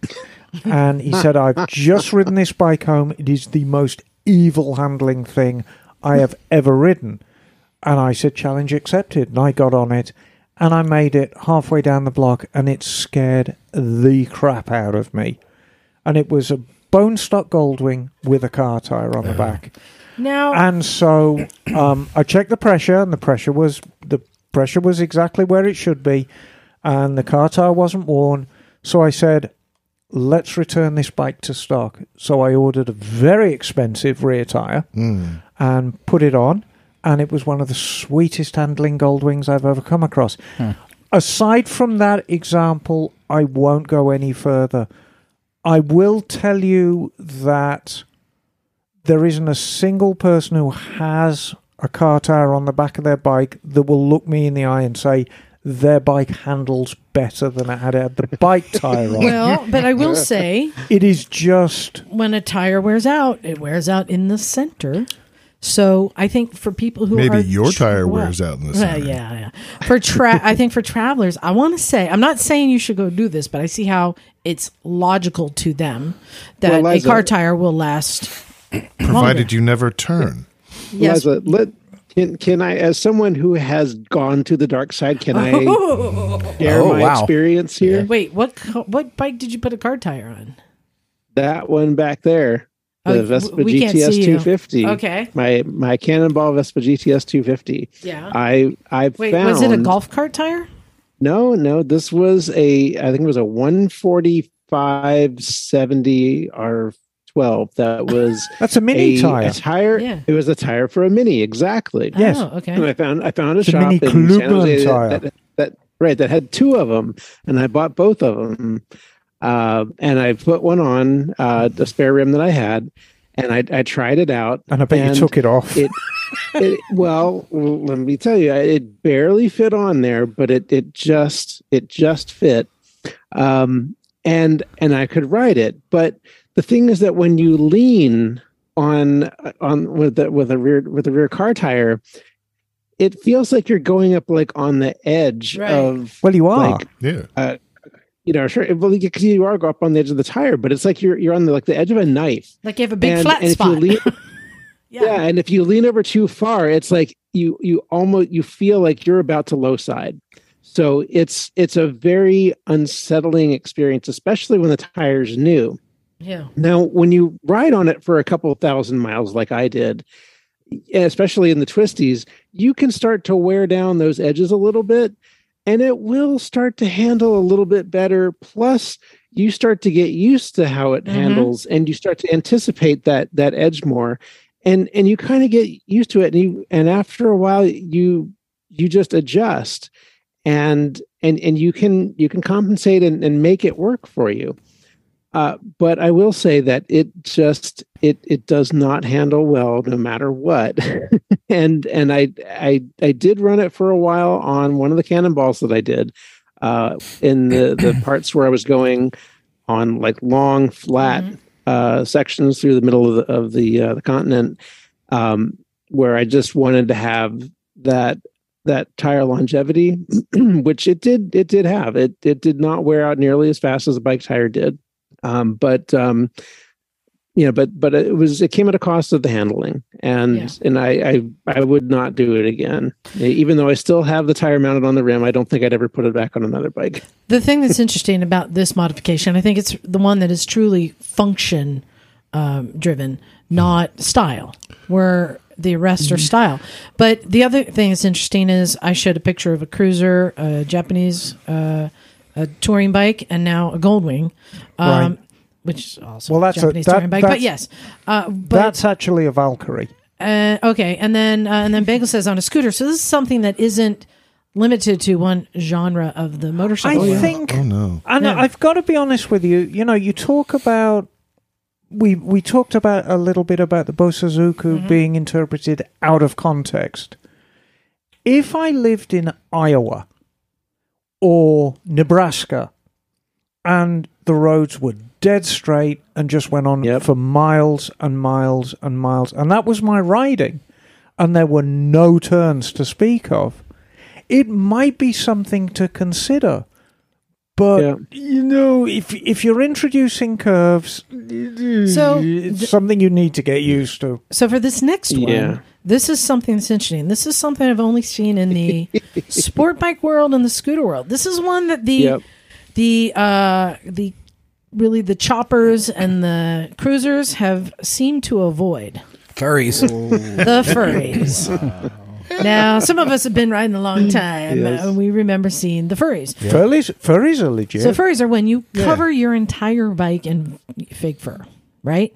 Speaker 2: And he said, I've just ridden this bike home. It is the most evil handling thing I have ever ridden. And I said, Challenge accepted. And I got on it and I made it halfway down the block and it scared the crap out of me and it was a bone stock Goldwing with a car tire on the back.
Speaker 3: Now,
Speaker 2: And so um, I checked the pressure, and the pressure was the pressure was exactly where it should be, and the car tire wasn't worn. So I said, "Let's return this bike to stock." So I ordered a very expensive rear tire and put it on, and it was one of the sweetest handling Goldwings I've ever come across. Aside from that example, I won't go any further. I will tell you that there isn't a single person who has a car tire on the back of their bike that will look me in the eye and say their bike handles better than it had had the bike tire on.
Speaker 3: well, but I will say
Speaker 2: it is just
Speaker 3: when a tire wears out, it wears out in the center. So I think for people who
Speaker 6: Maybe
Speaker 3: are
Speaker 6: your tire
Speaker 3: well,
Speaker 6: wears out in the
Speaker 3: well,
Speaker 6: center.
Speaker 3: yeah, yeah. For tra- I think for travelers, I want to say I'm not saying you should go do this, but I see how it's logical to them that
Speaker 1: Well,
Speaker 3: a
Speaker 1: Liza-
Speaker 3: car tire will last.
Speaker 6: [CLEARS THROAT] Provided you never turn.
Speaker 3: Yes.
Speaker 1: Liza, let can can I, as someone who has gone to the dark side, can
Speaker 3: [LAUGHS]
Speaker 1: I share
Speaker 4: Oh,
Speaker 1: my
Speaker 4: wow.
Speaker 1: experience here?
Speaker 3: Wait, what co- what bike did you put a car tire on?
Speaker 1: That one back there,
Speaker 3: Oh,
Speaker 1: the
Speaker 3: w-
Speaker 1: Vespa
Speaker 3: we can't see
Speaker 1: GTS
Speaker 3: you.
Speaker 1: 250.
Speaker 3: Okay.
Speaker 1: my my Cannonball Vespa GTS 250.
Speaker 3: Yeah.
Speaker 1: I I
Speaker 3: Wait,
Speaker 1: found
Speaker 3: was it a golf cart tire?
Speaker 1: No, no, this was a I think it was a 145 70 or 12 that was
Speaker 2: that's a mini
Speaker 1: a,
Speaker 2: tire.
Speaker 1: a tire.
Speaker 3: Yeah.
Speaker 1: It was a tire for a mini, exactly.
Speaker 2: Yes.
Speaker 3: Oh, okay.
Speaker 1: And I found I found a
Speaker 2: a
Speaker 1: shop
Speaker 2: mini
Speaker 1: in San
Speaker 2: Kluberman
Speaker 1: Jose
Speaker 2: tire.
Speaker 1: that, that, that- right that had two of them, and I bought both of them, uh, and I put one on uh, the spare rim that I had, and I, I tried it out,
Speaker 2: and I bet you took it off.
Speaker 1: it, it well let me tell you it barely fit on there but it it just it just fit um and and i could ride it but the thing is that when you lean on on with the with a rear with a rear car tire it feels like you're going up like on the edge
Speaker 3: Right.
Speaker 1: of
Speaker 2: well, you are.
Speaker 1: like
Speaker 6: Yeah.
Speaker 1: you know sure well because you are go up on the edge of the tire but it's like you're you're on the like the edge of a knife
Speaker 3: like you have a big
Speaker 1: and,
Speaker 3: flat
Speaker 1: and
Speaker 3: spot.
Speaker 1: if you lean yeah. and if you lean over too far, it's like you you almost you feel like you're about to low side. So it's it's a very unsettling experience, especially when the tire's new.
Speaker 3: yeah.
Speaker 1: Now, when you ride on it for a couple thousand miles, like I did, especially in the twisties, you can start to wear down those edges a little bit and it will start to handle a little bit better. Plus, you start to get used to how it
Speaker 3: Mhm.
Speaker 1: handles and you start to anticipate that that edge more. And and you kind of get used to it. And you and after a while you you just adjust and and and you can you can compensate and, and make it work for you uh, but i will say that it just it it does not handle well no matter what [LAUGHS] and and I, I i did run it for a while on one of the cannonballs that i did uh, in the the parts where i was going on like long flat uh, sections through the middle of the, of the, uh, the continent um, where I just wanted to have that that tire longevity, [CLEARS THROAT] which it did it did have. It it did not wear out nearly as fast as a bike tire did, um, but um, you know, but but it was it came at a cost of the handling, and
Speaker 3: Yeah.
Speaker 1: and I, I I would not do it again, E, even though I still have the tire mounted on the rim. I don't think I'd ever put it back on another bike. [LAUGHS]
Speaker 3: The thing that's interesting about this modification, I think it's the one that is truly function um, driven, not style, where the arrests
Speaker 2: Mm-hmm.
Speaker 3: are style. But the other thing that's interesting is I showed a picture of a cruiser, a Japanese uh, a touring bike, and now a Goldwing, um, which is also
Speaker 2: Well, that's a-
Speaker 3: Japanese
Speaker 2: that-
Speaker 3: touring bike. But
Speaker 2: that's-
Speaker 3: yes, uh, but
Speaker 2: That's actually a Valkyrie.
Speaker 3: uh, okay, and then uh, and then Bagel says on a scooter. So this is something that isn't limited to one genre of the motorcycle.
Speaker 2: I
Speaker 3: world.
Speaker 2: think
Speaker 6: Oh no.
Speaker 2: And
Speaker 3: Yeah.
Speaker 2: I've got to be honest with you. You know, you talk about we we talked about a little bit about the Bosazuku being interpreted out of context. If I lived in Iowa or Nebraska, and the roads were dead straight and just went on
Speaker 1: Yep.
Speaker 2: for miles and miles and miles, and that was my riding, and there were no turns to speak of. It might be something to consider. But
Speaker 1: Yeah.
Speaker 2: you know, if if you're introducing curves, it's
Speaker 3: th-
Speaker 2: something you need to get used to.
Speaker 3: So for this next one,
Speaker 1: Yeah.
Speaker 3: this is something that's interesting. This is something I've only seen
Speaker 1: [LAUGHS]
Speaker 3: in the sport bike world and the scooter world. This is one that the
Speaker 1: Yep.
Speaker 3: the uh, the really the choppers and the cruisers have seemed to avoid
Speaker 4: Furries.
Speaker 3: the furries. Now, some of us have been riding a long time, and we remember seeing the furries.
Speaker 2: Furries, furries are legit.
Speaker 3: So furries are when you cover your entire bike in fake fur, right?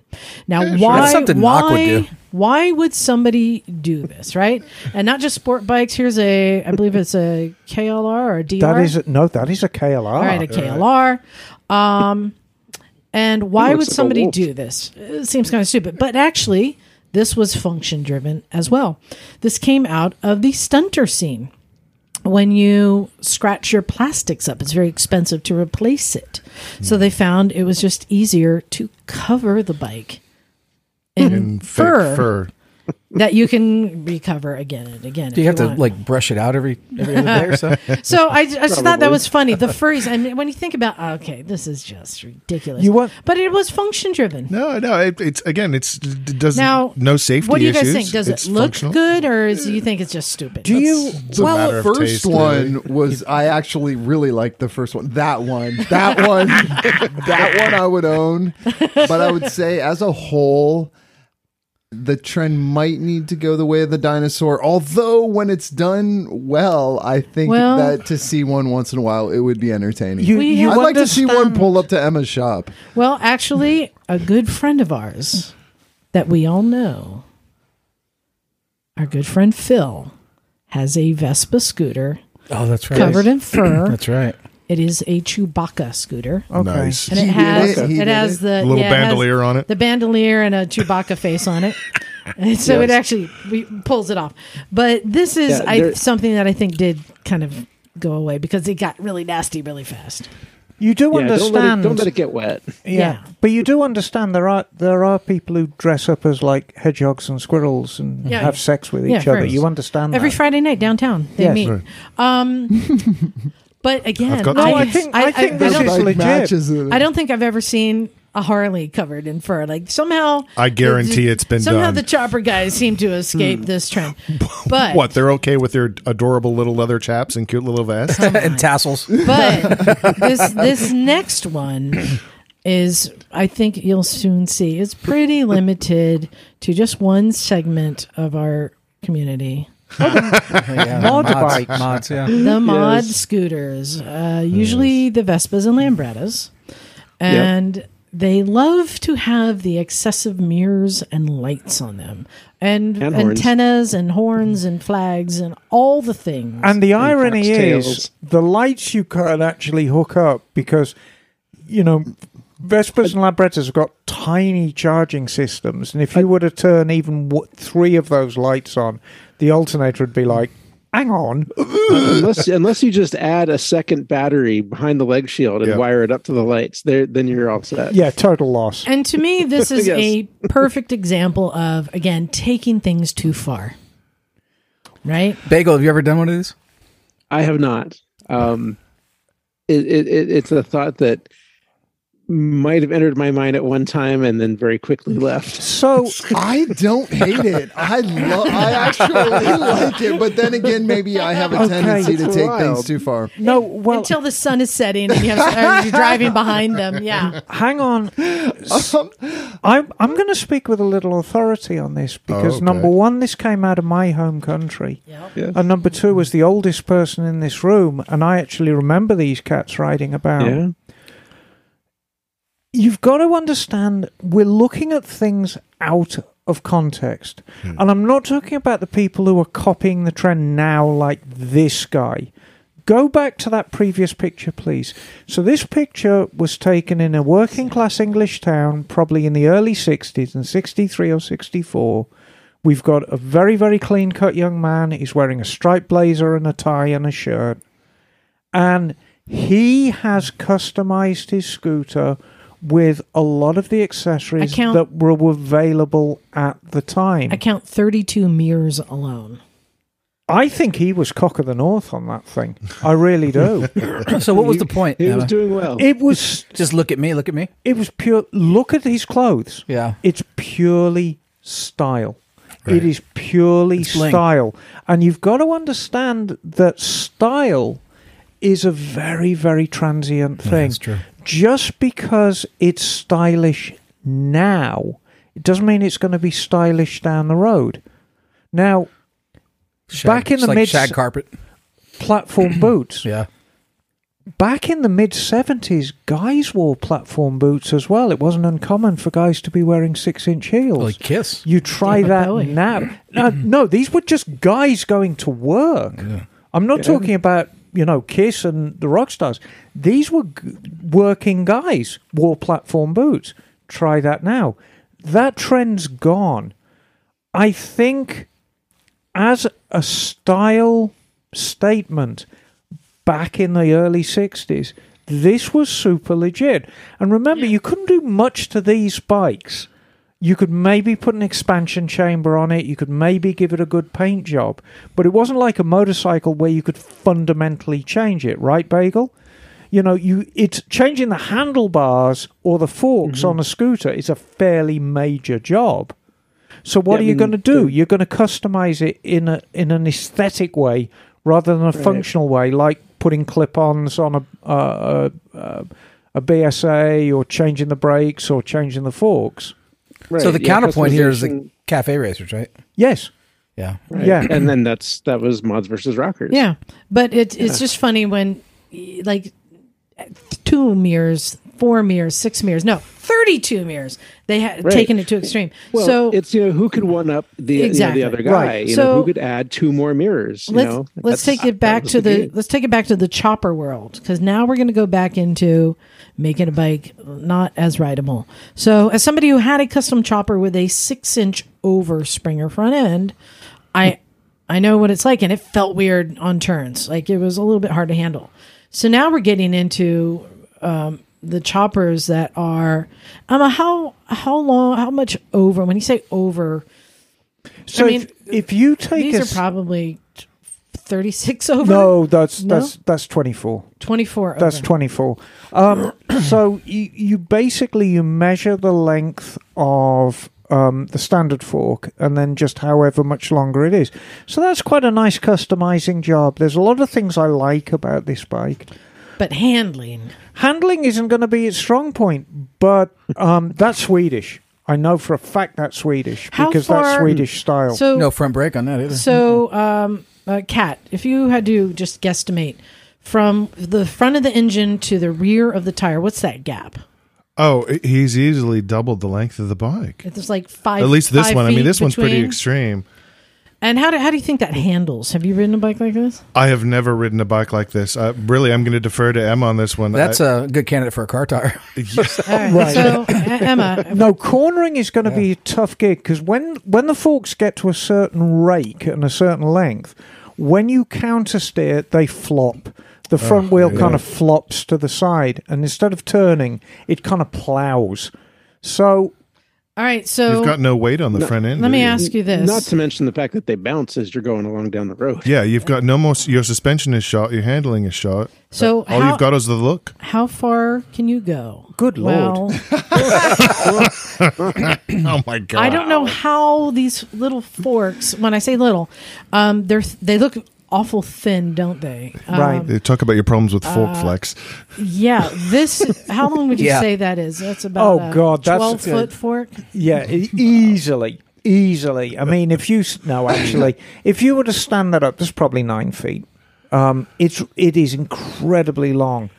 Speaker 3: Now, why?
Speaker 4: That's something
Speaker 3: why?
Speaker 4: Nock would do.
Speaker 3: Why would somebody do this, right? and not just sport bikes. Here's a, I believe it's a KLR or a DR.
Speaker 2: that is no, that is a KLR.
Speaker 4: Ah,
Speaker 3: All right, a KLR. Um, and why would
Speaker 1: like a
Speaker 3: somebody
Speaker 1: wolf.
Speaker 3: do this? It seems kind of stupid, but actually, this was function driven as well. This came out of the stunter scene. When you scratch your plastics up, it's very expensive to replace it. So they found it was just easier to cover the bike in,
Speaker 6: In fake
Speaker 3: fur,
Speaker 6: fur.
Speaker 3: that you can recover again and again.
Speaker 4: [LAUGHS] Do
Speaker 3: if
Speaker 4: you have to
Speaker 3: want.
Speaker 4: like brush it out every every other day or [LAUGHS] so?
Speaker 3: So I, I just thought that was funny. The furries. I mean, when you think about, okay, this is just ridiculous.
Speaker 2: You want-
Speaker 3: but it was function driven.
Speaker 6: No, no. It, it's again. It's it doesn't
Speaker 3: Now,
Speaker 6: no safety.
Speaker 3: What do you guys
Speaker 6: issues.
Speaker 3: think? Does
Speaker 6: It's
Speaker 3: it look
Speaker 6: functional.
Speaker 3: good, or is, do you think it's just stupid?
Speaker 2: Do you?
Speaker 6: It's a
Speaker 5: Well,
Speaker 6: matter
Speaker 5: the
Speaker 6: of
Speaker 5: first
Speaker 6: taste,
Speaker 5: one
Speaker 6: really.
Speaker 5: was I actually really liked the first one. That one,
Speaker 6: [LAUGHS]
Speaker 5: that one, that one I would own. But I would say as a whole, the trend might need to go the way of the dinosaur. Although when it's done well, I think
Speaker 3: Well-
Speaker 5: that to see one once in a while, it would be entertaining.
Speaker 2: You,
Speaker 3: We
Speaker 2: you
Speaker 5: I'd like to see one
Speaker 2: understand-
Speaker 5: pull up to Emma's shop.
Speaker 3: Well, actually, a good friend of ours that we all know, our good friend Phil, has a Vespa scooter
Speaker 4: Oh, that's
Speaker 3: covered in fur.
Speaker 6: [CLEARS THROAT]
Speaker 4: That's right.
Speaker 3: it is a Chewbacca scooter.
Speaker 2: Okay.
Speaker 6: Nice.
Speaker 3: And it
Speaker 5: He did
Speaker 3: has
Speaker 5: it.
Speaker 3: it,
Speaker 5: He did
Speaker 3: has
Speaker 5: it.
Speaker 3: the
Speaker 6: A little
Speaker 3: yeah, it has
Speaker 6: bandolier on it.
Speaker 3: the bandolier and a Chewbacca face on it. [LAUGHS] And so it actually we, pulls it off. But this is
Speaker 1: Yeah,
Speaker 3: I,
Speaker 1: there-
Speaker 3: something that I think did kind of go away because it got really nasty really fast.
Speaker 2: You do
Speaker 1: Yeah, don't let, it,
Speaker 2: understand.
Speaker 1: don't let it get wet.
Speaker 2: yeah.
Speaker 3: Yeah.
Speaker 2: but you do understand there are there are people who dress up as like hedgehogs and squirrels and
Speaker 3: Yeah.
Speaker 2: have sex with
Speaker 3: Yeah,
Speaker 2: each other.
Speaker 3: furries.
Speaker 2: You understand
Speaker 3: Every
Speaker 2: that.
Speaker 3: Friday night downtown they
Speaker 2: Yes.
Speaker 3: meet.
Speaker 6: Right.
Speaker 3: Um, but again,
Speaker 6: I've got
Speaker 2: no, I think I, think this
Speaker 3: don't,
Speaker 2: is
Speaker 5: Like
Speaker 2: legit.
Speaker 5: matches with it.
Speaker 3: I don't think I've ever seen a Harley covered in fur. Like somehow
Speaker 6: I guarantee it's been
Speaker 3: somehow
Speaker 6: done. Hmm.
Speaker 3: the chopper guys seem to escape this
Speaker 6: [LAUGHS]
Speaker 3: trend. But
Speaker 6: what? They're okay with their adorable little leather chaps and cute little vests.
Speaker 4: [LAUGHS] and
Speaker 1: [LAUGHS]
Speaker 4: tassels.
Speaker 3: but this this next one is I think you'll soon see it's pretty limited to just one segment of our community.
Speaker 4: [LAUGHS]
Speaker 2: [LAUGHS]
Speaker 4: Yeah,
Speaker 2: Mod
Speaker 4: mods,
Speaker 2: bikes.
Speaker 4: mods, [LAUGHS] yeah.
Speaker 3: The mod scooters, uh, usually the Vespas and Lambrettas, and They love to have the excessive mirrors and lights on them, and,
Speaker 1: And horns.
Speaker 3: antennas and horns and flags and all the things.
Speaker 2: And the irony
Speaker 1: foxtails.
Speaker 2: is, the lights you can actually hook up because, you know, Vespas and Labrettas have got tiny charging systems, and if you were to turn even w- three of those lights on, the alternator would be like, "Hang
Speaker 3: [LAUGHS]
Speaker 2: on,
Speaker 1: unless unless you just add a second battery behind the leg shield and
Speaker 6: Yeah.
Speaker 1: wire it up to the lights, there then you're all set.
Speaker 2: yeah, total loss."
Speaker 3: And
Speaker 1: [LAUGHS]
Speaker 3: to me, this is
Speaker 1: Yes.
Speaker 3: a perfect example of, again, taking things too far. Right?
Speaker 4: Bagel, have you ever done one of these?
Speaker 1: I have not. Um, it, it, it it's a thought that might have entered my mind at one time and then very quickly left.
Speaker 2: So
Speaker 5: I don't hate it. I love. I actually like it. But then again, maybe I have a
Speaker 2: Okay.
Speaker 5: tendency to
Speaker 1: It's
Speaker 5: take
Speaker 1: wild.
Speaker 5: things too far.
Speaker 2: no, well,
Speaker 3: Until the sun is setting and you have, or you're driving behind them. Yeah.
Speaker 2: hang on. I'm I'm going to speak with a little authority on this because
Speaker 6: okay.
Speaker 2: number one, this came out of my home country.
Speaker 3: Yep.
Speaker 2: And number two was the oldest person in this room, and I actually remember these cats riding about.
Speaker 1: Yeah.
Speaker 2: You've got to understand we're looking at things out of context. And I'm not talking about the people who are copying the trend now, like this guy. Go back to that previous picture, please. So, this picture was taken in a working class English town, probably in the early 60s, in 63 or 64. We've got a very, very clean cut young man. He's wearing a striped blazer and a tie and a shirt. And he has customized his scooter with a lot of the accessories
Speaker 3: I count-
Speaker 2: that were available at the time.
Speaker 3: I count 32 mirrors alone.
Speaker 2: I think he was cock of the north on that thing. I really do.
Speaker 4: [CLEARS THROAT] so what was the point?
Speaker 1: He was
Speaker 4: Emma?
Speaker 1: doing well.
Speaker 2: it was
Speaker 4: Just look at me. Look at me.
Speaker 2: it was pure. Look at his clothes.
Speaker 4: Yeah.
Speaker 2: It's purely style. It
Speaker 6: Right.
Speaker 2: is purely
Speaker 4: It's bling.
Speaker 2: style, and you've got to understand that style is a very very transient thing.
Speaker 6: that's true.
Speaker 2: Just because it's stylish now, it doesn't mean it's going to be stylish down the road. Now,
Speaker 4: Shag-
Speaker 2: Back in
Speaker 4: it's
Speaker 2: the
Speaker 4: like
Speaker 2: mid-
Speaker 4: shag carpet.
Speaker 6: [CLEARS THROAT]
Speaker 2: platform boots.
Speaker 4: Yeah.
Speaker 2: back in the mid 70s, guys wore platform boots as well. It wasn't uncommon for guys to be wearing six inch heels.
Speaker 4: Like kiss.
Speaker 2: you try
Speaker 3: Yeah,
Speaker 2: that
Speaker 3: Bowie.
Speaker 2: now. No, no, these were just guys going to work. I'm not talking about, you know, Kiss and the rock stars. These were g- working guys, wore platform boots. Try that now. That trend's gone. I think as a style statement back in the early 60s, this was super legit. And remember, you couldn't do much to these bikes. You could maybe put an expansion chamber on it, you could maybe give it a good paint job, but it wasn't like a motorcycle where you could fundamentally change it, right, Bagel? You know, you it's changing the handlebars or the forks on a scooter is a fairly major job. So what
Speaker 1: Yeah,
Speaker 2: are
Speaker 1: I
Speaker 2: you
Speaker 1: mean,
Speaker 2: going to do?
Speaker 1: the-
Speaker 2: You're going to customize it in a in an aesthetic way rather than a functional way, like putting clip-ons on a uh, a, a BSA or changing the brakes or changing the forks.
Speaker 1: Right,
Speaker 4: So the
Speaker 1: yeah,
Speaker 4: counterpoint here is the
Speaker 1: customization-
Speaker 4: cafe racers, right?
Speaker 2: Yes,
Speaker 4: Yeah.
Speaker 1: right.
Speaker 2: yeah.
Speaker 1: and then that's that was mods versus rockers.
Speaker 3: Yeah. But it, it's just funny when, eh, like, two mirrors, four mirrors, six mirrors. No, 32 mirrors. They had
Speaker 1: Right.
Speaker 3: taken it to extreme.
Speaker 1: Well,
Speaker 3: so
Speaker 1: it's you know who could one up the you know,
Speaker 3: Exactly.
Speaker 1: the other guy.
Speaker 2: Right.
Speaker 1: You
Speaker 3: So-
Speaker 1: know who could add two more mirrors. You
Speaker 3: let's
Speaker 1: know?
Speaker 3: let's
Speaker 1: That's-
Speaker 3: take it
Speaker 1: that
Speaker 3: back
Speaker 1: was
Speaker 3: to the
Speaker 1: game.
Speaker 3: let's take it back to the chopper world because now we're going to go back into making a bike not as rideable. So, as somebody who had a custom chopper with a six inch over Springer front end, I I know what it's like, and it felt weird on turns. Like it was a little bit hard to handle. So now we're getting into um, the choppers that are. Um, how how long? How much over? When you say over,
Speaker 2: So
Speaker 3: I mean,
Speaker 2: if, if you take a
Speaker 3: these
Speaker 2: s-
Speaker 3: are probably thirty six over.
Speaker 2: no, that's
Speaker 3: No?
Speaker 2: that's that's twenty four.
Speaker 3: 24
Speaker 2: That's
Speaker 3: over.
Speaker 2: 24.
Speaker 3: [CLEARS THROAT]
Speaker 2: Um, so you, you basically you measure the length of um, the standard fork and then just however much longer it is. So that's quite a nice customizing job. There's a lot of things I like about this bike.
Speaker 3: but handling
Speaker 2: Handling isn't going to be its strong point, but um, that's Swedish. I know for a fact that's Swedish
Speaker 3: How
Speaker 2: because that's
Speaker 3: far-
Speaker 2: Swedish style.
Speaker 3: so
Speaker 4: No front brake on that either.
Speaker 3: so um uh, cat if you had to just guesstimate from the front of the engine to the rear of the tire what's that gap
Speaker 6: Oh, i- he's easily doubled the length of the bike.
Speaker 3: It's like five.
Speaker 6: At least this
Speaker 3: five
Speaker 6: one. I mean,
Speaker 3: feet
Speaker 6: this one's pretty
Speaker 3: between.
Speaker 6: extreme.
Speaker 3: And how do how do you think that handles? Have you ridden a bike like this?
Speaker 6: I have never ridden a bike like this. I, really, I'm going to defer to Em on this one.
Speaker 4: That's
Speaker 6: I,
Speaker 4: a good candidate for a car tire.
Speaker 3: All right. So E- Emma,
Speaker 2: No, cornering is going to be a tough gig because when when the forks get to a certain rake and a certain length, when you countersteer, they flop. The front wheel kind of flops to the side, and instead of turning, it kind of plows. So
Speaker 3: all right. So
Speaker 6: you've got no weight on the front end.
Speaker 3: let
Speaker 6: do
Speaker 3: me
Speaker 6: you?
Speaker 3: ask you this.
Speaker 1: Not to mention the fact that they bounce as you're going along down the road.
Speaker 6: Yeah, you've got no more. Your suspension is shot. Your handling is shot. Uh,
Speaker 3: so
Speaker 6: All
Speaker 3: how,
Speaker 6: you've got is
Speaker 3: [COUGHS]
Speaker 6: the look. [COUGHS]
Speaker 3: how far can you go?
Speaker 2: Good
Speaker 3: Well,
Speaker 6: Oh my god!
Speaker 3: I don't know how these little forks. When I say little, um, they're they look awful thin, don't they? Um,
Speaker 2: Right.
Speaker 6: They talk about your problems with fork
Speaker 3: Uh,
Speaker 6: flex.
Speaker 3: Yeah. This. How long would you
Speaker 4: Yeah.
Speaker 3: say that is? That's about.
Speaker 2: Oh,
Speaker 3: a
Speaker 2: God, that's-
Speaker 3: Twelve foot fork.
Speaker 2: yeah, e- easily, easily. I mean, if you s- no, actually, if you were to stand that up, that's probably nine feet. Um, it's it is incredibly long.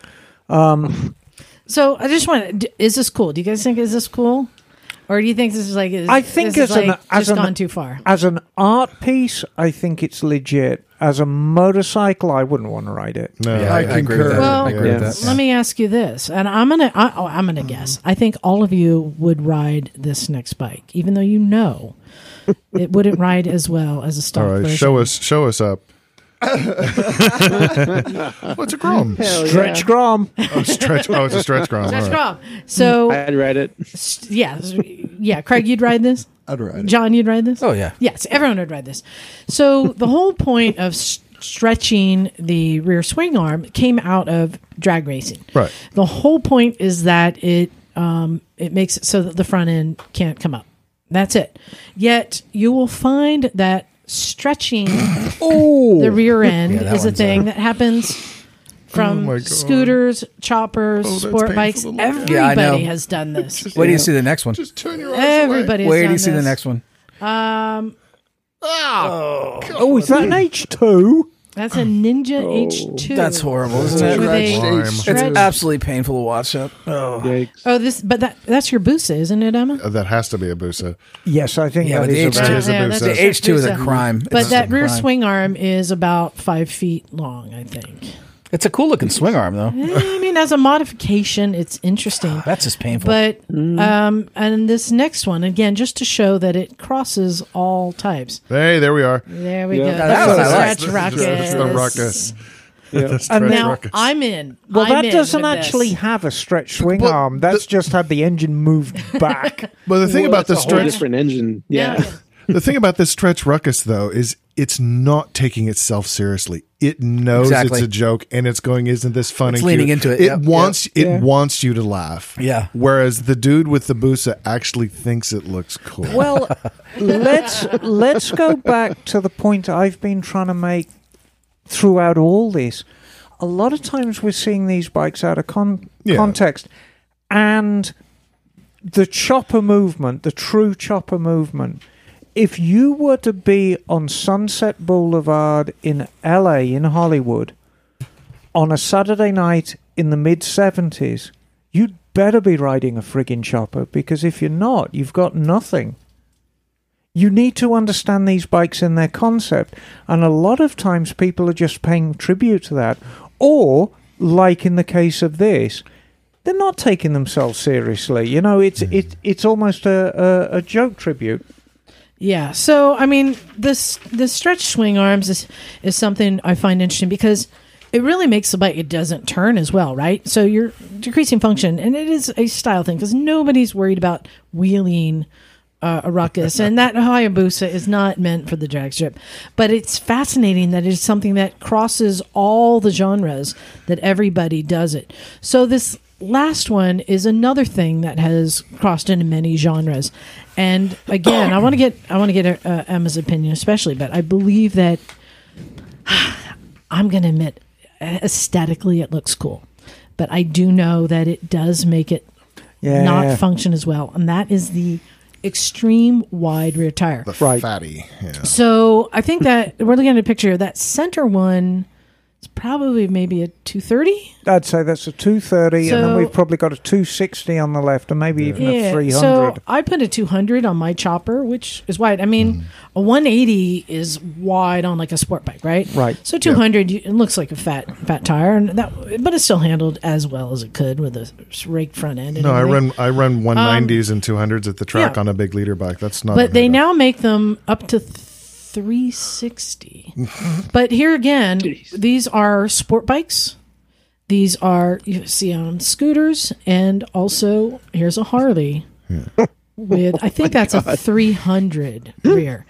Speaker 3: So I just want. to Is this cool? Do you guys think is this cool, or do you think this is like? Is,
Speaker 2: I think
Speaker 3: this
Speaker 2: as
Speaker 3: is
Speaker 2: an-
Speaker 3: like
Speaker 2: as
Speaker 3: just
Speaker 2: an-
Speaker 3: gone too far.
Speaker 2: As an art piece, I think it's legit. As a motorcycle, I wouldn't want to ride it.
Speaker 6: No,
Speaker 4: Yeah,
Speaker 5: I
Speaker 4: agree
Speaker 5: concur.
Speaker 4: with that.
Speaker 3: Well,
Speaker 4: I agree
Speaker 1: Yeah.
Speaker 4: with that.
Speaker 3: Let me ask you this, and I'm gonna I, oh,
Speaker 2: Mm-hmm.
Speaker 3: I'm gonna guess. I think all of you would ride this next bike, even though you know it wouldn't ride as well as a stock
Speaker 6: all right.
Speaker 3: version.
Speaker 6: Show us. Show us up. What's a grom?
Speaker 2: Stretch Grom.
Speaker 6: Oh, stretch. Oh, it's a stretch grom.
Speaker 3: That's
Speaker 6: all right.
Speaker 3: wrong. So
Speaker 1: I'd ride it.
Speaker 3: s- yeah, s- yeah. Craig, you'd ride this.
Speaker 5: I'd ride it.
Speaker 3: John, you'd ride this.
Speaker 4: Oh, yeah.
Speaker 3: Yes, everyone would ride this. So the whole point of s- stretching the rear swing arm came out of drag racing.
Speaker 6: Right.
Speaker 3: The whole point is that it um, it makes it so that the front end can't come up. That's it. Yet you will find that stretching the rear end
Speaker 4: [LAUGHS] Yeah, that
Speaker 3: is a
Speaker 4: one's, uh, Oh
Speaker 3: thing that
Speaker 4: [LAUGHS]
Speaker 3: happens from
Speaker 6: my God.
Speaker 3: scooters, choppers,
Speaker 6: that's
Speaker 3: sport bikes.
Speaker 6: painful to look
Speaker 3: Everybody
Speaker 4: at. Yeah, I know.
Speaker 3: has done this.
Speaker 4: Wait till you see the next one.
Speaker 6: Just turn your eyes
Speaker 3: Everybody.
Speaker 4: Wait
Speaker 3: has
Speaker 4: till
Speaker 3: done
Speaker 4: you see the
Speaker 3: this.
Speaker 4: next one.
Speaker 2: Oh, is that an H two?
Speaker 3: That's a Ninja H2.
Speaker 4: Oh, That's horrible, isn't
Speaker 3: Where
Speaker 4: it?
Speaker 3: they
Speaker 6: Lime.
Speaker 5: Stage
Speaker 4: It's
Speaker 5: two.
Speaker 3: Stretch.
Speaker 4: absolutely painful to watch. Up.
Speaker 1: Yikes.
Speaker 3: Oh, this, but that that's your Busa, isn't it, Emma?
Speaker 6: away. That has to be a Busa.
Speaker 2: Yes, I think
Speaker 4: Yeah,
Speaker 2: that
Speaker 4: but the
Speaker 2: is
Speaker 4: H2
Speaker 2: a
Speaker 6: is a
Speaker 3: yeah,
Speaker 6: Busa.
Speaker 3: that's
Speaker 6: The
Speaker 3: just
Speaker 4: H2 is a
Speaker 3: Busa.
Speaker 4: crime.
Speaker 3: But
Speaker 4: It's a
Speaker 3: that rear
Speaker 4: crime.
Speaker 3: swing arm is about five feet long, I think.
Speaker 4: It's a cool looking swing arm, though.
Speaker 3: I mean, as a modification, it's interesting.
Speaker 4: That's just painful.
Speaker 3: But um, and this next one again, just to show that it crosses all types.
Speaker 6: Hey, there we are.
Speaker 3: There we
Speaker 1: Yeah.
Speaker 3: go.
Speaker 4: That's
Speaker 3: That's
Speaker 4: what I like.
Speaker 3: stretch rockets.
Speaker 6: That's the rockets. That's
Speaker 2: And
Speaker 6: stretch
Speaker 3: Now
Speaker 6: rockets.
Speaker 3: I'm in.
Speaker 2: Well,
Speaker 3: I'm
Speaker 2: that
Speaker 3: in
Speaker 2: doesn't
Speaker 3: with this.
Speaker 2: actually have a stretch swing
Speaker 6: But
Speaker 2: arm. That's just had the engine moved back.
Speaker 6: But the thing
Speaker 1: Well,
Speaker 6: about the
Speaker 1: that's a whole
Speaker 6: stretch
Speaker 1: different engine.
Speaker 3: Yeah.
Speaker 1: Yeah.
Speaker 6: the thing about this stretch ruckus though is it's not taking itself seriously. It knows
Speaker 4: Exactly.
Speaker 6: it's a joke and it's going, isn't this funny?
Speaker 4: It's leaning into it,
Speaker 6: It
Speaker 4: yep,
Speaker 6: wants it wants you to laugh.
Speaker 4: Yeah.
Speaker 6: Whereas the dude with the Busa actually thinks it looks cool.
Speaker 2: Well, let's let's go back to the point I've been trying to make throughout all this. A lot of times we're seeing these bikes out of con-
Speaker 6: Yeah.
Speaker 2: context, and the chopper movement, the true chopper movement. If you were to be on Sunset Boulevard in LA, in Hollywood, on a Saturday night in the mid 70s, you'd better be riding a friggin' chopper because if you're not, you've got nothing. You need to understand these bikes and their concept. And a lot of times people are just paying tribute to that. Or, like in the case of this, they're not taking themselves seriously. You know, it's
Speaker 3: Hmm.
Speaker 2: it, it's almost a, a, a joke tribute.
Speaker 3: Yeah. So I mean, this the stretch swing arms is is something I find interesting because it really makes the bike it doesn't turn as well, right? So you're decreasing function, and it is a style thing because nobody's worried about wheeling. Uh, a ruckus, and that Hayabusa is not meant for the drag strip, but it's fascinating that it's something that crosses all the genres that everybody does it. So this last one is another thing that has crossed into many genres. And again, I want to get I want to get uh, Emma's opinion especially, but I believe that [SIGHS] I'm going to admit e-, aesthetically it looks cool. But I do know that it does make it
Speaker 2: Yeah.
Speaker 3: not function as well, and that is the extreme wide rear tire.
Speaker 6: the
Speaker 2: right.
Speaker 6: fatty. Yeah.
Speaker 3: [LAUGHS] So I think that we're looking at a picture. That center one It's probably maybe a two thirty.
Speaker 2: I'd say that's a 230, and then
Speaker 3: So-
Speaker 2: we've probably got a 260 on the left, and maybe even a 300.
Speaker 3: So I put a two hundred on my chopper, which is wide. I mean,
Speaker 2: Hmm.
Speaker 3: a one eighty is wide on like a sport bike, right?
Speaker 2: Right.
Speaker 3: So two hundred, it looks like a fat fat tire, and that, but it's still handled as well as it could with a s- raked front end. and
Speaker 6: No, I
Speaker 3: everything.
Speaker 6: run I run 190s and 200s at the track
Speaker 3: yeah.
Speaker 6: on a big leader bike. That's not.
Speaker 3: but they
Speaker 6: unheard of.
Speaker 3: now make them up to 360 but here again these are sport bikes these are you see on scooters and also here's a harley [LAUGHS] with i think that's a 300 rear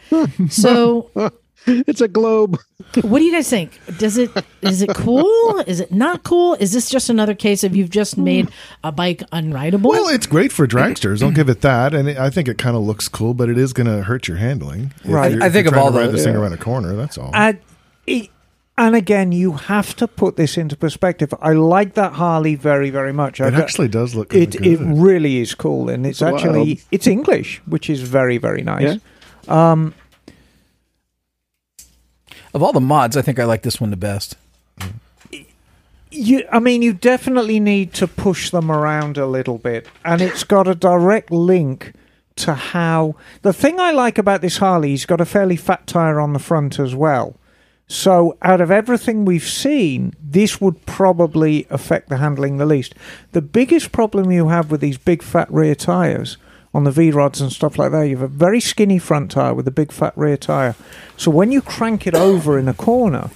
Speaker 3: so
Speaker 1: [LAUGHS] It's a globe.
Speaker 3: what do you guys think does it is it cool is it not cool is this just another case of you've just made a bike unrideable
Speaker 6: Well, it's great for dragsters. I'll give it that, and it, I think it kind of looks cool, but it is going to hurt your handling. If
Speaker 2: Right.
Speaker 6: you're-
Speaker 4: I
Speaker 6: if
Speaker 4: think of
Speaker 6: you're trying
Speaker 4: all
Speaker 6: to ride
Speaker 4: the-
Speaker 6: this thing
Speaker 4: yeah.
Speaker 6: around a corner. That's all.
Speaker 2: I, it, and again, you have to put this into perspective. I like that Harley very, very much. I
Speaker 6: it
Speaker 2: do-
Speaker 6: actually does look.
Speaker 2: it,
Speaker 6: It,
Speaker 2: it really is cool, and it's
Speaker 1: Wow.
Speaker 2: actually it's English, which is very, very nice.
Speaker 4: Of all the mods, I think I like this one the best.
Speaker 2: You, I mean, you definitely need to push them around a little bit, and it's got a direct link to how the thing I like about this Harley, he's got a fairly fat tire on the front as well. So, out of everything we've seen, this would probably affect the handling the least. The biggest problem you have with these big fat rear tires on the V rods and stuff like that, you have a very skinny front tire with a big fat rear tire. So, when you crank it over in a corner,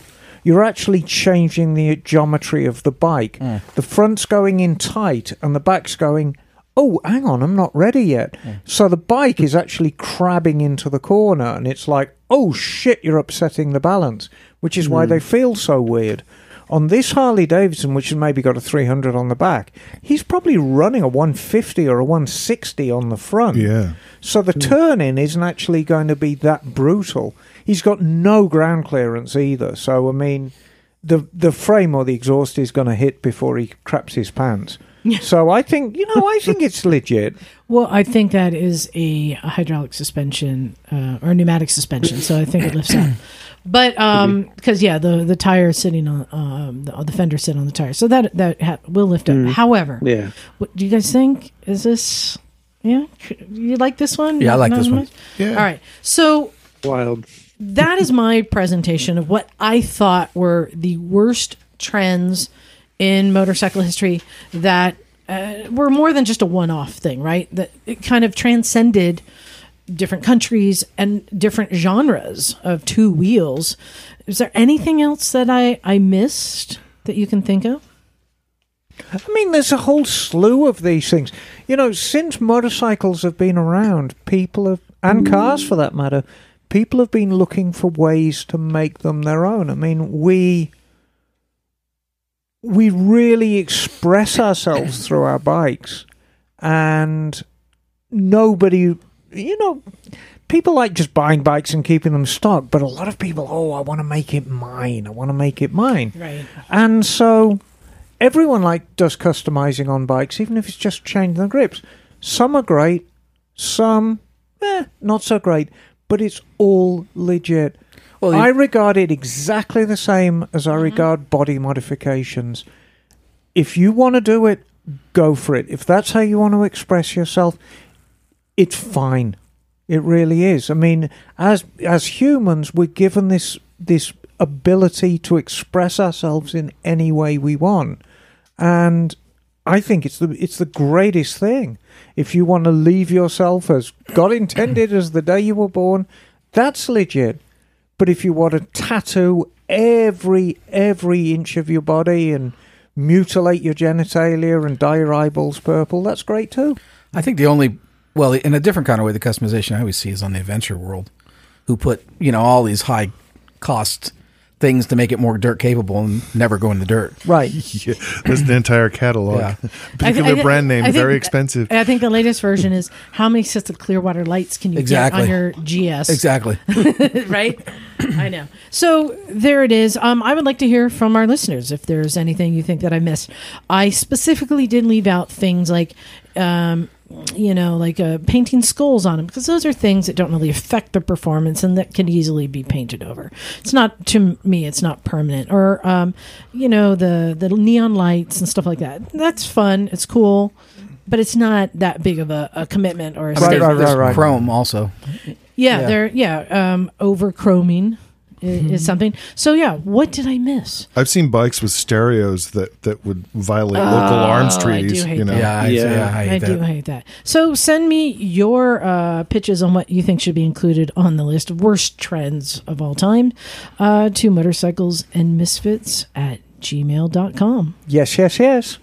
Speaker 2: you're actually changing the geometry of the bike. The front's going in tight and the back's going, oh, hang on, I'm not ready yet. So the bike is actually crabbing into the corner and it's like, oh shit, you're upsetting the balance, which is why they feel so weird. On this Harley Davidson, which has maybe got a 300 on the back, he's probably running a 150 or a 160 on the front.
Speaker 6: yeah.
Speaker 2: So the turn in isn't actually going to be that brutal. He's got no ground clearance either. So I mean, the the frame or the exhaust is going to hit before he craps his pants. so I think you know I think it's legit.
Speaker 3: Well, I think that is a hydraulic suspension uh, or pneumatic suspension, so I think it lifts up. But um 'cause because yeah, the the tire is sitting on um, the, the fender sit on the tire, so that that ha- will lift up. However,
Speaker 1: Yeah.
Speaker 3: what do you guys think? Is this yeah? You like this one?
Speaker 4: Yeah, I like
Speaker 3: Not
Speaker 4: this
Speaker 3: as
Speaker 4: one.
Speaker 3: much?
Speaker 6: Yeah.
Speaker 3: All right, so
Speaker 1: Wild.
Speaker 3: that is my presentation of what I thought were the worst trends in motorcycle history that uh, were more than just a one-off thing, right? That it kind of transcended different countries and different genres of two wheels. Is there anything else that I I missed that you can think of?
Speaker 2: I mean, there's a whole slew of these things. You know, since motorcycles have been around, people have, and cars for that matter, people have been looking for ways to make them their own. I mean, we we really express ourselves through our bikes, and nobody, you know, people like just buying bikes and keeping them stock, but a lot of people, oh, I want to make it mine. I want to make it mine.
Speaker 3: Right.
Speaker 2: And so everyone like does customizing on bikes, even if it's just changing the grips. Some are great, some eh, not so great, but it's all legit.
Speaker 4: Well, you- Mm-hmm.
Speaker 2: I regard it exactly the same as I regard body modifications. If you want to do it, go for it. If that's how you want to express yourself, it's fine. It really is. I mean, as as humans, we're given this this ability to express ourselves in any way we want, and I think it's the it's the greatest thing. If you want to leave yourself as God intended, as the day you were born, that's legit. But if you want to tattoo every every inch of your body and mutilate your genitalia and dye your eyeballs purple, that's great too.
Speaker 4: I think the only, well, in a different kind of way, the customization I always see is on the adventure world, who put you know all these high cost things to make it more dirt capable and never go in the dirt.
Speaker 2: Right.
Speaker 6: Yeah, [LAUGHS] There's an entire catalog. [LAUGHS]
Speaker 4: Yeah.
Speaker 6: Particular
Speaker 3: I thi- I thi-
Speaker 6: brand name,
Speaker 3: I think-
Speaker 6: very expensive.
Speaker 3: I think the latest version is how many sets of Clearwater lights can you
Speaker 4: Exactly.
Speaker 3: get on your GS?
Speaker 4: [LAUGHS] Exactly.
Speaker 3: [LAUGHS] right? I know. So there it is. Um, I would like to hear from our listeners if there's anything you think that I missed. I specifically did leave out things like um, you know, like uh, painting skulls on them because those are things that don't really affect the performance and that can easily be painted over. It's not to me, it's not permanent. Or um, you know, the the neon lights and stuff like that. That's fun. It's cool. But it's not that big of a, a commitment or a
Speaker 2: Right,
Speaker 3: stake.
Speaker 2: right,
Speaker 4: There's
Speaker 2: right, right.
Speaker 4: Chrome also.
Speaker 3: Yeah,
Speaker 4: Yeah. Mm-hmm.
Speaker 3: they're yeah, um over chroming is, is something. So yeah, what did I miss?
Speaker 6: I've seen bikes with stereos that that would violate local arms
Speaker 3: I
Speaker 6: treaties.
Speaker 3: do hate
Speaker 6: you know,
Speaker 3: that.
Speaker 4: Yeah, I,
Speaker 1: Yeah.
Speaker 4: yeah, I
Speaker 3: I,
Speaker 4: hate that.
Speaker 3: do hate that. So send me your uh, pitches on what you think should be included on the list worst trends of all time uh, to motorcycles and misfits at gmail.com.
Speaker 2: Yes, yes, yes.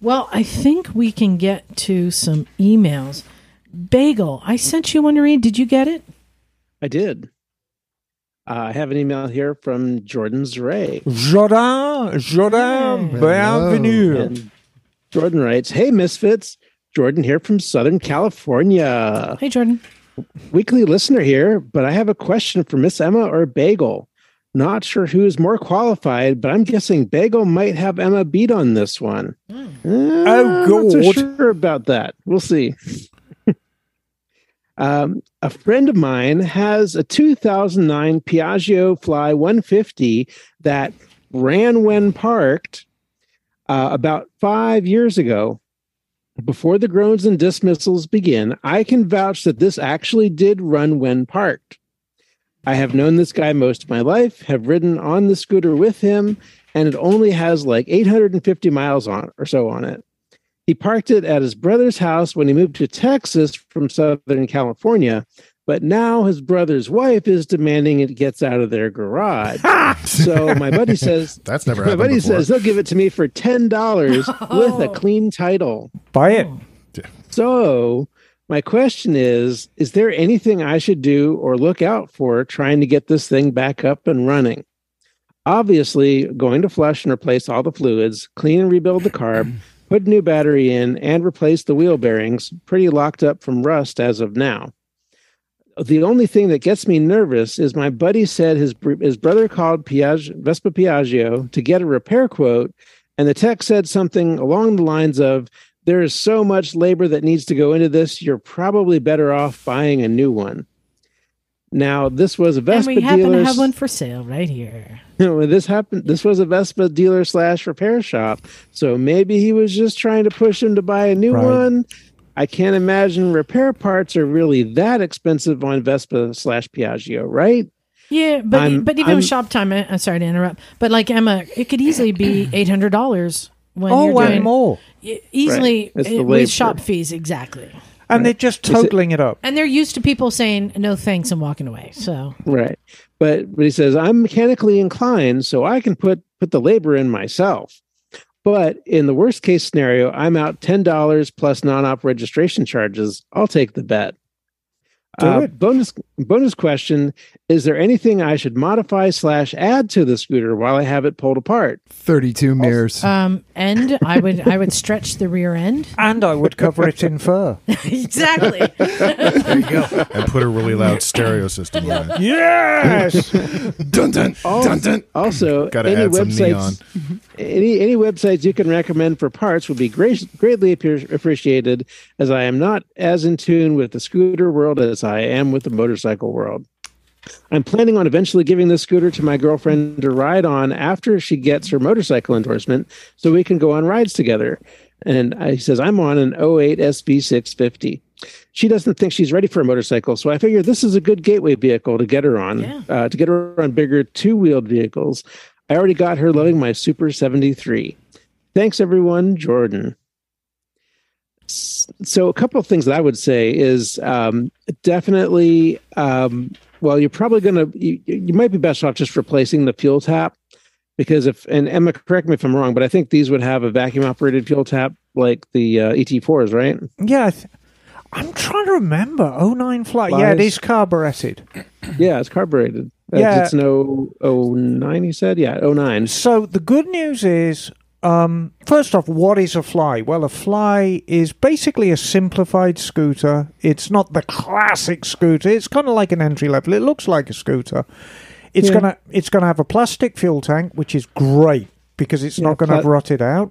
Speaker 3: Well, I think we can get to some emails. Bagel, I sent you one to read. Did you get it?
Speaker 1: I did. Uh, I have an email here from Jordan Zray.
Speaker 2: Jordan, Jordan,
Speaker 5: Hello.
Speaker 2: bienvenue.
Speaker 1: And Jordan writes, Hey, Misfits. Jordan here from Southern California.
Speaker 3: Hey, Jordan.
Speaker 1: Weekly listener here, but I have a question for Miss Emma or Bagel. Not sure who is more qualified, but I'm guessing Bagel might have Emma beat on this one. Uh,
Speaker 2: Oh,
Speaker 1: Not so
Speaker 2: God.
Speaker 1: sure about that. We'll see. [LAUGHS] um, a friend of mine has a 2009 Piaggio Fly 150 that ran when parked uh, about five years ago. Before the groans and dismissals begin, I can vouch that this actually did run when parked. I have known this guy most of my life, have ridden on the scooter with him, and it only has like 850 miles on or so on it. He parked it at his brother's house when he moved to Texas from Southern California, but now his brother's wife is demanding it gets out of their garage. so my buddy says
Speaker 6: that's never
Speaker 1: my
Speaker 6: happened
Speaker 1: buddy
Speaker 6: before.
Speaker 1: says they'll give it to me for ten dollars with a clean title.
Speaker 2: Buy it.
Speaker 1: So my question is: Is there anything I should do or look out for trying to get this thing back up and running? Obviously, going to flush and replace all the fluids, clean and rebuild the carb, put a new battery in, and replace the wheel bearings. Pretty locked up from rust as of now the only thing that gets me nervous is my buddy said his br- his brother called Piaggio, Vespa Piaggio to get a repair quote, and the tech said something along the lines of, "There is so much labor that needs to go into this. You're probably better off buying a new one." Now, this was a Vespa
Speaker 3: and we happen
Speaker 1: dealer.
Speaker 3: to have one for sale right here.
Speaker 1: [LAUGHS] when this happened, this was a Vespa dealer slash repair shop. So maybe he was just trying to push him to buy a new
Speaker 2: Right.
Speaker 1: one. I can't imagine repair parts are really that expensive on Vespa slash Piaggio, right?
Speaker 3: Yeah, but
Speaker 1: I'm-
Speaker 3: but even
Speaker 1: I'm-
Speaker 3: with shop time, I- I'm sorry to interrupt, but like Emma, it could
Speaker 1: [CLEARS THROAT]
Speaker 3: easily be eight hundred dollars when
Speaker 2: Oh,
Speaker 3: you're
Speaker 2: one
Speaker 3: doing
Speaker 2: more.
Speaker 3: e- easily
Speaker 1: It's the
Speaker 3: uh,
Speaker 1: labor.
Speaker 3: with shop fees exactly.
Speaker 2: And they're just totaling it up.
Speaker 3: And they're used to people saying no thanks and walking away. So
Speaker 1: Right. But but he says I'm mechanically inclined, so I can put put the labor in myself. But in the worst case scenario, I'm out ten dollars plus non-op registration charges. I'll take the bet.
Speaker 2: Do
Speaker 1: Uh,
Speaker 2: it.
Speaker 1: bonus bonus question: Is there anything I should modify slash add to the scooter while I have it pulled
Speaker 2: [CLEARS THROAT]
Speaker 1: apart?
Speaker 5: 32 mirrors.
Speaker 3: um, and I would I would stretch the
Speaker 2: [LAUGHS]
Speaker 3: rear end
Speaker 2: And I would cover it in fur.
Speaker 3: exactly.
Speaker 6: and put a really loud stereo system on it.
Speaker 2: Yes!
Speaker 5: dun dun dun dun.
Speaker 1: Also,
Speaker 6: Gotta
Speaker 1: any
Speaker 6: add some
Speaker 1: websites, Mm-hmm. any any websites you can recommend for parts would be great, greatly appre- appreciated, as I am not as in tune with the scooter world as I am with the motorcycle world. I'm planning on eventually giving this scooter to my girlfriend to ride on after she gets her motorcycle endorsement, so we can go on rides together. And I, he says I'm on an 08 SV650. She doesn't think she's ready for a motorcycle, so I figure this is a good gateway vehicle to get her on,
Speaker 3: Yeah.
Speaker 1: uh, to get her on bigger two-wheeled vehicles. I already got her loving my Super 73. Thanks, everyone. Jordan. S- So, a couple of things that I would say is um, definitely, um, well, you're probably going to, you, you might be best off just replacing the fuel tap because if, and Emma, correct me if I'm wrong, but I think these would have a vacuum operated fuel tap like the uh, ET4s, right?
Speaker 2: yeah, I th- I'm trying to remember. 09 flight. Yeah, it
Speaker 1: Lies.
Speaker 2: is carburetted.
Speaker 1: Yeah, it's carbureted. That's-
Speaker 2: Yeah.
Speaker 1: It's an 09, you said? Yeah, 09.
Speaker 2: So the good news is, um, first off, what is a fly? Well, a fly is basically a simplified scooter. It's not the classic scooter. It's kind of like an entry level. It looks like a scooter. It's
Speaker 1: Yeah.
Speaker 2: gonna it's gonna have a plastic fuel tank, which is great because it's
Speaker 1: Yeah,
Speaker 2: not gonna
Speaker 1: pla-
Speaker 2: have rotted out.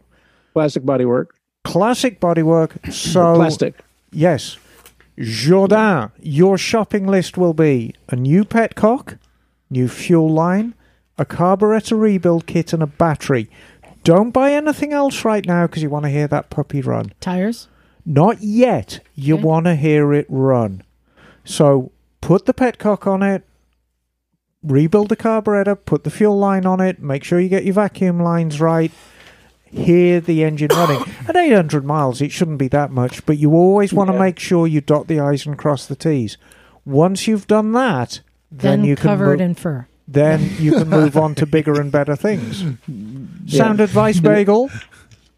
Speaker 1: Plastic bodywork. [COUGHS]
Speaker 2: Classic bodywork. So
Speaker 1: Plastic.
Speaker 2: Yes. Jourdain, your shopping list will be a new pet cock, new fuel line, a carburetor rebuild kit, and a battery. Don't buy anything else right now because you want to hear that puppy run.
Speaker 3: Tires.
Speaker 2: Not yet. You
Speaker 3: Okay.
Speaker 2: want to hear it run. So put the petcock on it, rebuild the carburetor, put the fuel line on it, make sure you get your vacuum lines right, hear the
Speaker 3: [COUGHS]
Speaker 2: engine running. At 800 miles, it shouldn't be that much, but you always want to make sure you dot the I's and cross the T's. Once you've done that, then,
Speaker 3: Then,
Speaker 2: you can
Speaker 3: cover
Speaker 2: mo-
Speaker 3: it in [LAUGHS] fur.
Speaker 2: then you can move on to bigger and better
Speaker 3: [LAUGHS]
Speaker 2: things. Sound advice, Bagel.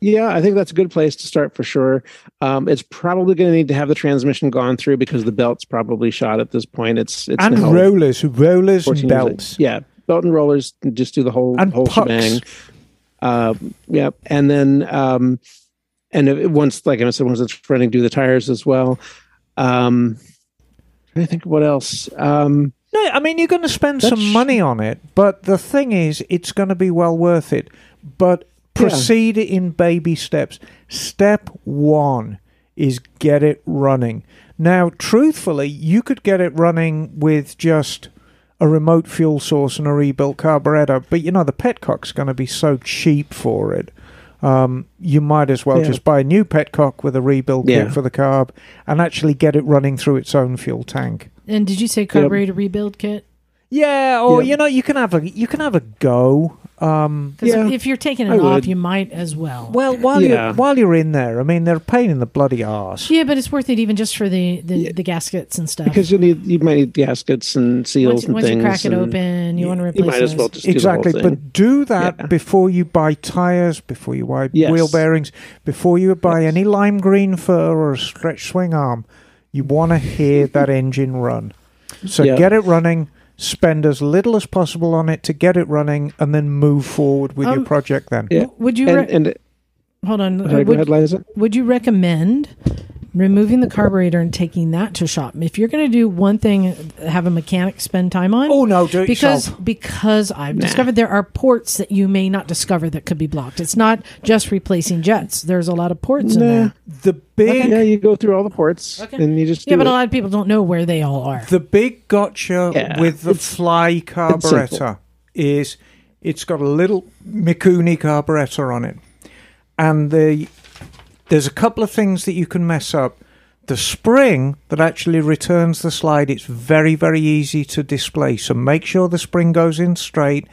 Speaker 1: Yeah, I think that's a good place to start for sure. Um, it's probably going to need to have the transmission gone through because the belt's probably shot at this point. It's it's
Speaker 2: and
Speaker 1: now
Speaker 2: rollers, rollers
Speaker 1: 14
Speaker 2: and
Speaker 1: years old.
Speaker 2: belts.
Speaker 1: Yeah, belt and rollers. Just do the whole
Speaker 2: And
Speaker 1: whole
Speaker 2: pucks.
Speaker 1: shebang. Uh, yeah, and then um, and if- once, like I said, once it's running, do the tires as well. Um, trying to think of what else. Um,
Speaker 2: No, I mean you're going to spend
Speaker 1: That
Speaker 2: some
Speaker 1: sh-
Speaker 2: money on it, but the thing is, it's going to be well worth it. But proceed in baby steps. Step one is get it running. Now, truthfully, you could get it running with just a remote fuel source and a rebuilt carburetor, but you know the petcock's going to be so cheap for it. Um, you might as well
Speaker 1: Yeah.
Speaker 2: just buy a new petcock with a rebuild
Speaker 1: Yeah.
Speaker 2: kit for the carb and actually get it running through its own fuel tank.
Speaker 3: And did you say carburetor rebuild kit?
Speaker 2: Yeah, or
Speaker 1: Yeah.
Speaker 2: you know, you can have a you can have a go. Um,
Speaker 3: Because
Speaker 1: Yeah,
Speaker 3: if you're taking it
Speaker 1: I
Speaker 3: off,
Speaker 1: would.
Speaker 3: you might as well.
Speaker 2: well, while
Speaker 1: Yeah.
Speaker 2: you're while you're in there, I mean, they're a pain in the bloody arse.
Speaker 3: yeah, but it's worth it even just for the the,
Speaker 1: Yeah.
Speaker 3: the gaskets and stuff.
Speaker 1: because you need you might need gaskets and seals
Speaker 3: once,
Speaker 1: and
Speaker 3: once
Speaker 1: things.
Speaker 3: you crack it
Speaker 1: and
Speaker 3: open, you want to replace
Speaker 1: might as
Speaker 3: those.
Speaker 1: well just
Speaker 2: exactly,
Speaker 1: do the whole thing.
Speaker 2: but do that
Speaker 1: Yeah.
Speaker 2: before you buy tires, before you buy
Speaker 1: Yes.
Speaker 2: wheel bearings, before you buy
Speaker 1: Yes.
Speaker 2: any lime green fur or a stretch swing arm. You want to hear
Speaker 1: [LAUGHS]
Speaker 2: that engine run, so
Speaker 1: Yeah.
Speaker 2: get it running. Spend as little as possible on it to get it running, and then move forward with your
Speaker 3: Um,
Speaker 2: project. Then,
Speaker 1: Yeah.
Speaker 3: Would you
Speaker 1: and,
Speaker 3: re-
Speaker 1: and
Speaker 3: hold on?
Speaker 1: sorry,
Speaker 3: uh,
Speaker 1: go ahead,
Speaker 3: would,
Speaker 1: Liza.
Speaker 3: would you recommend removing the carburetor and taking that to shop? If you're going to do one thing, have a mechanic spend time on.
Speaker 2: oh no, do it
Speaker 3: because
Speaker 2: yourself.
Speaker 3: because I've discovered there are ports that you may not discover that could be blocked. It's not just replacing jets. There's a lot of ports in
Speaker 1: Nah.
Speaker 3: there.
Speaker 2: The big
Speaker 1: Yeah, you go through all the ports
Speaker 3: Okay.
Speaker 1: and you just
Speaker 3: Yeah,
Speaker 1: do
Speaker 3: but
Speaker 1: it.
Speaker 3: a lot of people don't know where they all are.
Speaker 2: The big gotcha
Speaker 1: Yeah,
Speaker 2: with the
Speaker 1: it's-
Speaker 2: fly carburetor
Speaker 1: simple.
Speaker 2: is it's got a little Mikuni carburetor on it, and the there's a couple of things that you can mess up. The spring that actually returns the slide, it's very, very easy to displace. So make sure the spring goes in straight.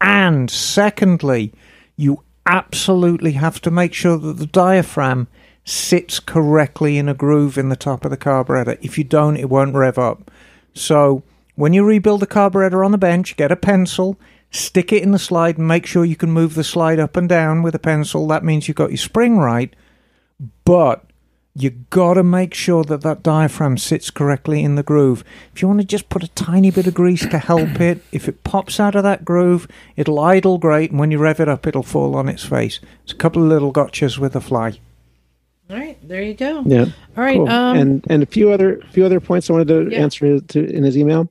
Speaker 2: And secondly, you absolutely have to make sure that the diaphragm sits correctly in a groove in the top of the carburetor. If you don't, it won't rev up. So when you rebuild the carburetor on the bench, get a pencil, stick it in the slide, and make sure you can move the slide up and down with a pencil. That means you've got your spring right, but you got to make sure that that diaphragm sits correctly in the groove. If you want to just put a tiny bit of grease to help it, if it pops out of that groove, it'll idle great, and when you rev it up, it'll fall on its face. It's a couple of little gotchas with a fly.
Speaker 3: All right, there you go.
Speaker 1: Yeah.
Speaker 3: All right,
Speaker 1: Cool.
Speaker 3: um,
Speaker 1: and and a few other few other points I wanted to
Speaker 3: Yeah.
Speaker 1: answer his, to, in his email.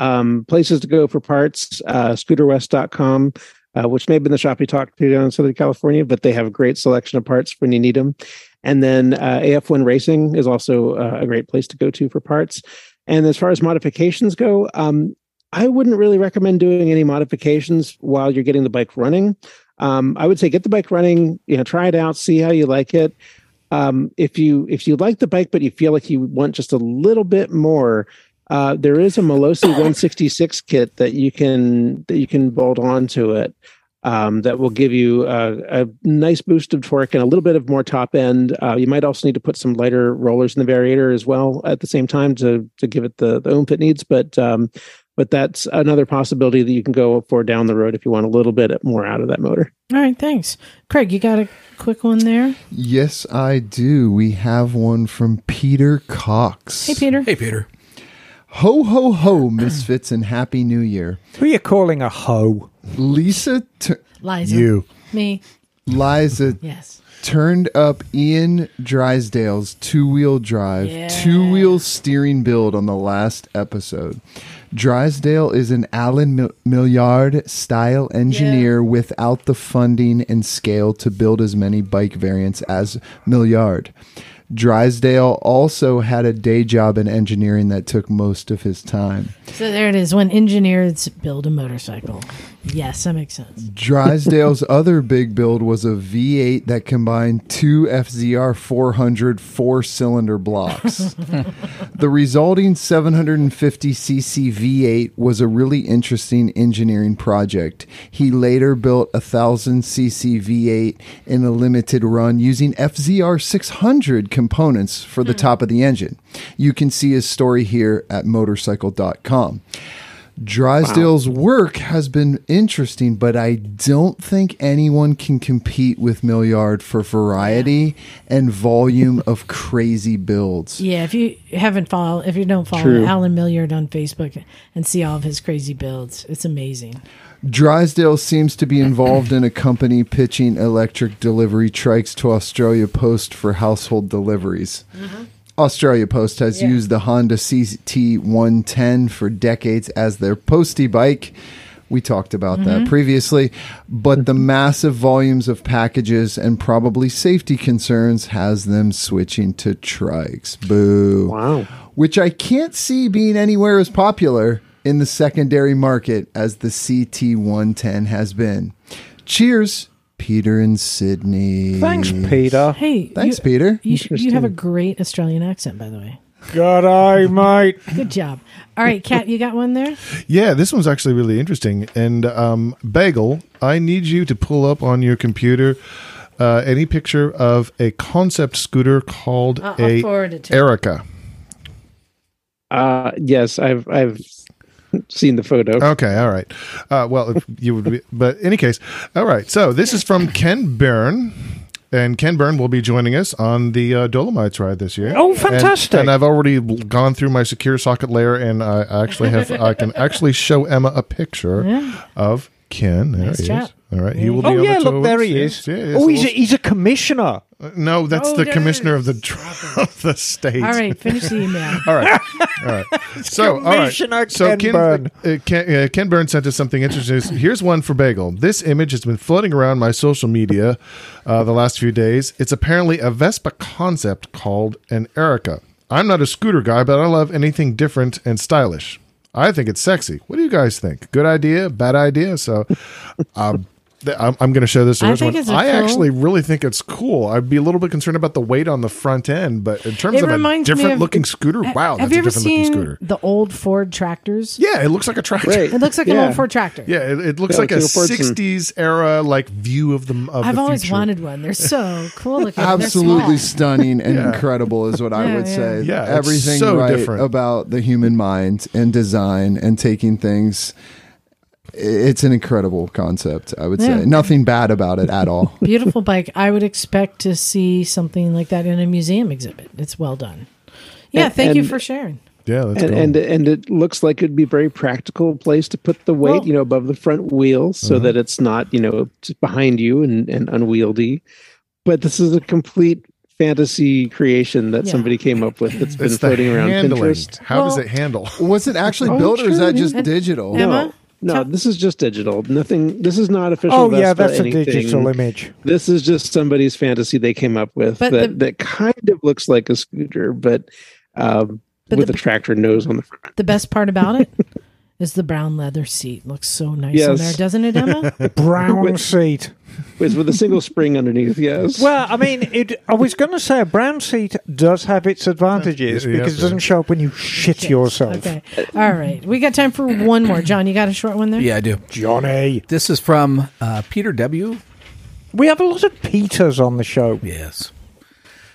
Speaker 1: Um, places to go for parts, uh, scooterwest.com, uh, which may have been the shop you talked to down in Southern California, but they have a great selection of parts when you need them. And then uh, AF1 Racing is also uh, a great place to go to for parts. And as far as modifications go, um, I wouldn't really recommend doing any modifications while you're getting the bike running. Um, I would say get the bike running, you know, try it out, see how you like it um, if you if you like the bike but you feel like you want just a little bit more uh, there is a Melosi 166 kit that you can that you can bolt onto it um, that will give you a, a nice boost of torque and a little bit of more top end. Uh, you might also need to put some lighter rollers in the variator as well at the same time to to give it the the oomph it needs. But um, but that's another possibility that you can go for down the road if you want a little bit more out of that motor.
Speaker 3: All right, thanks, Craig. You got a quick one there.
Speaker 5: Yes, I do. We have one from Peter Cox.
Speaker 3: Hey, Peter.
Speaker 4: Hey, Peter.
Speaker 5: Ho, ho, ho, misfits, and Happy New Year.
Speaker 2: Who are you calling a hoe?
Speaker 5: Lisa, tur-
Speaker 3: Liza.
Speaker 6: You.
Speaker 3: Me.
Speaker 5: Liza
Speaker 3: Yes.
Speaker 5: turned up Ian Drysdale's two wheel drive,
Speaker 3: Yeah.
Speaker 5: two wheel steering build on the last episode. Drysdale is an Alan Mil- Milliard style engineer without the funding and scale to build as many bike variants as Milliard. Drysdale also had a day job in engineering that took most of his time.
Speaker 3: So there it is. When engineers build a motorcycle. Yes, that makes sense.
Speaker 5: Drysdale's other big build was a V8 that combined two FZR 400 four cylinder blocks. the resulting 750cc V8 was a really interesting engineering project. He later built a 1000cc V8 in a limited run using FZR 600 components for the top of the engine. You can see his story here at motorcycle.com. Drysdale's work has been interesting, but I don't think anyone can compete with Milliard for variety and volume of crazy builds.
Speaker 3: Yeah, if you haven't follow, if you don't follow
Speaker 1: True.
Speaker 3: Alan Milliard on Facebook and see all of his crazy builds, it's amazing.
Speaker 5: Drysdale seems to be involved in a company pitching electric delivery trikes to Australia Post for household deliveries. Australia Post has used the Honda CT110 for decades as their postie bike. We talked about that previously, but the massive volumes of packages and probably safety concerns has them switching to trikes. Boo
Speaker 1: Wow.
Speaker 5: which I can't see being anywhere as popular in the secondary market as the CT110 has been. Cheers, Peter and Sydney.
Speaker 2: Thanks, Peter.
Speaker 3: Hey,
Speaker 5: Thanks,
Speaker 3: you,
Speaker 5: Peter.
Speaker 3: You, sh- you have a great Australian accent, by the way.
Speaker 2: God, I might.
Speaker 3: Good job. All right, Kat, you got one there?
Speaker 6: Yeah, this one's actually really interesting. And um, Bagel, I need you to pull up on your computer uh, any picture of a concept scooter called
Speaker 3: I'll, I'll
Speaker 6: a
Speaker 3: forward it to you.
Speaker 6: Erica.
Speaker 1: Uh, yes, I've I've seen the photo.
Speaker 6: Okay, all right. Uh, well, if [LAUGHS] you would, be, but in any case, all right. So this is from Ken Byrne, and Ken Byrne will be joining us on the uh, Dolomites ride this year.
Speaker 2: Oh,
Speaker 6: And-
Speaker 2: fantastic.
Speaker 6: And, I've already gone through my secure socket layer, and I actually have
Speaker 2: [LAUGHS]
Speaker 6: I can actually show Emma a picture
Speaker 3: Yeah.
Speaker 6: of Ken. There
Speaker 3: Nice
Speaker 6: he
Speaker 3: chap.
Speaker 6: is. All right, he will be.
Speaker 2: Oh
Speaker 6: on
Speaker 2: yeah,
Speaker 6: the
Speaker 2: look
Speaker 6: tour
Speaker 2: there
Speaker 6: with-
Speaker 2: he is.
Speaker 6: yes, yes,
Speaker 2: oh, he's a,
Speaker 6: we'll-
Speaker 2: he's a commissioner.
Speaker 6: no, that's
Speaker 3: Oh,
Speaker 6: the
Speaker 3: there
Speaker 6: commissioner
Speaker 3: it
Speaker 6: of the [LAUGHS] of the state.
Speaker 3: All right, finish the
Speaker 6: [LAUGHS]
Speaker 3: email.
Speaker 6: All right.
Speaker 3: [LAUGHS]
Speaker 6: All right. So, all right.
Speaker 2: Commissioner
Speaker 6: So,
Speaker 2: Ken
Speaker 6: Ken,
Speaker 2: Byrne.
Speaker 6: uh, Ken, uh, Ken Byrne sent us something interesting. Here's one for Bagel. This image has been floating around my social media uh, the last few days. It's apparently a Vespa concept called an Erica. I'm not a scooter guy, but I love anything different and stylish. I think it's sexy. What do you guys think? Good idea? Bad idea? So, [LAUGHS] um, th- I'm, I'm going to show this. to
Speaker 3: I
Speaker 6: everyone.
Speaker 3: think it's a
Speaker 6: I
Speaker 3: cool-
Speaker 6: actually really think it's cool. I'd be a little bit concerned about the weight on the front end, but in terms
Speaker 3: It
Speaker 6: of a
Speaker 3: reminds me of-
Speaker 6: different looking scooter, wow,
Speaker 3: Have you
Speaker 6: that's a
Speaker 3: ever
Speaker 6: different
Speaker 3: seen
Speaker 6: looking scooter.
Speaker 3: the old Ford tractors?
Speaker 6: Yeah, it looks like a tractor.
Speaker 1: Right.
Speaker 3: It looks like an
Speaker 1: Yeah.
Speaker 3: old Ford tractor.
Speaker 6: Yeah, it, it looks
Speaker 1: Yeah,
Speaker 6: like a
Speaker 1: like a Fordson.
Speaker 6: '60s era like view of the of
Speaker 3: I've
Speaker 6: the
Speaker 3: always
Speaker 6: future.
Speaker 3: wanted one. They're so cool looking. They're
Speaker 5: Absolutely
Speaker 3: small.
Speaker 5: stunning and incredible is what I
Speaker 3: Yeah,
Speaker 5: would
Speaker 3: yeah.
Speaker 5: say.
Speaker 6: Yeah, it's
Speaker 5: Everything
Speaker 6: so
Speaker 5: right
Speaker 6: different.
Speaker 5: about the human mind and design and taking things. I- It's an incredible concept, I would
Speaker 3: Yeah.
Speaker 5: say. Nothing bad about it
Speaker 3: [LAUGHS]
Speaker 5: at all.
Speaker 3: Beautiful bike. I would expect to see something like that in a museum exhibit. It's well done. Yeah,
Speaker 1: And-
Speaker 3: thank you
Speaker 1: and-
Speaker 3: for sharing.
Speaker 6: Yeah, that's
Speaker 1: and,
Speaker 6: cool.
Speaker 1: and and it looks like it'd be a very practical place to put the weight,
Speaker 3: Well- Mm-hmm.
Speaker 1: you know, above the front wheel, so that it's not, you know, just behind you and, and unwieldy. But this is a complete fantasy creation that
Speaker 3: Yeah.
Speaker 1: somebody came up with that's been
Speaker 6: it's the
Speaker 1: floating around
Speaker 6: handling.
Speaker 1: Pinterest.
Speaker 6: How does
Speaker 3: Well-
Speaker 6: it handle? [LAUGHS]
Speaker 5: Was it actually
Speaker 1: Oh,
Speaker 5: built or is
Speaker 1: sure,
Speaker 5: that
Speaker 1: yeah.
Speaker 5: just
Speaker 3: And-
Speaker 5: digital?
Speaker 3: and- Emma?
Speaker 1: No, no,
Speaker 3: Tell-
Speaker 1: this is just digital. Nothing. This is not official.
Speaker 2: oh
Speaker 1: Vespa
Speaker 2: yeah, that's a
Speaker 1: anything.
Speaker 2: digital
Speaker 1: [LAUGHS]
Speaker 2: image.
Speaker 1: This is just somebody's fantasy they came up with
Speaker 3: But
Speaker 1: that,
Speaker 3: the-
Speaker 1: that kind of looks like a scooter, but, um,
Speaker 3: But
Speaker 1: with
Speaker 3: the-
Speaker 1: a tractor nose on the front.
Speaker 3: The best part
Speaker 1: [LAUGHS]
Speaker 3: about it is the brown leather seat. Looks so nice on
Speaker 1: Yes.
Speaker 3: there, doesn't it, Emma?
Speaker 1: [LAUGHS]
Speaker 2: Brown seat.
Speaker 1: It's with a
Speaker 3: [LAUGHS]
Speaker 1: single spring underneath. Yes.
Speaker 2: Well, I mean, it, I was going to say a brown seat does have its advantages
Speaker 6: Yeah, yeah,
Speaker 2: because it
Speaker 6: yeah.
Speaker 2: doesn't show up when you shit yourself,
Speaker 3: Okay. All right. We got time for one more. John, you got a short one there?
Speaker 4: Yeah, I do.
Speaker 2: Johnny.
Speaker 4: This is from uh, Peter W.
Speaker 2: We have a lot of Peters on the show.
Speaker 4: Yes.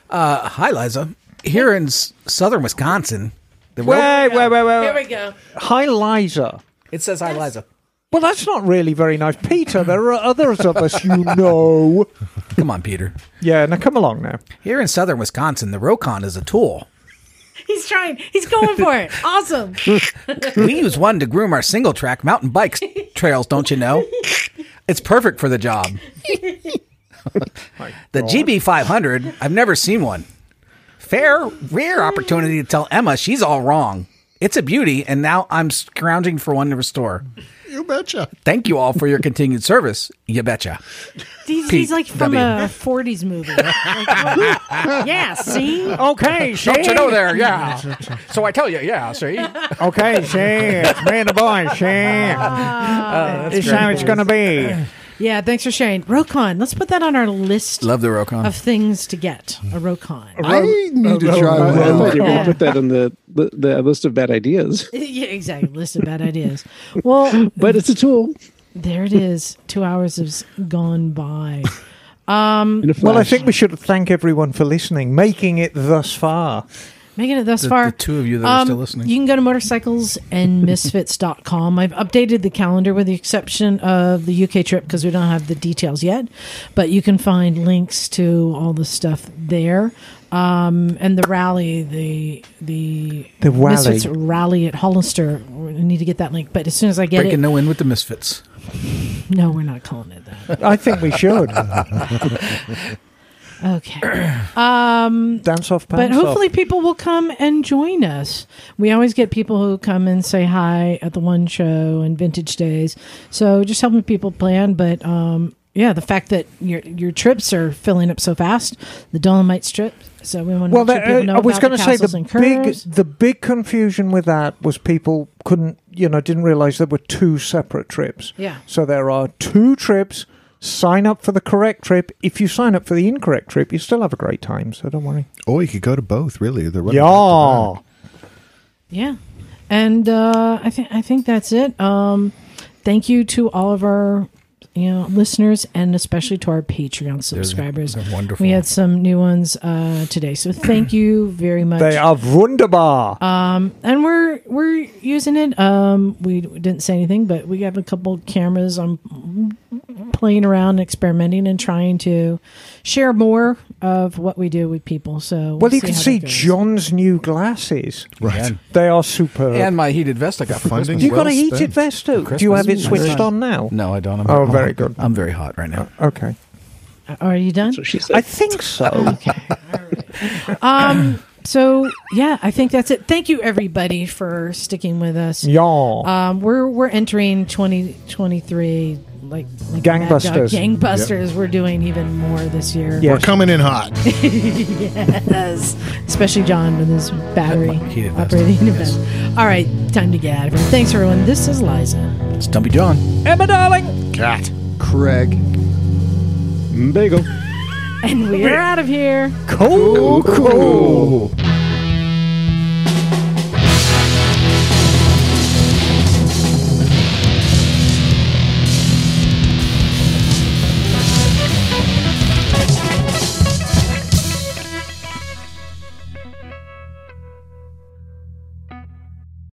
Speaker 4: Uh, hi, Liza. Here in s- southern Wisconsin, the rail-
Speaker 2: Wait, wait, wait, wait.
Speaker 3: Here we go.
Speaker 2: Hi, Liza.
Speaker 4: it says hi, Liza.
Speaker 2: Well, that's not really very nice, Peter. There are others of us,
Speaker 6: [LAUGHS]
Speaker 2: you know.
Speaker 4: Come on, Peter.
Speaker 2: Yeah, now come along now.
Speaker 4: Here in southern Wisconsin, the Rokon is a tool.
Speaker 3: He's trying. He's going for it. [LAUGHS] Awesome.
Speaker 4: We use one to groom our single track mountain bikes trails, don't you know? It's perfect for the job. the GB500, I've never seen one. Fair, rare opportunity to tell Emma she's all wrong. It's a beauty, and now I'm scrounging for one to restore.
Speaker 6: you betcha.
Speaker 4: Thank you all for your continued service. You betcha.
Speaker 3: He's,
Speaker 4: Pete
Speaker 3: he's like from
Speaker 4: W.
Speaker 3: a 40s
Speaker 4: [LAUGHS]
Speaker 3: movie. Like, what? yeah, see?
Speaker 2: [LAUGHS]
Speaker 4: Oh,
Speaker 2: Okay, she.
Speaker 4: Don't you know there? Yeah. so I tell you, yeah. See,
Speaker 2: Okay, she. It's me and the
Speaker 6: [LAUGHS]
Speaker 2: boy, she. this is how it's going to be.
Speaker 3: Uh, Yeah, thanks for sharing. Rokon, let's put that on our list
Speaker 4: love the Rokon.
Speaker 3: of things to get. A Rokon.
Speaker 5: I need to
Speaker 2: uh, uh,
Speaker 5: try one.
Speaker 1: I
Speaker 5: out.
Speaker 1: thought you were going
Speaker 3: Yeah.
Speaker 1: to put that on the, the, the list of bad ideas,
Speaker 3: [LAUGHS] yeah, exactly. List of bad ideas. Well,
Speaker 1: but it's a tool.
Speaker 3: there it is. Two hours has gone by.
Speaker 1: In a
Speaker 2: Mm. Well, I
Speaker 1: flash.
Speaker 2: think we should thank everyone for listening, making it thus far.
Speaker 3: Making it thus
Speaker 4: The-
Speaker 3: far. um,
Speaker 4: the two of you that are still listening.
Speaker 3: You can go to motorcyclesandmisfits.com. I've updated the calendar with the exception of the UK trip because we don't have the details yet, but you can find links to all the stuff there. Um, and the rally, the the,
Speaker 2: The rally.
Speaker 3: Misfits rally at Hollister. We need to get that link, but as soon as I get
Speaker 4: Breaking
Speaker 3: it,
Speaker 4: no in with the Misfits.
Speaker 3: no, we're not calling it that.
Speaker 2: I think we should.
Speaker 3: Okay.
Speaker 2: Dance off,
Speaker 3: but
Speaker 2: pants
Speaker 3: hopefully
Speaker 2: off.
Speaker 3: people will come and join us. We always get people who come and say hi at the one show and vintage days. So just helping people plan. But um, yeah, the fact that your your trips are filling up so fast, the Dolomites trip. So we want to
Speaker 2: Well,
Speaker 3: make sure
Speaker 2: that,
Speaker 3: people
Speaker 2: uh,
Speaker 3: know
Speaker 2: I was
Speaker 3: going to
Speaker 2: say the big the big confusion with that was people couldn't, you know, didn't realize there were two separate trips.
Speaker 3: Yeah.
Speaker 2: So there are two trips. Sign up for the correct trip. If you sign up for the incorrect trip, you still have a great time. So don't worry.
Speaker 6: Or you could go to both, really. They're running back to
Speaker 2: Yeah.
Speaker 6: back.
Speaker 3: Yeah, and uh, I think I think that's it. Um, thank you to all of our you know listeners, and especially to our Patreon subscribers.
Speaker 4: they're wonderful.
Speaker 3: We had some new ones uh, today, so thank you very much. Um,
Speaker 2: They are wunderbar.
Speaker 3: and we're we're using it. Um, we didn't say anything, but we have a couple cameras. I'm playing around, experimenting, and trying to share more of what we do with people. So
Speaker 2: well, you
Speaker 3: how
Speaker 2: can
Speaker 3: that
Speaker 2: see
Speaker 3: goes.
Speaker 2: John's new glasses.
Speaker 6: Right.
Speaker 4: And,
Speaker 2: They are superb.
Speaker 4: and my heated vest I got for
Speaker 6: Funding?
Speaker 4: Christmas.
Speaker 2: you got
Speaker 6: well
Speaker 2: a heated
Speaker 6: spent.
Speaker 2: vest too. Do you have it
Speaker 4: Christmas.
Speaker 2: switched on now?
Speaker 4: No, I don't. I'm
Speaker 2: Oh,
Speaker 4: I'm-
Speaker 2: very good.
Speaker 4: I'm very hot right now.
Speaker 2: Okay.
Speaker 3: Are you done?
Speaker 1: So she said,
Speaker 2: I think so.
Speaker 3: um so yeah i think that's it thank you everybody for sticking with us
Speaker 2: Y'all.
Speaker 3: um we're we're entering 2023 like, like Mad Dog.
Speaker 2: Gangbusters.
Speaker 3: gangbusters we're doing even more this year
Speaker 2: Yeah.
Speaker 6: We're coming in hot.
Speaker 3: yes especially john with his battery
Speaker 4: Heated vest.
Speaker 3: operating
Speaker 4: Yes.
Speaker 3: event all right time to get out of here thanks everyone this is liza
Speaker 4: Stumpy John.
Speaker 2: Emma, darling.
Speaker 5: Craig.
Speaker 1: "Mm, bagel.
Speaker 3: and we're out of here
Speaker 2: Cool.
Speaker 6: Ooh.